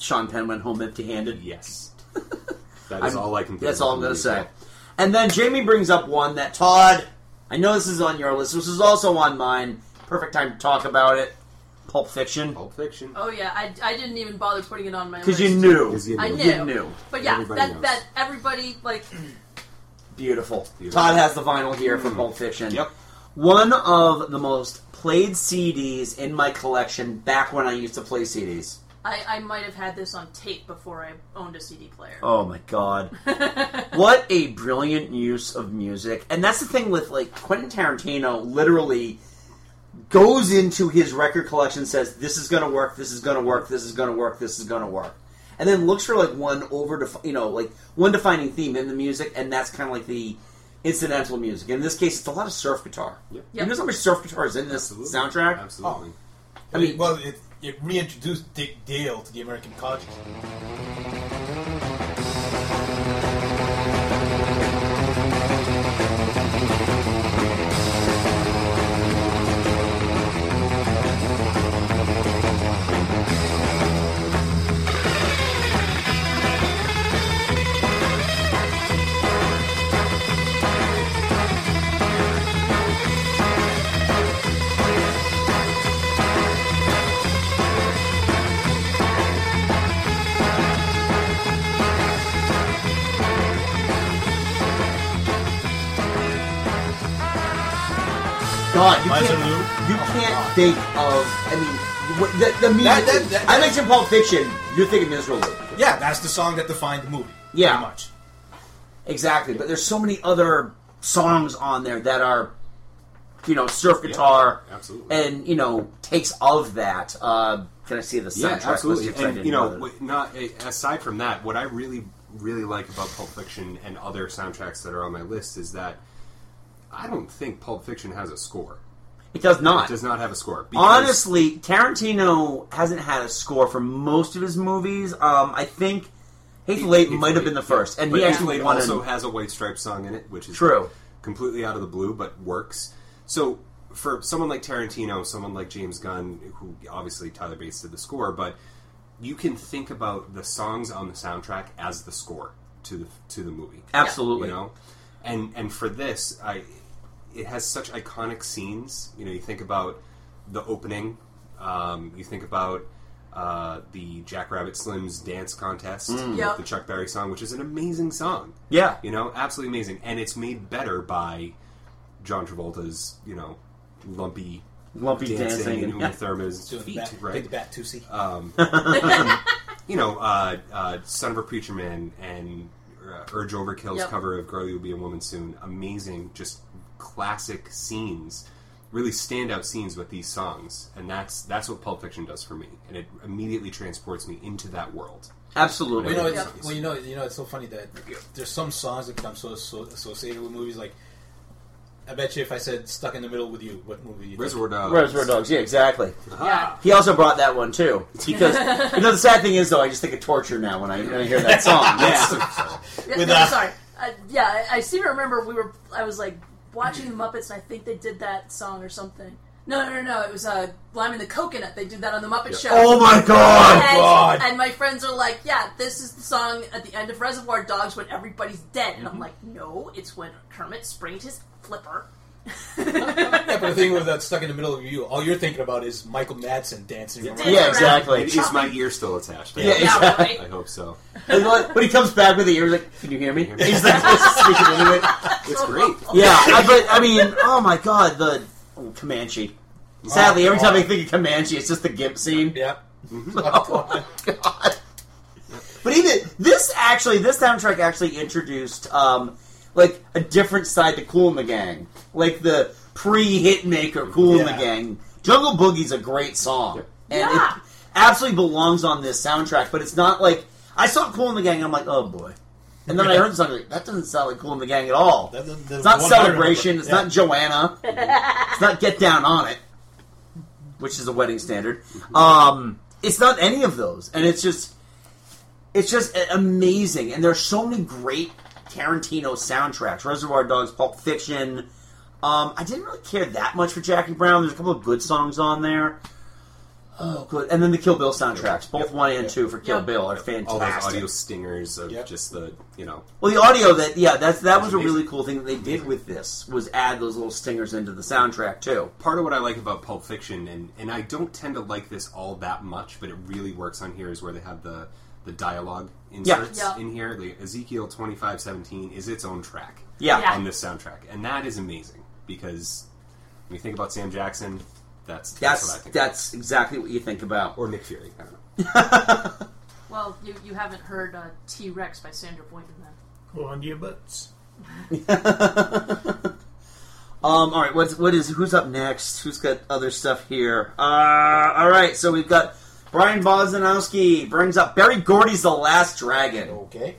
Speaker 6: Sean Penn went home empty handed.
Speaker 10: Yes. That is
Speaker 6: I'm-
Speaker 10: all I can. Think
Speaker 6: That's
Speaker 10: of
Speaker 6: all I'm going to
Speaker 10: movies,
Speaker 6: say. And then Jamie brings up one that Todd. I know this is on your list. This is also on mine. Perfect time to talk about it. Pulp Fiction. Pulp
Speaker 10: Fiction.
Speaker 11: Oh yeah, I, I didn't even bother putting it on my
Speaker 6: Because
Speaker 11: list.
Speaker 6: you knew.
Speaker 11: I knew.
Speaker 6: You knew.
Speaker 11: But yeah,
Speaker 6: Everybody
Speaker 11: that
Speaker 6: knows.
Speaker 11: that everybody like
Speaker 6: Beautiful.
Speaker 10: Beautiful. Mm-hmm.
Speaker 6: Todd has the vinyl here from Pulp Fiction. Yep. One of the most played CDs in my collection back when I used to play CDs.
Speaker 11: I, I might have had this on tape before I owned a CD player.
Speaker 6: Oh my god. what a brilliant use of music. And that's the thing with like Quentin Tarantino literally goes into his record collection says this is going to work, this is going to work, this is going to work, this is going to work. And then looks for like one over defi- you know, like one defining theme in the music and that's kind of like the incidental music. In this case it's a lot of surf guitar. You know how much surf guitar is in this soundtrack?
Speaker 10: Absolutely.
Speaker 6: I mean,
Speaker 4: well, it, it reintroduced Dick Dale to the American consciousness.
Speaker 6: God, you
Speaker 4: Liza
Speaker 6: can't,
Speaker 4: Lou?
Speaker 10: Oh
Speaker 6: you can't think of. I mean, what- the, the music.
Speaker 4: That- that- that-
Speaker 6: I mentioned Pulp Fiction. You're thinking Miserable.
Speaker 4: Yeah, that's the song that defined the movie.
Speaker 6: Yeah, much. Exactly, but there's so many other songs on there that are, you know, surf guitar,
Speaker 10: absolutely.
Speaker 6: and you know, takes of that. Uh, can I see the soundtrack?
Speaker 10: Yeah,
Speaker 6: list
Speaker 10: absolutely.
Speaker 6: here? 'Cause I
Speaker 10: And
Speaker 6: didn't
Speaker 10: you know,
Speaker 6: that.
Speaker 10: what- not aside from that, what I really, really like about Pulp Fiction and other soundtracks that are on my list is that I don't think Pulp Fiction has a score.
Speaker 6: It does not.
Speaker 10: It does not have a score.
Speaker 6: Honestly, Tarantino hasn't had a score for most of his movies. Um, I think Hateful Eight might have been the first, and
Speaker 10: but
Speaker 6: he actually
Speaker 10: Hateful Eight
Speaker 6: won
Speaker 10: also
Speaker 6: an-
Speaker 10: has a White Stripes song in it, which is
Speaker 6: True.
Speaker 10: completely out of the blue, but works. So for someone like Tarantino, someone like James Gunn, who obviously Tyler Bates did the score, but you can think about the songs on the soundtrack as the score to the to the movie.
Speaker 6: Absolutely.
Speaker 10: you know. And and for this, I it has such iconic scenes. You know, you think about the opening. Um, you think about uh, the Jackrabbit Slims dance contest
Speaker 6: Mm.
Speaker 10: with
Speaker 6: Yep.
Speaker 10: the Chuck Berry song, which is an amazing song.
Speaker 6: Yeah.
Speaker 10: you know, absolutely amazing, and it's made better by John Travolta's you know lumpy.
Speaker 6: Lumpy dancing,
Speaker 10: in Uma
Speaker 6: yeah.
Speaker 10: Thurman's
Speaker 4: Doing the
Speaker 10: feet,
Speaker 4: bat-
Speaker 10: right?
Speaker 4: big bat tootsie.
Speaker 10: Um, you know, uh, uh, Son of a Preacher Man and uh, Urge Overkill's
Speaker 4: Yep.
Speaker 10: cover of Girl You'll Be a Woman Soon. Amazing, just classic scenes, really standout scenes with these songs, and that's that's what Pulp Fiction does for me, and it immediately transports me into that world.
Speaker 6: Absolutely.
Speaker 4: You know, it's,
Speaker 10: Yeah.
Speaker 4: Well, you know, you know, it's so funny that there's some songs that become so, so associated with movies. Like, I bet you if I said "Stuck in the Middle with You," what movie? You
Speaker 10: Reservoir Dogs.
Speaker 6: Reservoir Dogs, yeah, exactly.
Speaker 10: Ah.
Speaker 6: He also brought that one too, because you know the sad thing is though, I just think of torture now when I, when I hear that song. That's-
Speaker 11: Yeah, no, sorry. Uh, yeah, I, I seem to remember we were. I was like watching the Muppets, and I think they did that song or something. No, no, no, no. It was uh, "Blimey the Coconut." They did that on the Muppet
Speaker 6: Yeah.
Speaker 11: Show.
Speaker 6: Oh my God!
Speaker 11: And,
Speaker 6: God.
Speaker 11: and my friends are like, "Yeah, this is the song at the end of Reservoir Dogs when everybody's dead," and
Speaker 6: Mm-hmm.
Speaker 11: I'm like, "No, it's when Kermit sprained his flipper."
Speaker 4: yeah, but the thing with that "Stuck in the Middle of You," all you're thinking about is Michael Madsen dancing.
Speaker 10: Yeah,
Speaker 4: around.
Speaker 6: exactly.
Speaker 10: Is my ear still attached?
Speaker 6: Yeah, exactly.
Speaker 10: I hope so.
Speaker 6: And what- when he comes back with the ears, like, can you hear me? He's like speaking into it.
Speaker 10: It's great.
Speaker 6: Yeah, I, but I mean, oh my god, the oh, Comanche. Sadly,
Speaker 10: Oh,
Speaker 6: every time I
Speaker 10: God.
Speaker 6: think of Comanche, it's just the Gimp scene.
Speaker 4: Yeah.
Speaker 6: Oh my god. But even this actually, this soundtrack actually introduced um, like a different side to Cool in the Gang, like the pre-hitmaker Cool in the
Speaker 4: Yeah.
Speaker 6: Gang. Jungle Boogie's a great song, and
Speaker 4: Yeah.
Speaker 6: it absolutely belongs on this soundtrack. But it's not like I saw Cool in the Gang, I'm like, oh boy. And then I heard the song, like, that doesn't sound like Cool in the Gang at all.
Speaker 4: That- that-
Speaker 6: it's
Speaker 4: that's
Speaker 6: not
Speaker 4: one I remember.
Speaker 6: Celebration, it's
Speaker 4: Yeah.
Speaker 6: not Joanna, it's not Get Down on It which is a wedding standard. Um, it's not any of those, and it's just it's just a- amazing. And there's so many great Tarantino soundtracks: Reservoir Dogs, Pulp Fiction. Um, I didn't really care that much for Jackie Brown. There's a couple of good songs on there. Oh, good. And then the Kill Bill soundtracks, both one and two for Kill Bill, are fantastic.
Speaker 10: All those audio stingers of just the you know.
Speaker 6: Well, the audio that yeah, that's that was a really cool thing that they did with this was add those little stingers into the soundtrack too.
Speaker 10: Part of what I like about Pulp Fiction, and and I don't tend to like this all that much, but it really works on here is where they have the the dialogue inserts
Speaker 6: Yeah.
Speaker 10: in here. The Ezekiel twenty five seventeen is its own track,
Speaker 6: Yeah. Yeah.
Speaker 10: on this soundtrack, and that is amazing because when you think about Sam Jackson, that's that's, what I
Speaker 6: That's
Speaker 10: think.
Speaker 6: that's exactly what you think about. Um,
Speaker 10: Or Nick Fury. I don't know.
Speaker 11: Well, you, you haven't heard uh, T Rex by Sandra Boynton then.
Speaker 8: Hold on to your butts.
Speaker 6: Um, all right, what's what is who's up next? Who's got other stuff here? Uh, all right, so we've got Brian Bozanowski brings up Barry Gordy's The Last Dragon.
Speaker 4: Okay,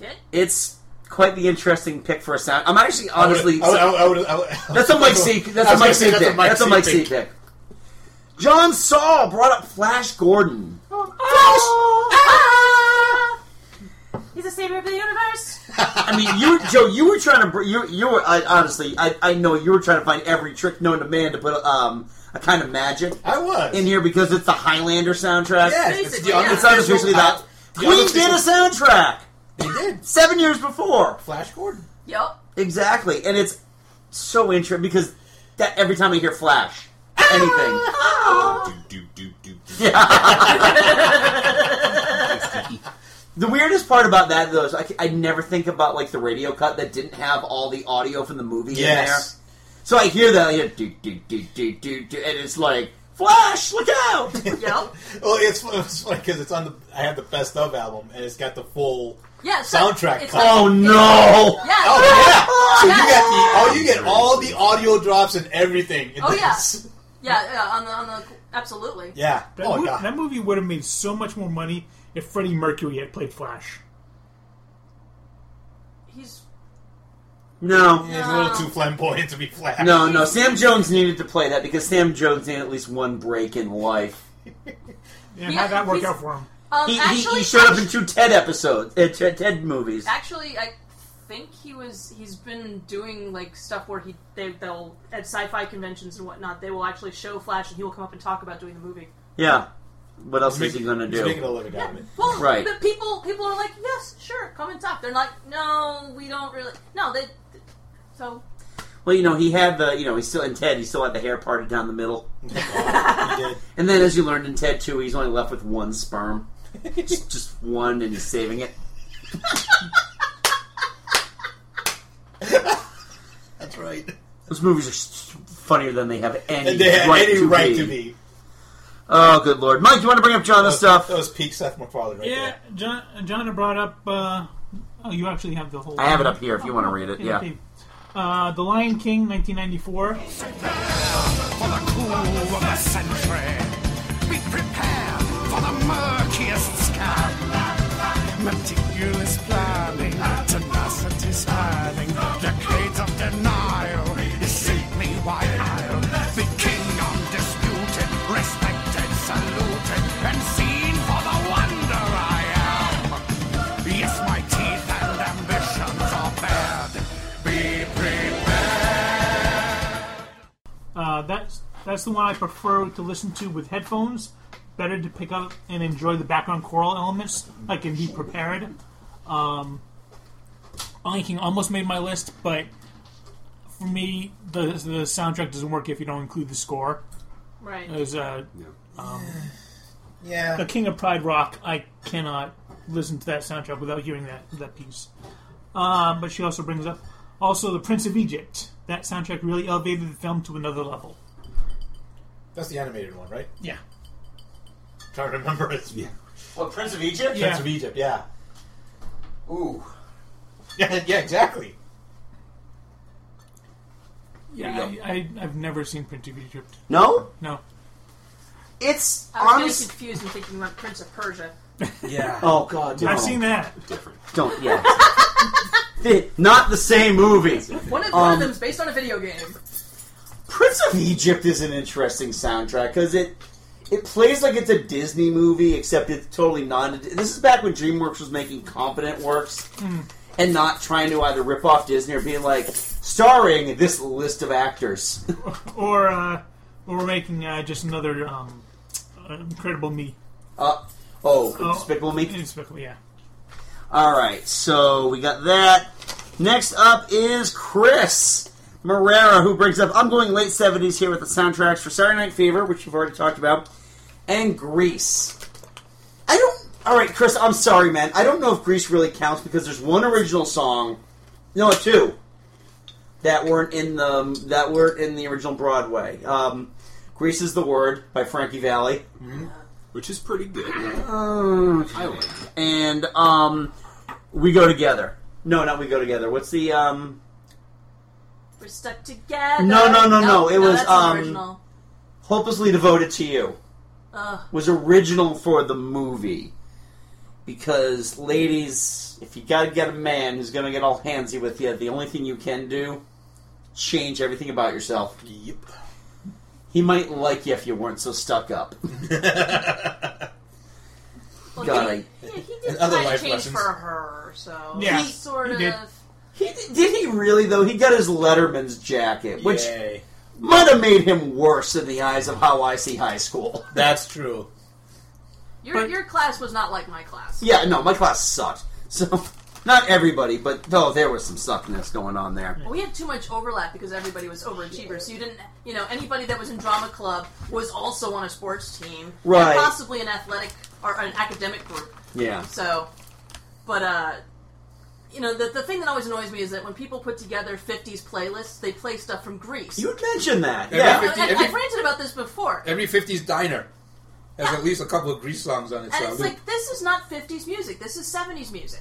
Speaker 11: Okay.
Speaker 6: it's quite the interesting pick for a sound. I'm actually honestly.
Speaker 4: I would- I would- I would- I would-
Speaker 6: that's a Mike C.
Speaker 4: I
Speaker 6: That's a
Speaker 4: was gonna
Speaker 6: Mike
Speaker 4: say
Speaker 6: C.
Speaker 4: that's a
Speaker 6: pick.
Speaker 4: Mike
Speaker 6: That's a
Speaker 4: C
Speaker 6: Mike C.
Speaker 4: pick.
Speaker 6: pick. John Saul brought up Flash Gordon.
Speaker 11: Oh, He's the savior of the universe.
Speaker 6: I mean, you, Joe, you were trying to, br- you, you were, I, honestly, I, I know you were trying to find every trick known to man to put um, a kind of magic.
Speaker 4: I was
Speaker 6: in here because it's the Highlander soundtrack.
Speaker 4: Yes, it's Basically, the yeah.
Speaker 6: it's unofficially that.
Speaker 4: the
Speaker 6: Queen did a
Speaker 4: unofficial-
Speaker 6: soundtrack.
Speaker 4: They did
Speaker 6: seven years before
Speaker 4: Flash Gordon.
Speaker 11: Yep.
Speaker 6: Exactly, and it's so interesting because that every time I hear Flash, anything. Yeah. The weirdest part about that, though, is I, I never think about like the radio cut that didn't have all the audio from the movie in there.
Speaker 4: Yes.
Speaker 6: So I hear that, I hear do do do do do do, and it's like Flash, look out!
Speaker 4: Well, it's, it's funny because it's on the. I have the best of album, and it's got the full
Speaker 11: Yeah, it's got-
Speaker 4: soundtrack.
Speaker 11: it's
Speaker 4: cut.
Speaker 11: got- Oh, no. Yeah.
Speaker 4: Oh yeah! So you get the all you get
Speaker 11: Yeah.
Speaker 4: all the audio drops and everything. in
Speaker 11: Oh yeah.
Speaker 4: this.
Speaker 11: yeah, yeah. On the on the absolutely.
Speaker 4: Yeah.
Speaker 8: That,
Speaker 4: Oh,
Speaker 8: mo-
Speaker 4: God.
Speaker 8: that movie would have made so much more money if Freddie Mercury had played Flash.
Speaker 11: He's
Speaker 6: No,
Speaker 4: It's a little too flamboyant to be Flash.
Speaker 6: No, no. Sam Jones needed to play that because Sam Jones needed at least one break in life.
Speaker 8: And how'd that work out for him?
Speaker 11: Um,
Speaker 6: he, he- he
Speaker 11: actually,
Speaker 6: showed up in two TED episodes, uh, Ted, TED movies.
Speaker 11: actually, I think he was. He's been doing like stuff where he they, they'll at sci-fi conventions and whatnot. They will actually show Flash, and he will come up and talk about doing the movie.
Speaker 6: Yeah. What else is he going to
Speaker 4: He's
Speaker 6: do?
Speaker 4: making a living out of it.
Speaker 11: Well,
Speaker 6: Right.
Speaker 11: But people people are like, yes, sure, come and talk. They're like, no, we don't really. No, they. So
Speaker 6: Well, you know, he had the, you know, he's still in TED. He still had the hair parted down the middle.
Speaker 4: did.
Speaker 6: And then, as you learned in TED two, he's only left with one sperm, just, just one, and he's saving it.
Speaker 4: That's right.
Speaker 6: Those movies are s- funnier than they have any
Speaker 4: And they had
Speaker 6: right,
Speaker 4: any
Speaker 6: to,
Speaker 4: right
Speaker 6: be.
Speaker 4: to be. Oh,
Speaker 6: Oh, good lord, Mike! You want to bring up John
Speaker 4: That
Speaker 6: the
Speaker 4: was-
Speaker 6: stuff?
Speaker 4: That was peak Seth MacFarlane right
Speaker 8: Yeah, John, John had brought up. Uh, oh, you actually have the whole.
Speaker 6: I have it up here if you want to read it.
Speaker 8: Okay,
Speaker 6: Yeah.
Speaker 8: okay. Uh, the Lion King, 1994.
Speaker 15: for the cool of the century. Be prepared for the murkiest sky. Meticulous planning, tenacity's hiding, decades of denial. You seek me while the king undisputed, respected, saluted, and seen for the wonder I am. Yes, my teeth and ambitions are bared. Be prepared.
Speaker 8: Uh, that's that's the one I prefer to listen to with headphones. Better to pick up and enjoy the background choral elements. I can be prepared. Um, Lion King almost made my list, but for me, the the soundtrack doesn't work if you don't include the score.
Speaker 11: Right.
Speaker 8: There's a um,
Speaker 4: yeah.
Speaker 8: The King of Pride Rock. I cannot listen to that soundtrack without hearing that that piece. Um, but she also brings up also the Prince of Egypt. That soundtrack really elevated the film to another level.
Speaker 4: there. That's the animated one, right?
Speaker 8: Yeah.
Speaker 4: Trying to remember it. Yeah.
Speaker 6: Well, Prince of Egypt.
Speaker 4: Prince of Egypt. Yeah.
Speaker 6: Ooh.
Speaker 4: Yeah. Yeah. Exactly.
Speaker 8: Yeah, I, I, I've never seen Prince of Egypt.
Speaker 6: No?
Speaker 8: No.
Speaker 6: It's
Speaker 11: I was
Speaker 6: honest-
Speaker 11: getting confused and thinking about Prince of Persia.
Speaker 6: Yeah. Oh God.
Speaker 8: I've
Speaker 6: no.
Speaker 8: seen that.
Speaker 6: Don't. Yeah. Th- Not the same movie.
Speaker 11: One of,
Speaker 6: Um,
Speaker 11: one of them's based on a video game.
Speaker 6: Prince of Egypt is an interesting soundtrack because it it plays like it's a Disney movie, except it's totally not. A, this is back when DreamWorks was making competent works and not trying to either rip off Disney or being like starring this list of actors.
Speaker 8: Or uh, or we're making uh, just another um, uh, Incredible Me.
Speaker 6: Uh, oh, Despicable Me?
Speaker 8: Despicable, yeah.
Speaker 6: All right, so we got that. Next up is Chris Marrera, who brings up I'm going late 70s here with the soundtracks for Saturday Night Fever, which you've already talked about, and Grease. I don't. All right, Chris, I'm sorry, man. I don't know if Grease really counts because there's one original song, no, two, that weren't in the that weren't in the original Broadway. Um, Grease is the word by Frankie Valley,
Speaker 10: which is pretty good. I like
Speaker 6: and um, we go together. No, not we go together. What's the um?
Speaker 11: We're stuck together.
Speaker 6: No, no, no, no. It was
Speaker 11: that's not
Speaker 6: um,
Speaker 11: original.
Speaker 6: hopelessly devoted to you
Speaker 11: Ugh.
Speaker 6: was original for the movie because ladies, if you gotta get a man who's gonna get all handsy with you, the only thing you can do change everything about yourself. Yep. He might like you if you weren't so stuck up.
Speaker 11: Well,
Speaker 6: God,
Speaker 11: he,
Speaker 6: I-
Speaker 11: yeah, he did
Speaker 6: And other
Speaker 11: try to
Speaker 6: life
Speaker 11: change
Speaker 6: lessons.
Speaker 11: for her, so
Speaker 6: Yeah.
Speaker 11: he sort
Speaker 6: He
Speaker 11: of.
Speaker 6: did. He did, did he really though? He got his Letterman's jacket, which might have made him worse in the eyes of how I see high school.
Speaker 4: That's true.
Speaker 11: Your your class was not like my class.
Speaker 6: Yeah, no, my class sucked. So not everybody, but oh, there was some suckness going on there.
Speaker 11: We had too much overlap because everybody was overachievers. So you didn't, you know, anybody that was in drama club was also on a sports team, and
Speaker 6: Right.
Speaker 11: possibly an athletic or an academic group.
Speaker 6: Yeah.
Speaker 11: So, but uh, you know, the the thing that always annoys me is that when people put together '50s playlists, they play stuff from Greece.
Speaker 6: You mentioned that.
Speaker 4: Every
Speaker 11: I,
Speaker 4: 50
Speaker 11: I,
Speaker 4: every-
Speaker 11: have ranted about this before,
Speaker 4: Every 50s diner has at least a couple of Grease songs on its
Speaker 11: and it's
Speaker 4: album.
Speaker 11: like this is not '50s music. This is '70s music.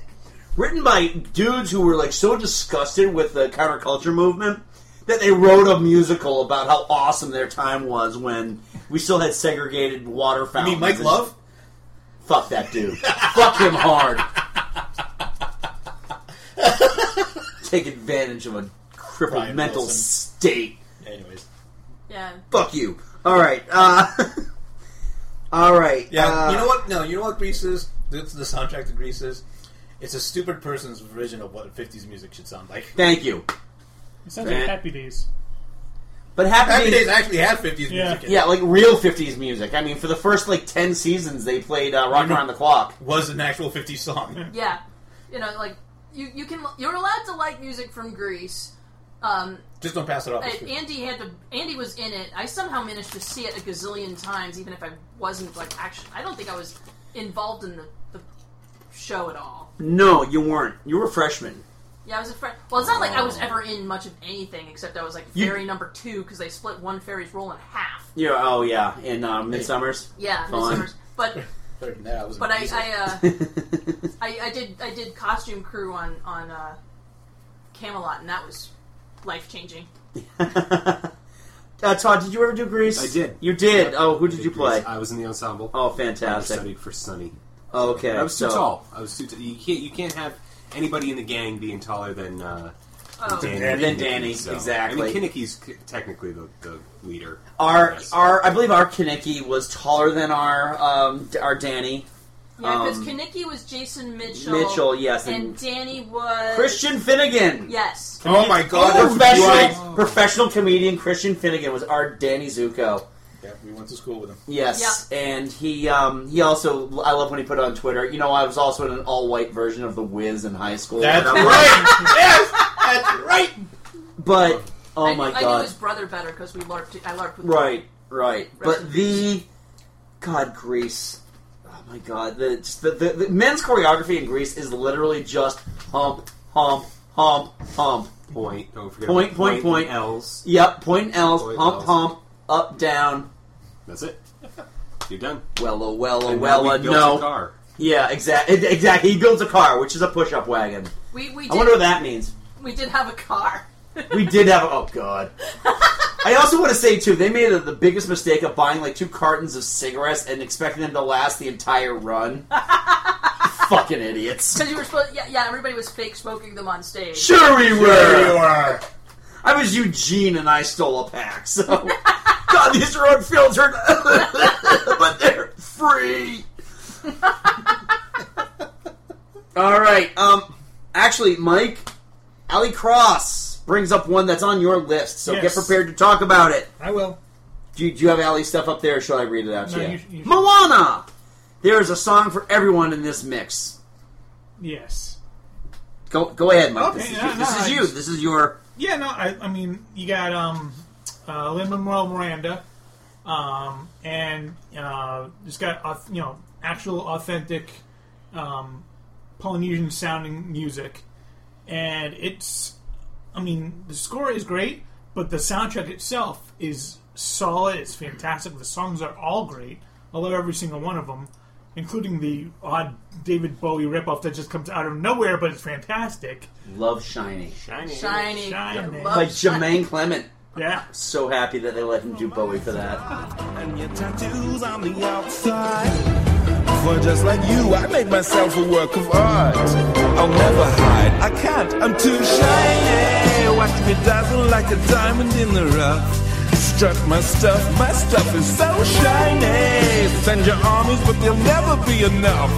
Speaker 6: Written by dudes who were like so disgusted with the counterculture movement that they wrote a musical about how awesome their time was when we still had segregated water fountains.
Speaker 4: mean Mike
Speaker 6: and-
Speaker 4: Love?
Speaker 6: Fuck that dude. Fuck him hard. Take advantage of a crippled
Speaker 4: Brian
Speaker 6: mental
Speaker 4: Wilson.
Speaker 6: state.
Speaker 4: Anyways.
Speaker 11: Yeah.
Speaker 6: Fuck you. All right. Uh, all right.
Speaker 4: Yeah,
Speaker 6: uh,
Speaker 4: you know what? No, you know what Grease is? That's the soundtrack to Grease is? It's a stupid person's version of what 50s music should sound like.
Speaker 6: Thank you.
Speaker 8: It sounds like
Speaker 6: Yeah.
Speaker 8: Happy Days.
Speaker 6: But Happy,
Speaker 4: Happy Days actually had 50s
Speaker 8: Yeah.
Speaker 4: music in it.
Speaker 6: Yeah, like real 50s music. I mean, for the first like 10 seasons, they played uh, Rock Around the Clock.
Speaker 4: Was an actual 50s song.
Speaker 11: Yeah, you know, like you you can you're allowed to like music from Greece. Um,
Speaker 4: Just don't pass it off.
Speaker 11: Uh,
Speaker 4: as true.
Speaker 11: Andy had to. Andy was in it. I somehow managed to see it a gazillion times, even if I wasn't like actually. I don't think I was involved in the, the show at all.
Speaker 6: No, you weren't. You were freshmen.
Speaker 11: Yeah, I was a friend. Well, it's not like I was ever in much of anything except I was like fairy number two because they split one fairy's role in half.
Speaker 6: You're, oh, yeah, in uh, Midsummer's.
Speaker 11: Yeah,
Speaker 6: Fine.
Speaker 11: Midsummer's. But
Speaker 4: Better than that, I was
Speaker 11: but I
Speaker 4: amazed.
Speaker 11: I, uh, I I did I did costume crew on on uh, Camelot, and that was life changing.
Speaker 6: Uh, Todd, did you ever do Grease?
Speaker 10: I did.
Speaker 6: You did? Oh, who did, you play?
Speaker 10: I was in the ensemble.
Speaker 6: Oh,
Speaker 10: I
Speaker 6: fantastic.
Speaker 10: studied for Sunny.
Speaker 6: Okay,
Speaker 10: I was too
Speaker 6: so-
Speaker 10: tall. I was too. T- you can't. You can't have anybody in the gang being taller than. Uh,
Speaker 6: Oh.
Speaker 10: Danny,
Speaker 6: Than
Speaker 10: Kinnicky,
Speaker 6: Danny,
Speaker 10: so-
Speaker 6: exactly.
Speaker 10: I mean, Kinnicky's c- technically the, the leader.
Speaker 6: Our, our, I believe our Kinnicky was taller than our, um, d- our Danny.
Speaker 11: Yeah, because
Speaker 6: Um,
Speaker 11: Kanicki was Jason Mitchell.
Speaker 6: Mitchell, yes,
Speaker 11: and,
Speaker 6: and-
Speaker 11: Danny was
Speaker 6: Christian Finnegan.
Speaker 11: Yes.
Speaker 6: Comedian-
Speaker 4: Oh my
Speaker 10: Oh,
Speaker 4: God, that's
Speaker 6: Professional,
Speaker 4: right.
Speaker 6: professional comedian Christian Finnegan was our Danny Zuko.
Speaker 4: yeah, we went to school with him.
Speaker 6: Yes, and he um, he also I love when he put it on Twitter. You know, I was also in an all white version of The Wiz in high school.
Speaker 4: That's
Speaker 6: And I'm like,
Speaker 4: right. yes, that's right.
Speaker 6: But oh
Speaker 11: I,
Speaker 6: my
Speaker 11: I knew
Speaker 6: god,
Speaker 11: his brother better because we larped. I larped with
Speaker 6: right, right. But the God Grease, oh my god, the, just the, the the men's choreography in Grease is literally just hump, hump, hump, hump.
Speaker 10: Point. Don't forget
Speaker 6: Point,
Speaker 10: about
Speaker 6: point, point.
Speaker 10: L's.
Speaker 6: Yep, point and L's,
Speaker 10: Point
Speaker 6: hump,
Speaker 10: L's.
Speaker 6: hump, up, down.
Speaker 10: That's it. You're done.
Speaker 6: Well, oh, well, oh,
Speaker 10: And now
Speaker 6: well,
Speaker 10: we
Speaker 6: uh,
Speaker 10: built
Speaker 6: no.
Speaker 10: a car.
Speaker 6: Yeah, exactly. Exactly. He builds a car, which is a push-up wagon.
Speaker 11: We we did,
Speaker 6: I wonder what that means.
Speaker 11: We did have a car.
Speaker 6: We did have. Oh God. I also want to say too, they made the biggest mistake of buying like two cartons of cigarettes and expecting them to last the entire run. Fucking idiots.
Speaker 11: Because you were supposed. Yeah, yeah. Everybody was fake smoking them on stage.
Speaker 6: Sure we were.
Speaker 4: we were.
Speaker 6: I was Eugene and I stole a pack. So God, these are unfiltered, but they're free. All right. Um. Actually, Mike, Ali Cross brings up one that's on your list, so get
Speaker 8: Yes.
Speaker 6: prepared to talk about it.
Speaker 8: I will.
Speaker 6: Do you, do you have Ali's stuff up there, or should I read it out to
Speaker 8: No,
Speaker 6: you?
Speaker 8: you- you-
Speaker 6: Moana! There is a song for everyone in this mix.
Speaker 8: Yes.
Speaker 6: Go, go ahead, Mike. this
Speaker 8: Okay,
Speaker 6: is,
Speaker 8: yeah,
Speaker 6: this
Speaker 8: no,
Speaker 6: is
Speaker 8: I
Speaker 6: you.
Speaker 8: just-
Speaker 6: This is your.
Speaker 8: Yeah, no, I, I mean, you got um, uh, Lin Manuel Miranda, um, and uh, it's got auth- you know actual authentic um, Polynesian sounding music, and it's, I mean, the score is great, but the soundtrack itself is solid. It's fantastic. The songs are all great. I love every single one of them, including the odd David Bowie ripoff that just comes out of nowhere, but it's fantastic.
Speaker 6: Love Shiny.
Speaker 8: Shiny.
Speaker 11: Shiny.
Speaker 8: Shiny.
Speaker 6: By Jermaine Clement.
Speaker 8: Yeah.
Speaker 6: So happy that they let him do Bowie for that.
Speaker 13: And your tattoos on the outside.
Speaker 16: For just like you, I made myself a work of art. I'll never hide.
Speaker 13: I can't, I'm too shiny. Watch me dazzle like a diamond in the rough. Strut my stuff, my stuff is so shiny. Send your armies, but they'll never be enough.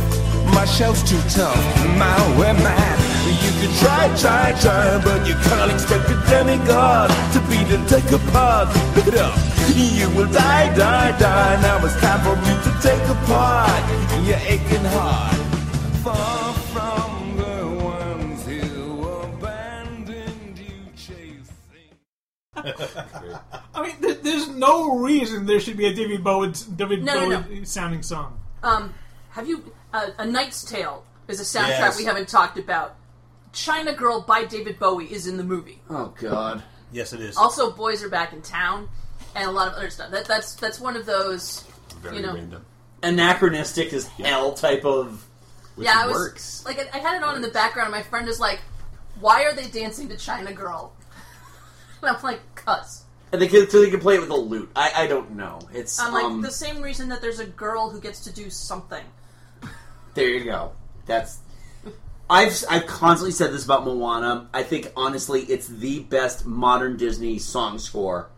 Speaker 13: My shell's too tough, my way mad. You can try, try, try, but you can't expect a demigod to be the take apart. Look it up. You will die, die, die. Now it's time for you to take apart your aching heart. Far from the ones who abandoned you, chasing.
Speaker 8: I mean, th- there's no reason there should be a David Bowie, David
Speaker 11: No,
Speaker 8: Bowie
Speaker 11: no,
Speaker 8: sounding song.
Speaker 11: Um, have you uh, A Knight's Tale is a soundtrack
Speaker 8: Yes.
Speaker 11: we haven't talked about. China Girl by David Bowie is in the movie.
Speaker 6: Oh, God.
Speaker 4: Yes, it is.
Speaker 11: Also, Boys Are Back in Town, and a lot of other stuff. That, that's that's one of those, you know.
Speaker 6: Anachronistic as hell type of.
Speaker 11: yeah, I was like, I, I had it on in the background, and my friend was like, "Why are they dancing to China Girl?" And I'm like, "Cuz."
Speaker 6: And they could, so they could play it with a lute. I, I don't know. It's
Speaker 11: I'm like
Speaker 6: um,
Speaker 11: the same reason that there's a girl who gets to do something.
Speaker 6: There you go. That's. I've I've constantly said this about Moana. I think honestly, it's the best modern Disney song score.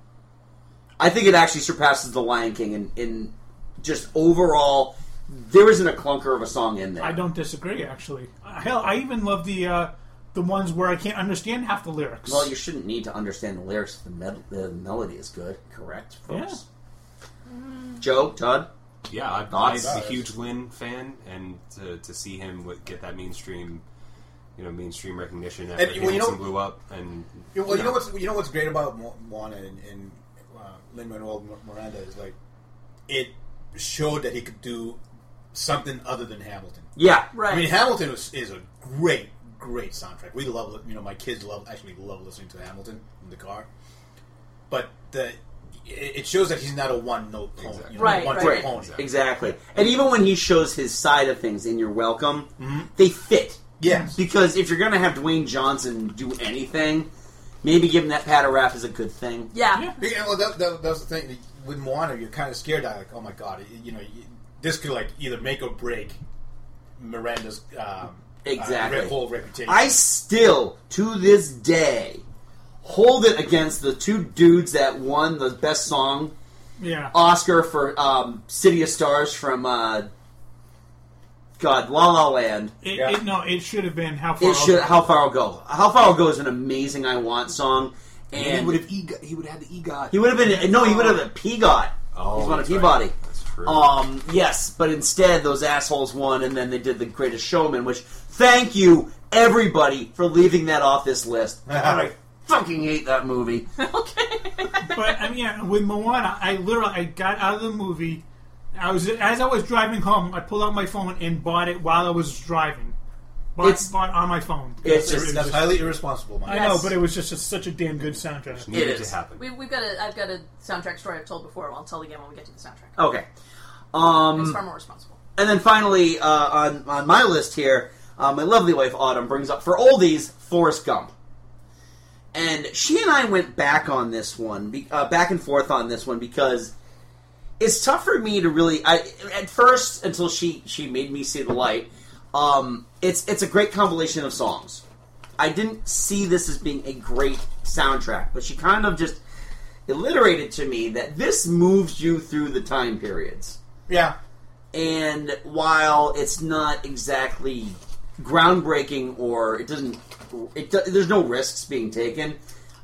Speaker 6: I think it actually surpasses The Lion King in in just overall. There isn't a clunker of a song in there.
Speaker 8: I don't disagree, actually. Hell, I even love the uh, the ones where I can't understand half the lyrics.
Speaker 6: Well, you shouldn't need to understand the lyrics. if The, med- the melody is good, correct, folks? Joe, Todd.
Speaker 10: Yeah, I, I'm
Speaker 6: Thoughts?
Speaker 10: a huge Lin fan, and to, to see him wi- get that mainstream, you know, mainstream recognition after
Speaker 4: And, well, you know-
Speaker 10: Hanson blew up, and
Speaker 4: Yeah, well, you know what's you know what's great about Mo- Moana and, and uh, Lin Manuel Miranda is like it showed that he could do something other than Hamilton.
Speaker 6: Yeah. Right.
Speaker 4: I mean, Hamilton was, is a great, great soundtrack. We love it. You know, my kids love actually love listening to Hamilton in the car. But the it it shows that he's not a one note pony, you know, one trick pony.
Speaker 6: Exactly. And even when he shows his side of things in your welcome,
Speaker 4: Mhm.
Speaker 6: they fit.
Speaker 4: Yes.
Speaker 6: Because if you're going to have Dwayne Johnson do anything, maybe giving that pat a rap is a good thing.
Speaker 11: Yeah.
Speaker 4: yeah well, that, that, that was the thing with Moana. You're kind of scared that, like, oh my god, you- you know, you, this could like either make or break Miranda's um,
Speaker 6: Exactly.
Speaker 4: uh, re- whole reputation.
Speaker 6: I still, to this day, hold it against the two dudes that won the best song
Speaker 8: Yeah.
Speaker 6: Oscar for um, City of Stars from uh, God La La Land.
Speaker 8: It, it, no, it should have been how far.
Speaker 6: It should.
Speaker 8: I'll Go.
Speaker 6: How far I'll go? How far I'll go is an amazing I want song, and
Speaker 10: he e- would have EGOT, he would have had the EGOT.
Speaker 6: He would have been no. He would have been Peagot.
Speaker 10: Oh,
Speaker 6: He's won a
Speaker 10: that's right.
Speaker 6: Peabody.
Speaker 10: That's true.
Speaker 6: Um, yes, but instead those assholes won, and then they did the Greatest Showman. Which thank you everybody for leaving that off this list. God, I fucking hate that movie.
Speaker 8: but I mean, yeah, with Moana, I literally I got out of the movie. I was as I was driving home, I pulled out my phone and bought it while I was driving. Bought,
Speaker 6: It's-
Speaker 8: bought on my phone.
Speaker 6: It's
Speaker 4: That's
Speaker 6: just-
Speaker 4: that's highly irresponsible. Mike.
Speaker 8: I know, but it was just a, such a damn good soundtrack.
Speaker 6: needed It to is. happen.
Speaker 11: We, we've got a. I've got a soundtrack story I've told before. I'll tell again when we get to the soundtrack.
Speaker 6: Okay.
Speaker 11: it's
Speaker 6: Um,
Speaker 11: far more responsible.
Speaker 6: And then finally, uh, on, on my list here, uh, my lovely wife Autumn brings up for oldies Forrest Gump. And she and I went back on this one, be, uh, back and forth on this one because it's tough for me to really. I at first until she she made me see the light. Um, it's it's a great compilation of songs. I didn't see this as being a great soundtrack, but she kind of just illiterated to me that this moves you through the time periods.
Speaker 4: Yeah.
Speaker 6: And while it's not exactly groundbreaking or it doesn't, it do, there's no risks being taken.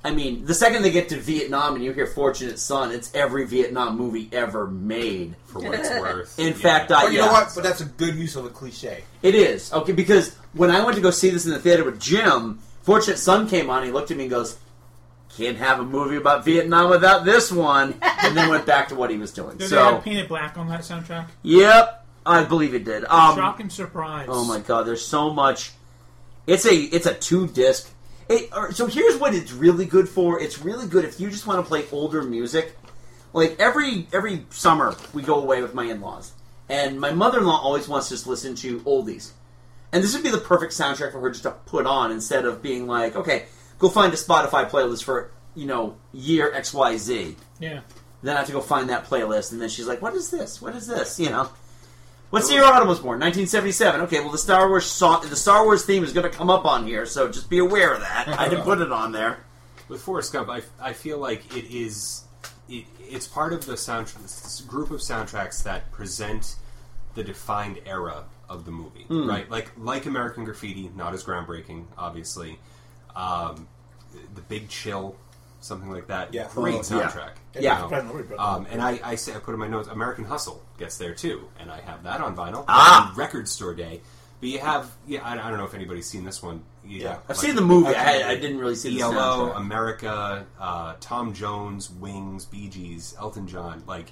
Speaker 6: I mean, the second they get to Vietnam and you hear "Fortunate Son," it's every Vietnam movie ever made. For
Speaker 4: what it's worth.
Speaker 6: In fact, I
Speaker 4: But you know
Speaker 6: yeah.
Speaker 4: what? But that's a good use of a cliche.
Speaker 6: It is okay because when I went to go see this in the theater with Jim, Fortunate Son came on. He looked at me and goes, "Can't have a movie about Vietnam without this one." And then went back to what he was doing.
Speaker 8: Did they
Speaker 6: so,
Speaker 8: have Painted Black on that soundtrack?
Speaker 6: yep, I believe it did. Um,
Speaker 8: Shock and surprise.
Speaker 6: oh my god, there's so much. It's a it's a two disc. It, all right, so here's what it's really good for. It's really good if you just want to play older music. Like every every summer, we go away with my in laws, and my mother in law always wants us to listen to oldies. And this would be the perfect soundtrack for her just to put on instead of being like, okay, go find a Spotify playlist for, you know, year XYZ.
Speaker 8: Yeah.
Speaker 6: Then I have to go find that playlist. And then she's like, what is this? What is this? You know? What's the year Autumn was born? 1977. Okay, well, the Star Wars song, the Star Wars theme is going to come up on here, so just be aware of that. I didn't put it on there.
Speaker 10: With Forrest Gump, I, I feel like it is it, it's part of the soundtrack this group of soundtracks that present the defined era of the movie,
Speaker 6: Hmm.
Speaker 10: right? Like like American Graffiti, not as groundbreaking, obviously. Um, the Big Chill, something like that.
Speaker 4: Yeah.
Speaker 10: great
Speaker 4: Oh, yeah.
Speaker 10: soundtrack.
Speaker 4: Yeah.
Speaker 10: you
Speaker 4: Yeah.
Speaker 10: know?
Speaker 4: Definitely, but-
Speaker 10: Um, and I, I say I put in my notes. American Hustle gets there too, and I have that on vinyl.
Speaker 6: Ah!
Speaker 10: And Record Store Day. But you have, yeah, I, I don't know if anybody's seen this one. You
Speaker 6: Yeah.
Speaker 10: have,
Speaker 6: I've seen the movie. I- I didn't really see the
Speaker 10: ELO,
Speaker 6: soundtrack.
Speaker 10: E America, uh, Tom Jones, Wings, Bee Gees, Elton John. Like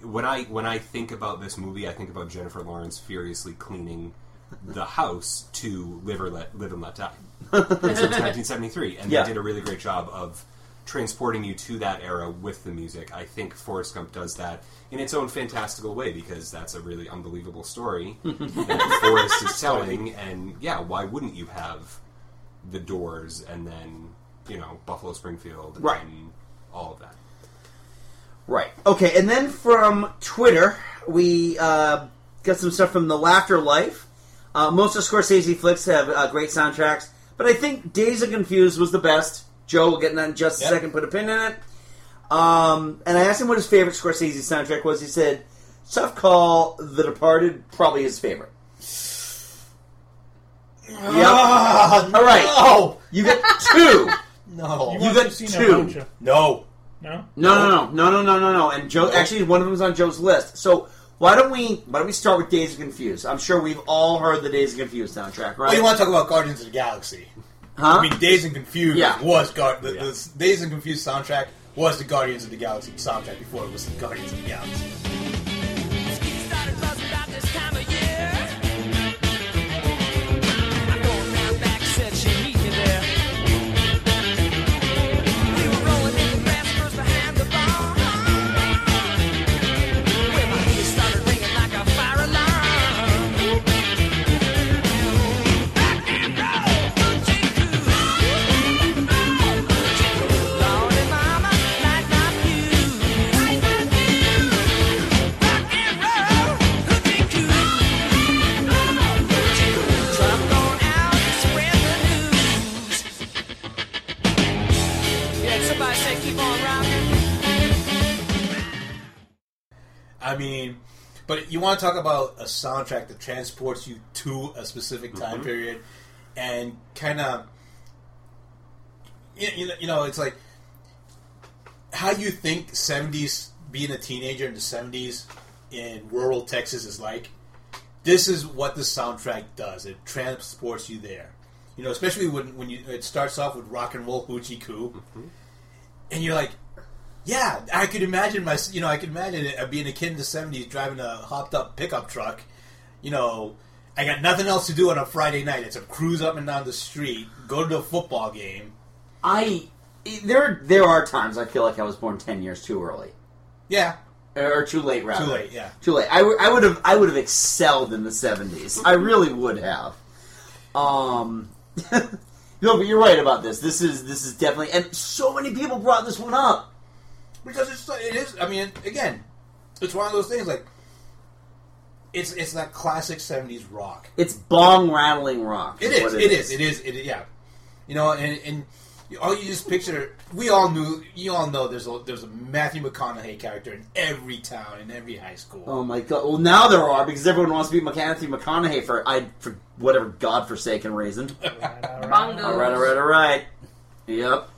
Speaker 10: when I when I think about this movie, I think about Jennifer Lawrence furiously cleaning the house to live or let live and let die. It's from 1973, and
Speaker 6: Yeah.
Speaker 10: they did a really great job of transporting you to that era with the music. I think Forrest Gump does that in its own fantastical way because that's a really unbelievable story that Forrest is telling. And yeah, why wouldn't you have the Doors and then you know Buffalo Springfield
Speaker 6: Right.
Speaker 10: and all of that?
Speaker 6: Right. Okay, and then from Twitter, we uh, got some stuff from The Laughter Life. Uh, most of Scorsese flicks have uh, great soundtracks, but I think Days of Confused was the best. Joe will get in that in just a second, put a pin in it. Um, and I asked him what his favorite Scorsese soundtrack was. He said, Tough Call, The Departed, probably his favorite. Yep.
Speaker 4: Ah,
Speaker 6: All right.
Speaker 4: no.
Speaker 6: You get two.
Speaker 4: No.
Speaker 6: You, got two.
Speaker 4: No.
Speaker 8: No.
Speaker 6: No, no, no, no, no, no, no. And Joe, actually, one of them's on Joe's list. So why don't we why don't we start with Days of Confused? I'm sure we've all heard the Days of Confused soundtrack, right?
Speaker 4: Well, Oh, you want to talk about Guardians of the Galaxy?
Speaker 6: Huh?
Speaker 4: I mean, Days and Confused
Speaker 6: Yeah.
Speaker 4: was Guard. The, the Days and Confused soundtrack was the Guardians of the Galaxy soundtrack before it was the Guardians of the Galaxy.
Speaker 2: Somebody say keep on rocking.
Speaker 4: I mean, but you want to talk about a soundtrack that transports you to a specific time
Speaker 10: Mhm.
Speaker 4: period and kind of, you, you, know, you know, it's like how you think 70s, being a teenager in the 70s in rural Texas is like. This is what the soundtrack does. It transports you there. You know, especially when, when you, it starts off with rock and roll hoochie coo. And you're like, yeah, I could imagine my, you know, I could imagine it, uh, being a kid in the '70s driving a hopped up pickup truck. You know, I got nothing else to do on a Friday night. It's a cruise up and down the street, go to a football game.
Speaker 6: I there there are times I feel like I was born ten years too early.
Speaker 4: Yeah,
Speaker 6: or too late rather.
Speaker 4: Too late, yeah.
Speaker 6: Too late. I, w- I would have I would have excelled in the seventies. I really would have. Um, no, but you're right about this. This is this is definitely and so many people brought this one up.
Speaker 4: because it's it is. I mean, again, it's one of those things like it's it's that classic '70s rock.
Speaker 6: It's bong rattling rock.
Speaker 4: It is.
Speaker 6: what
Speaker 4: It is. It is. It is. Yeah. You know, and and you- all you just picture. We all knew. You all know. There's a there's a Matthew McConaughey character in every town in every high school.
Speaker 6: Oh my god! Well, now there are because everyone wants to be Matthew McConaughey for I for whatever godforsaken reason. all right, all right, all right. Yep.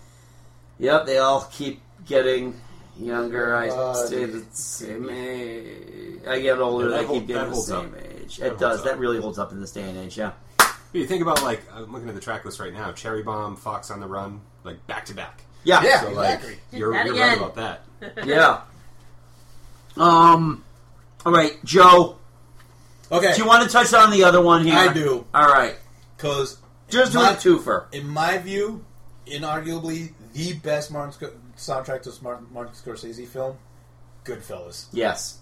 Speaker 6: Yep, they all keep getting younger. I
Speaker 10: Uh,
Speaker 6: stay the same age. I get older.
Speaker 10: Yeah,
Speaker 6: I
Speaker 10: that
Speaker 6: keep
Speaker 10: hold- that
Speaker 6: getting the
Speaker 10: holds
Speaker 6: same
Speaker 10: up.
Speaker 6: age.
Speaker 10: That
Speaker 6: It does.
Speaker 10: holds
Speaker 6: That
Speaker 10: up.
Speaker 6: really holds up in this day and age. Yeah.
Speaker 10: You think about like I'm looking at the track list right now: Cherry Bomb, Fox on the Run, like back to back.
Speaker 6: Yeah. Yeah,
Speaker 10: so, like,
Speaker 6: exactly.
Speaker 10: You're,
Speaker 6: That
Speaker 10: you're
Speaker 6: again.
Speaker 10: right about that.
Speaker 6: yeah. Um. All right, Joe.
Speaker 4: Okay.
Speaker 6: Do you want to touch on the other one here?
Speaker 4: I do.
Speaker 6: All right.
Speaker 4: Because
Speaker 6: just do a twofer.
Speaker 4: In my view, inarguably the best Martin Sc- soundtrack to a Martin, Martin Scorsese film, Goodfellas.
Speaker 6: Yes.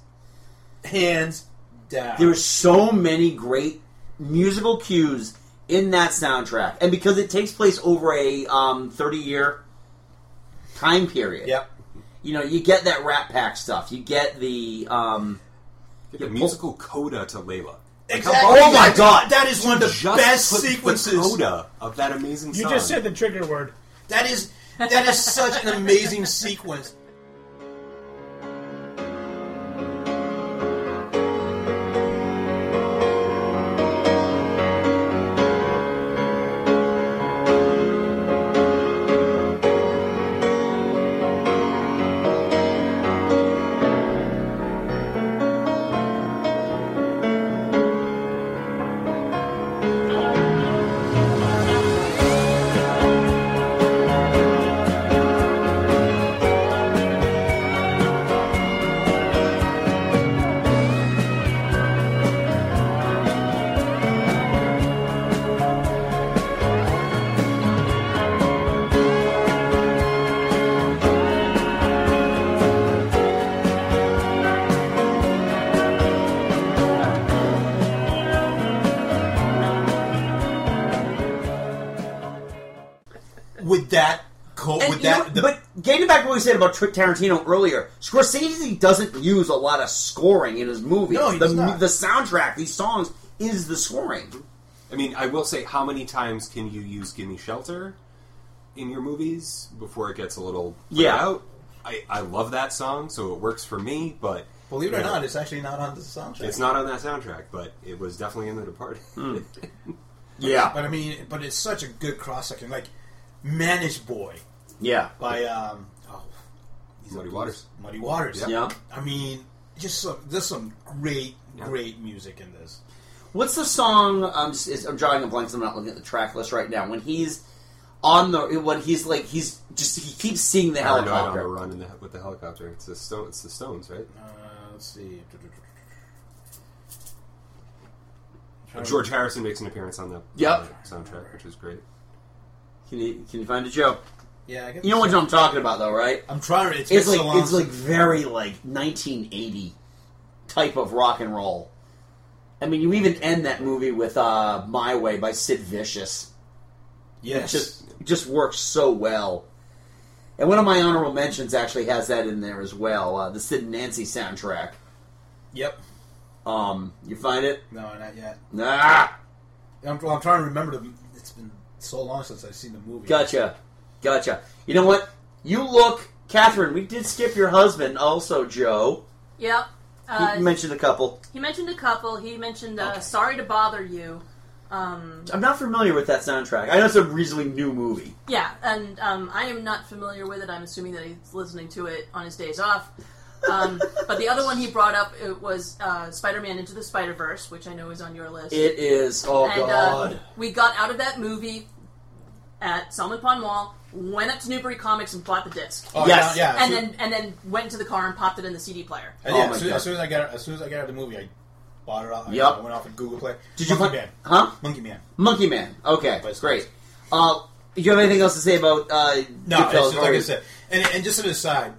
Speaker 4: Hands down.
Speaker 6: There were so many great musical cues in that soundtrack, and because it takes place over a um, thirty-year time period,
Speaker 4: Yep.
Speaker 6: you know, you get that Rat Pack stuff. You get the um,
Speaker 10: Get the musical coda to Layla. Like, how
Speaker 4: Exactly.
Speaker 10: about
Speaker 4: Oh my
Speaker 10: that?
Speaker 4: God. That is one of the
Speaker 10: Just
Speaker 4: best
Speaker 10: put the
Speaker 4: sequences.
Speaker 10: coda of that amazing
Speaker 8: You
Speaker 10: song.
Speaker 8: just said the trigger word.
Speaker 4: That is that is such an amazing sequence. With that, co-
Speaker 6: And
Speaker 4: with
Speaker 6: you know
Speaker 4: that,
Speaker 6: what- but getting back to what we said about Tr- Tarantino earlier, Scorsese doesn't use a lot of scoring in his movies.
Speaker 10: No, he
Speaker 6: the,
Speaker 10: does not.
Speaker 6: the soundtrack, these songs, is the scoring.
Speaker 10: I mean, I will say, how many times can you use "Gimme Shelter" in your movies before it gets a little played
Speaker 6: Yeah.
Speaker 10: out? I, I love that song, so it works for me. But
Speaker 4: believe it
Speaker 10: you
Speaker 4: or
Speaker 10: know,
Speaker 4: not, it's actually not on the soundtrack.
Speaker 10: it's not on that soundtrack, but it was definitely in The Departed.
Speaker 4: but I mean, but it's such a good cross section. Like Manish Boy
Speaker 6: Yeah.
Speaker 4: by um, oh,
Speaker 10: Muddy Waters.
Speaker 4: Muddy Waters.
Speaker 10: Yep. Yeah.
Speaker 4: I mean, just some, there's some great, great music in this.
Speaker 6: What's the song? I'm, just, is- I'm drawing a blank. So I'm not looking at the track list right now. When he's on the, when he's like, he's just he keeps seeing the
Speaker 10: Paranoid on the
Speaker 6: helicopter.
Speaker 10: run in the, with the helicopter. It's the stone. It's the Stones, right?
Speaker 4: Uh, let's see.
Speaker 10: George Harrison makes an appearance on the
Speaker 6: Yep.
Speaker 10: on the soundtrack, which is great.
Speaker 6: Can you can you find a joke?
Speaker 4: Yeah, I get
Speaker 6: You know what I'm talking about though, right?
Speaker 4: I'm trying. It's,
Speaker 6: It's
Speaker 4: been
Speaker 6: like
Speaker 4: so long
Speaker 6: it's like
Speaker 4: since-
Speaker 6: very like 1980 type of rock and roll. I mean, you even end that movie with uh, "My Way" by Sid Vicious.
Speaker 4: Yes.
Speaker 6: it just it just works so well. And one of my honorable mentions actually has that in there as well. Uh, the Sid and Nancy soundtrack.
Speaker 4: Yep.
Speaker 6: Um, you find it?
Speaker 4: No, not yet.
Speaker 6: Nah.
Speaker 4: I'm, well, I'm trying to remember. The, it's been so long since I've seen the movie.
Speaker 6: Gotcha. Gotcha. You know what? You look, Catherine. We did skip your husband, also Joe.
Speaker 11: Yep. Uh,
Speaker 6: you mentioned a couple.
Speaker 11: He mentioned a couple. He mentioned uh, "Sorry to Bother You." Um,
Speaker 6: I'm not familiar with that soundtrack. I know it's a reasonably new movie.
Speaker 11: yeah, and um, I am not familiar with it. I'm assuming that he's listening to it on his days off. Um, but the other one he brought up it was uh, "Spider-Man: Into the Spider-Verse," which I know is on your list.
Speaker 6: It is. Oh
Speaker 11: and,
Speaker 6: God.
Speaker 11: Uh, we got out of that movie at Salmon Pond Mall, went up to Newbury Comics and bought the disc.
Speaker 4: Oh, Yes. yeah, yeah.
Speaker 11: And then and then went to the car and popped it in the CD player.
Speaker 4: And
Speaker 6: Oh
Speaker 4: yeah, as, soon, as soon as I got as soon as I got out of the movie, I bought it off. I-
Speaker 6: Yep.
Speaker 4: I went off of Google Play.
Speaker 6: Did you
Speaker 4: Monkey
Speaker 6: find-
Speaker 4: Man?
Speaker 6: Huh?
Speaker 4: Monkey Man.
Speaker 6: Monkey Man. Okay, great. Uh, do you have anything else to say about uh,
Speaker 4: No,
Speaker 6: Goodfellas?
Speaker 4: it's just like
Speaker 6: Or-
Speaker 4: I said. And, and just an aside,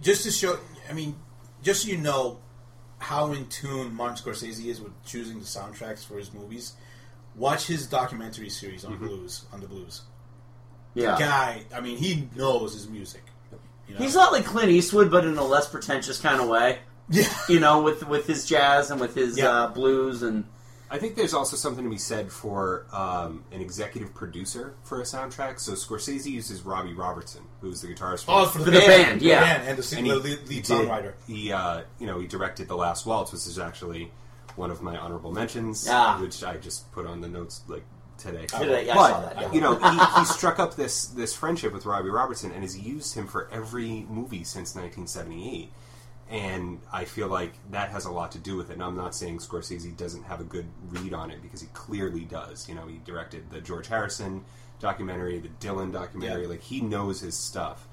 Speaker 4: just to show, I mean, just so you know how in tune Martin Scorsese is with choosing the soundtracks for his movies, watch his documentary series on blues, on the blues.
Speaker 6: Yeah.
Speaker 4: The guy, I mean, he knows his music. You know?
Speaker 6: He's not like Clint Eastwood, but in a less pretentious kind of way.
Speaker 4: Yeah,
Speaker 6: you know, with with his jazz and with his uh, blues and
Speaker 10: I think there's also something to be said for um, an executive producer for a soundtrack. So Scorsese uses Robbie Robertson, who's the guitarist
Speaker 4: Oh, for the For the band. band, yeah. The band and the
Speaker 10: he-
Speaker 4: lead- lead
Speaker 10: he did-
Speaker 4: songwriter.
Speaker 10: He, uh, you know, he directed The Last Waltz, which is actually one of my honorable mentions,
Speaker 6: Ah. Oh,
Speaker 10: which I just put on the notes like today.
Speaker 6: Today, yeah, I
Speaker 10: but,
Speaker 6: saw that, yeah.
Speaker 10: You know, he, he struck up this this friendship with Robbie Robertson and has used him for every movie since 1978. And I feel like that has a lot to do with it. And I'm not saying Scorsese doesn't have a good read on it because he clearly does. You know, he directed the George Harrison documentary, the Dylan documentary.
Speaker 4: Yeah.
Speaker 10: Like he knows his stuff.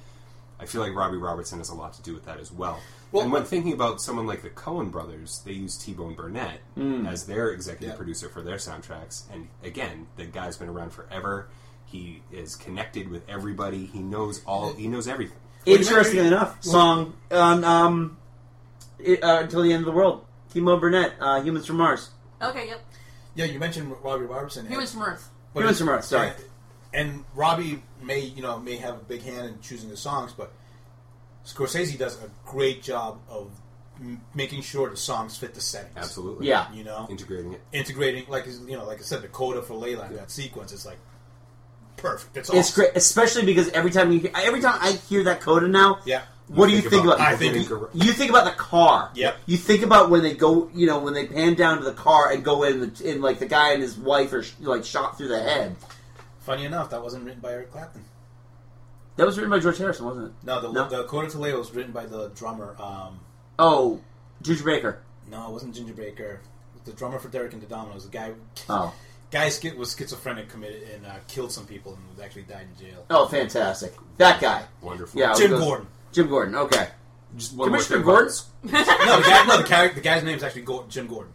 Speaker 10: I feel like Robbie Robertson has a lot to do with that as well.
Speaker 4: Well-
Speaker 10: and when thinking about someone like the Coen brothers, they use T Bone Burnett
Speaker 4: Mm.
Speaker 10: as their executive
Speaker 4: Yeah.
Speaker 10: producer for their soundtracks. And again, the guy's been around forever. He is connected with everybody. He knows all. He knows everything.
Speaker 6: Interestingly enough, song on um, it, uh, until the end of the world. Timo Burnett, uh, Humans from Mars.
Speaker 11: Okay, yep.
Speaker 4: Yeah, you mentioned Robbie Robertson. and-
Speaker 11: Humans from Earth.
Speaker 4: but-
Speaker 6: Humans from Earth, sorry.
Speaker 4: And, and Robbie may, you know, may have a big hand in choosing the songs, but Scorsese does a great job of m- making sure the songs fit the settings.
Speaker 10: Absolutely.
Speaker 6: Yeah.
Speaker 4: You know,
Speaker 10: integrating it.
Speaker 4: integrating like is- you know, like I said, the coda for Layla in that sequence is like perfect. It's awesome.
Speaker 6: It's great, especially because every time you every time I hear that coda now,
Speaker 4: Yeah.
Speaker 6: What do you think about?
Speaker 4: I think
Speaker 6: you think about the car.
Speaker 4: Yep.
Speaker 6: You think about when they go, you know, when they pan down to the car and go in, the, and like the guy and his wife are sh- like shot through the head.
Speaker 4: Funny enough, that wasn't written by Eric Clapton.
Speaker 6: That was written by George Harrison, wasn't it?
Speaker 4: No, the, the Coda to Layla was written by the drummer. Um,
Speaker 6: Oh, Ginger Baker.
Speaker 4: no, it wasn't Ginger Baker. The drummer for Derek and the Dominoes, the guy.
Speaker 6: Oh.
Speaker 4: Guy sch- was schizophrenic, committed and uh, killed some people, and was actually died in jail.
Speaker 6: Oh, fantastic! That guy.
Speaker 10: Wonderful.
Speaker 6: Yeah,
Speaker 4: Jim
Speaker 6: those-
Speaker 4: Gordon.
Speaker 6: Jim Gordon. Okay.
Speaker 10: Just
Speaker 4: one more
Speaker 6: Commissioner
Speaker 4: thing
Speaker 6: Gordon.
Speaker 4: no, the guy, no, the, guy, the guy's name is actually Gordon, Jim Gordon.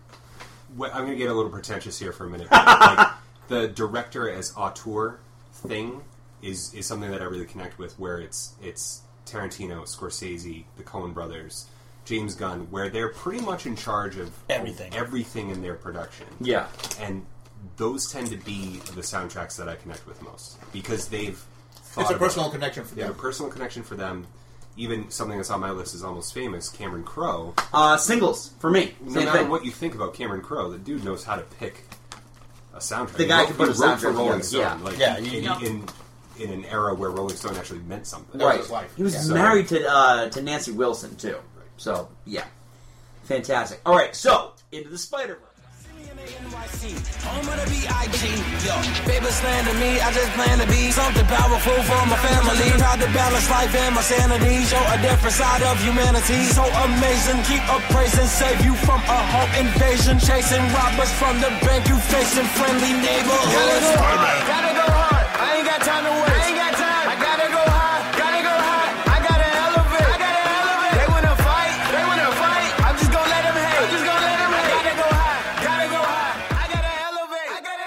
Speaker 10: Well, I'm going to get a little pretentious here for a minute. but, like, the director as auteur thing is is something that I really connect with, where it's it's Tarantino, Scorsese, the Coen Brothers, James Gunn, where they're pretty much in charge of
Speaker 4: Everything.
Speaker 10: everything in their production.
Speaker 6: Yeah.
Speaker 10: and those tend to be the soundtracks that I connect with most because they've. thought
Speaker 4: It's a
Speaker 10: about
Speaker 4: personal
Speaker 10: it.
Speaker 4: connection for
Speaker 10: Yeah,
Speaker 4: them.
Speaker 10: a personal connection for them. Even something that's on my list is almost famous. Cameron Crowe
Speaker 6: Uh, singles for me.
Speaker 10: no
Speaker 6: Same
Speaker 10: matter
Speaker 6: thing.
Speaker 10: what you think about Cameron Crowe, the dude knows how to pick a soundtrack.
Speaker 6: The guy
Speaker 10: He
Speaker 6: can put
Speaker 10: wrote
Speaker 6: a
Speaker 10: for
Speaker 6: soundtrack
Speaker 10: Rolling Stone.
Speaker 6: together, yeah.
Speaker 10: Like,
Speaker 6: Yeah, you
Speaker 10: he- he-
Speaker 6: know.
Speaker 10: in in an era where Rolling Stone actually meant something.
Speaker 6: Right. He was
Speaker 10: So-
Speaker 6: married to uh, to Nancy Wilson too. So yeah, fantastic. All right, so into the Spider
Speaker 17: Home of the B.I.G. Yo, baby slander me, I just plan to be something powerful for my family. Tried to balance life and my sanity, show a different side of humanity. So amazing, keep appraising, save you from a home invasion. Chasing robbers from the bank, you facing friendly neighborhoods. Gotta go hard, gotta go hard. I ain't got time to waste. I ain't got time. I gotta go high, gotta go high. I gotta elevate, I gotta elevate. They wanna fight, they wanna fight. I'm just gonna let them hate, I'm just gonna let them hate. I gotta go high, gotta go high. I gotta elevate, I gotta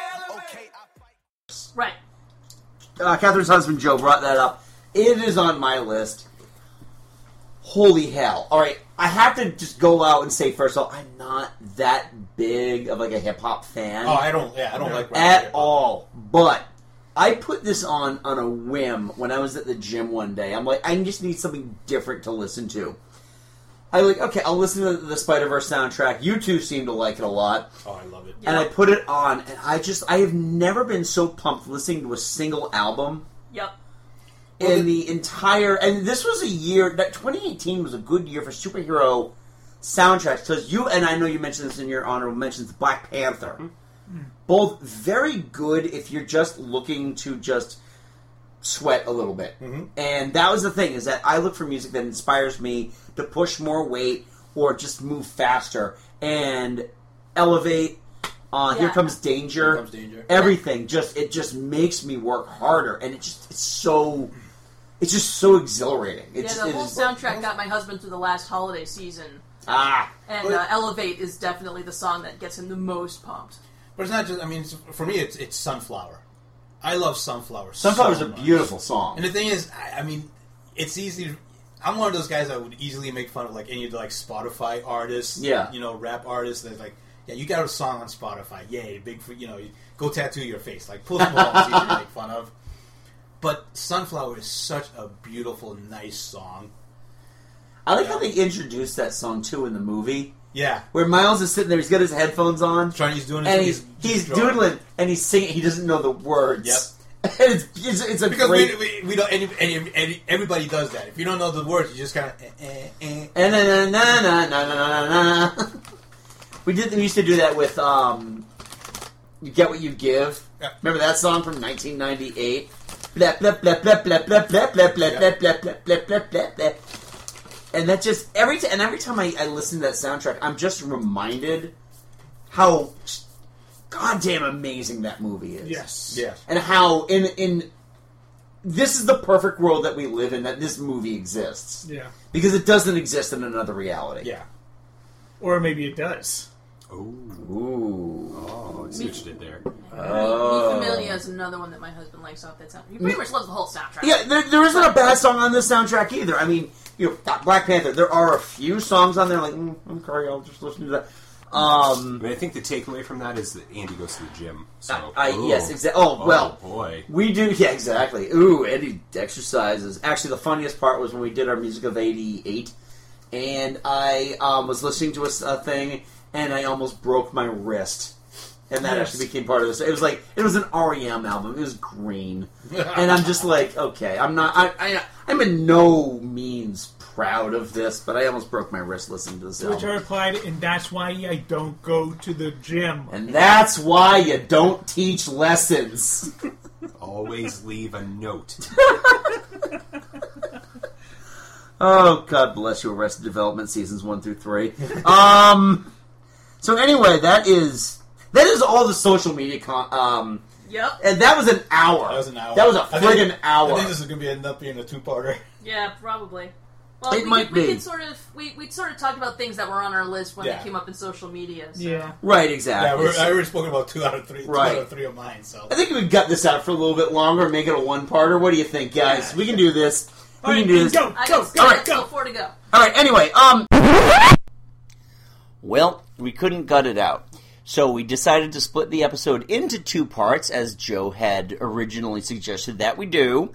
Speaker 11: Right.
Speaker 6: uh, Catherine's husband Joe brought that up. It is on my list. Holy hell! All right, I have to just go out and say first of all, I'm not that big of like a hip hop fan.
Speaker 4: Oh, I don't- yeah, I don't like rap
Speaker 6: at
Speaker 4: hip-hop.
Speaker 6: all. But I put this on on a whim when I was at the gym one day. I'm like, I just need something different to listen to. I like okay, I'll listen to the Spider Verse soundtrack. You two seem to like it a lot.
Speaker 4: Oh, I love it.
Speaker 6: And I put it on, and I just I have never been so pumped listening to a single album
Speaker 11: Yep.
Speaker 6: in the entire. And this was a year that 2018 was a good year for superhero soundtracks because you and I know you mentioned this in your honorable mentions, Black Panther,
Speaker 4: Mm-hmm.
Speaker 6: both very good if you're just looking to just sweat a little bit.
Speaker 4: Mhm.
Speaker 6: And that was the thing is that I look for music that inspires me to push more weight or just move faster and elevate. Uh, Here
Speaker 4: Yeah.
Speaker 6: comes danger.
Speaker 4: Here Comes Danger.
Speaker 6: Everything just it just makes me work harder, and it just it's so it's just so exhilarating. It's,
Speaker 11: yeah, the
Speaker 6: it
Speaker 11: whole
Speaker 6: is like-
Speaker 11: soundtrack got my husband through the last holiday season.
Speaker 6: ah.
Speaker 11: And uh, Elevate is definitely the song that gets him the most pumped.
Speaker 4: But it's not just. I mean, it's, for me, it's it's Sunflower. I love Sunflower.
Speaker 6: Sunflower's
Speaker 4: so
Speaker 6: a
Speaker 4: much.
Speaker 6: beautiful song.
Speaker 4: And the thing is, I, I mean, it's easy. I'm one of those guys that would easily make fun of like any of the like Spotify artists.
Speaker 6: Yeah.
Speaker 4: You know, rap artists that like, yeah, you got a song on Spotify. Yay, big for you know, you go tattoo your face. Like Post Malone is easy to make fun of. But Sunflower is such a beautiful, nice song.
Speaker 6: I like how they introduced that song too in the movie.
Speaker 4: Yeah.
Speaker 6: Where Miles is sitting there, he's got his headphones on,
Speaker 4: trying he's doing his-
Speaker 6: and he's
Speaker 4: he's-
Speaker 6: he's
Speaker 4: he's drawing.
Speaker 6: doodling and he's singing. He doesn't know the words.
Speaker 4: Yep.
Speaker 6: And it's, it's, it's a
Speaker 4: Because
Speaker 6: great.
Speaker 4: we, we, we don't. Any, any, any, everybody does that. If you don't know the words, you just kind of. Eh, eh, eh,
Speaker 6: And then, na, na, na, na, na, na, na. we did. We used to do that with um, You get what you give. Remember that song from 1998? Blep, blep, blep, blep, blep, blep, blep, blep, blep, blep, blep, blep, blep, blep, blep, blep. And that just every time, and every time I, I listen to that soundtrack, I'm just reminded how goddamn amazing that movie is.
Speaker 8: Yes.
Speaker 4: Yes.
Speaker 6: And how in in this is the perfect world that we live in that this movie exists
Speaker 8: Yeah.
Speaker 6: because it doesn't exist in another reality.
Speaker 4: Yeah.
Speaker 8: Or maybe it does.
Speaker 6: Ooh. Oh,
Speaker 10: Oh, I see what you did there.
Speaker 11: Me Familia is another one that my husband likes off that soundtrack. He pretty much loves the whole soundtrack.
Speaker 6: Mm. Yeah, there, there isn't a bad song on this soundtrack either. I mean, you know, Black- Black Panther. There are a few songs on there. Like, mm, I'm sorry, I'll just listen to that. Um,
Speaker 10: I, mean, I think the takeaway from that is that Andy goes to the gym. So
Speaker 6: I,
Speaker 10: Ooh.
Speaker 6: yes, exactly. Oh, well,
Speaker 10: boy,
Speaker 6: we do. Yeah, exactly. Ooh, Eddie exercises. Actually, the funniest part was when we did our music of '88, and I um, was listening to a, s- a thing, and I almost broke my wrist, and that
Speaker 18: Yes.
Speaker 6: actually became part of this. It was like it was an REM album. It was green, and I'm just like, okay, I'm not. I, I I'm in no means proud of this, but I almost broke my wrist listening to this
Speaker 8: To which
Speaker 6: album.
Speaker 8: I replied, and that's why I don't go to the gym.
Speaker 6: And That's why you don't teach lessons.
Speaker 10: always leave a note.
Speaker 6: Oh God bless you, Arrested Development seasons one through three. um, so anyway, that is that is all the social media. Con- um,
Speaker 11: Yep.
Speaker 6: and that was an hour. That was an hour. That was a
Speaker 4: I think-
Speaker 6: friggin' hour.
Speaker 4: I think this is going to end up being a two-parter.
Speaker 11: Yeah, probably. Well,
Speaker 6: It
Speaker 11: we
Speaker 6: might
Speaker 11: could, we
Speaker 6: be.
Speaker 11: could sort of we we sort of talked about things that were on our list when
Speaker 4: Yeah.
Speaker 11: they came up in social media. So.
Speaker 8: Yeah.
Speaker 6: right, exactly.
Speaker 4: Yeah, we're, I already spoken about two out of three.
Speaker 6: Right.
Speaker 4: Two out of three of mine. So
Speaker 6: I think we could gut this out for a little bit longer and make it a one-parter. What do you think, guys? We can do this. We can do this.
Speaker 11: I go,
Speaker 6: All right,
Speaker 11: go, four to go.
Speaker 6: all right. Anyway, um,
Speaker 19: Well, we couldn't gut it out. So we decided to split the episode into two parts, as Joe had originally suggested that we do.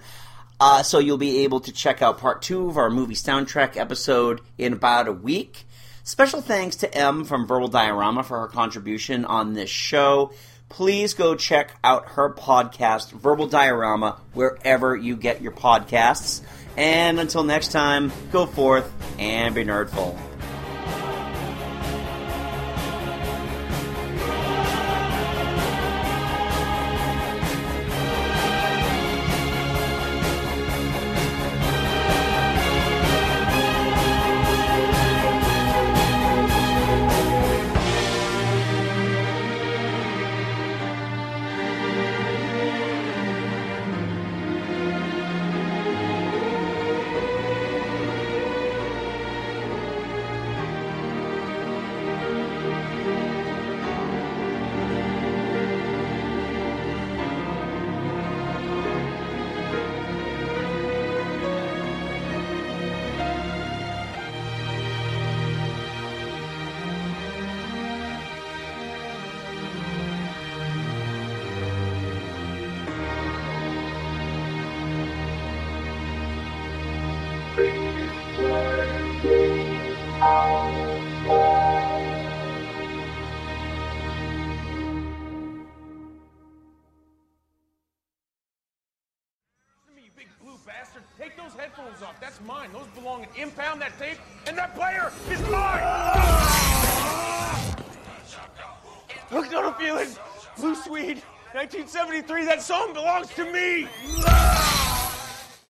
Speaker 19: Uh, so you'll be able to check out part two of our movie soundtrack episode in about a week. Special thanks to M from Verbal Diorama for her contribution on this show. Please go check out her podcast, Verbal Diorama, wherever you get your podcasts. And until next time, go forth and be nerdful.
Speaker 3: Blue bastard, take those headphones off. That's mine. Those belong in impound that tape, and that player is mine. Look, no feeling. Blue Swede, 1973. That song belongs to me.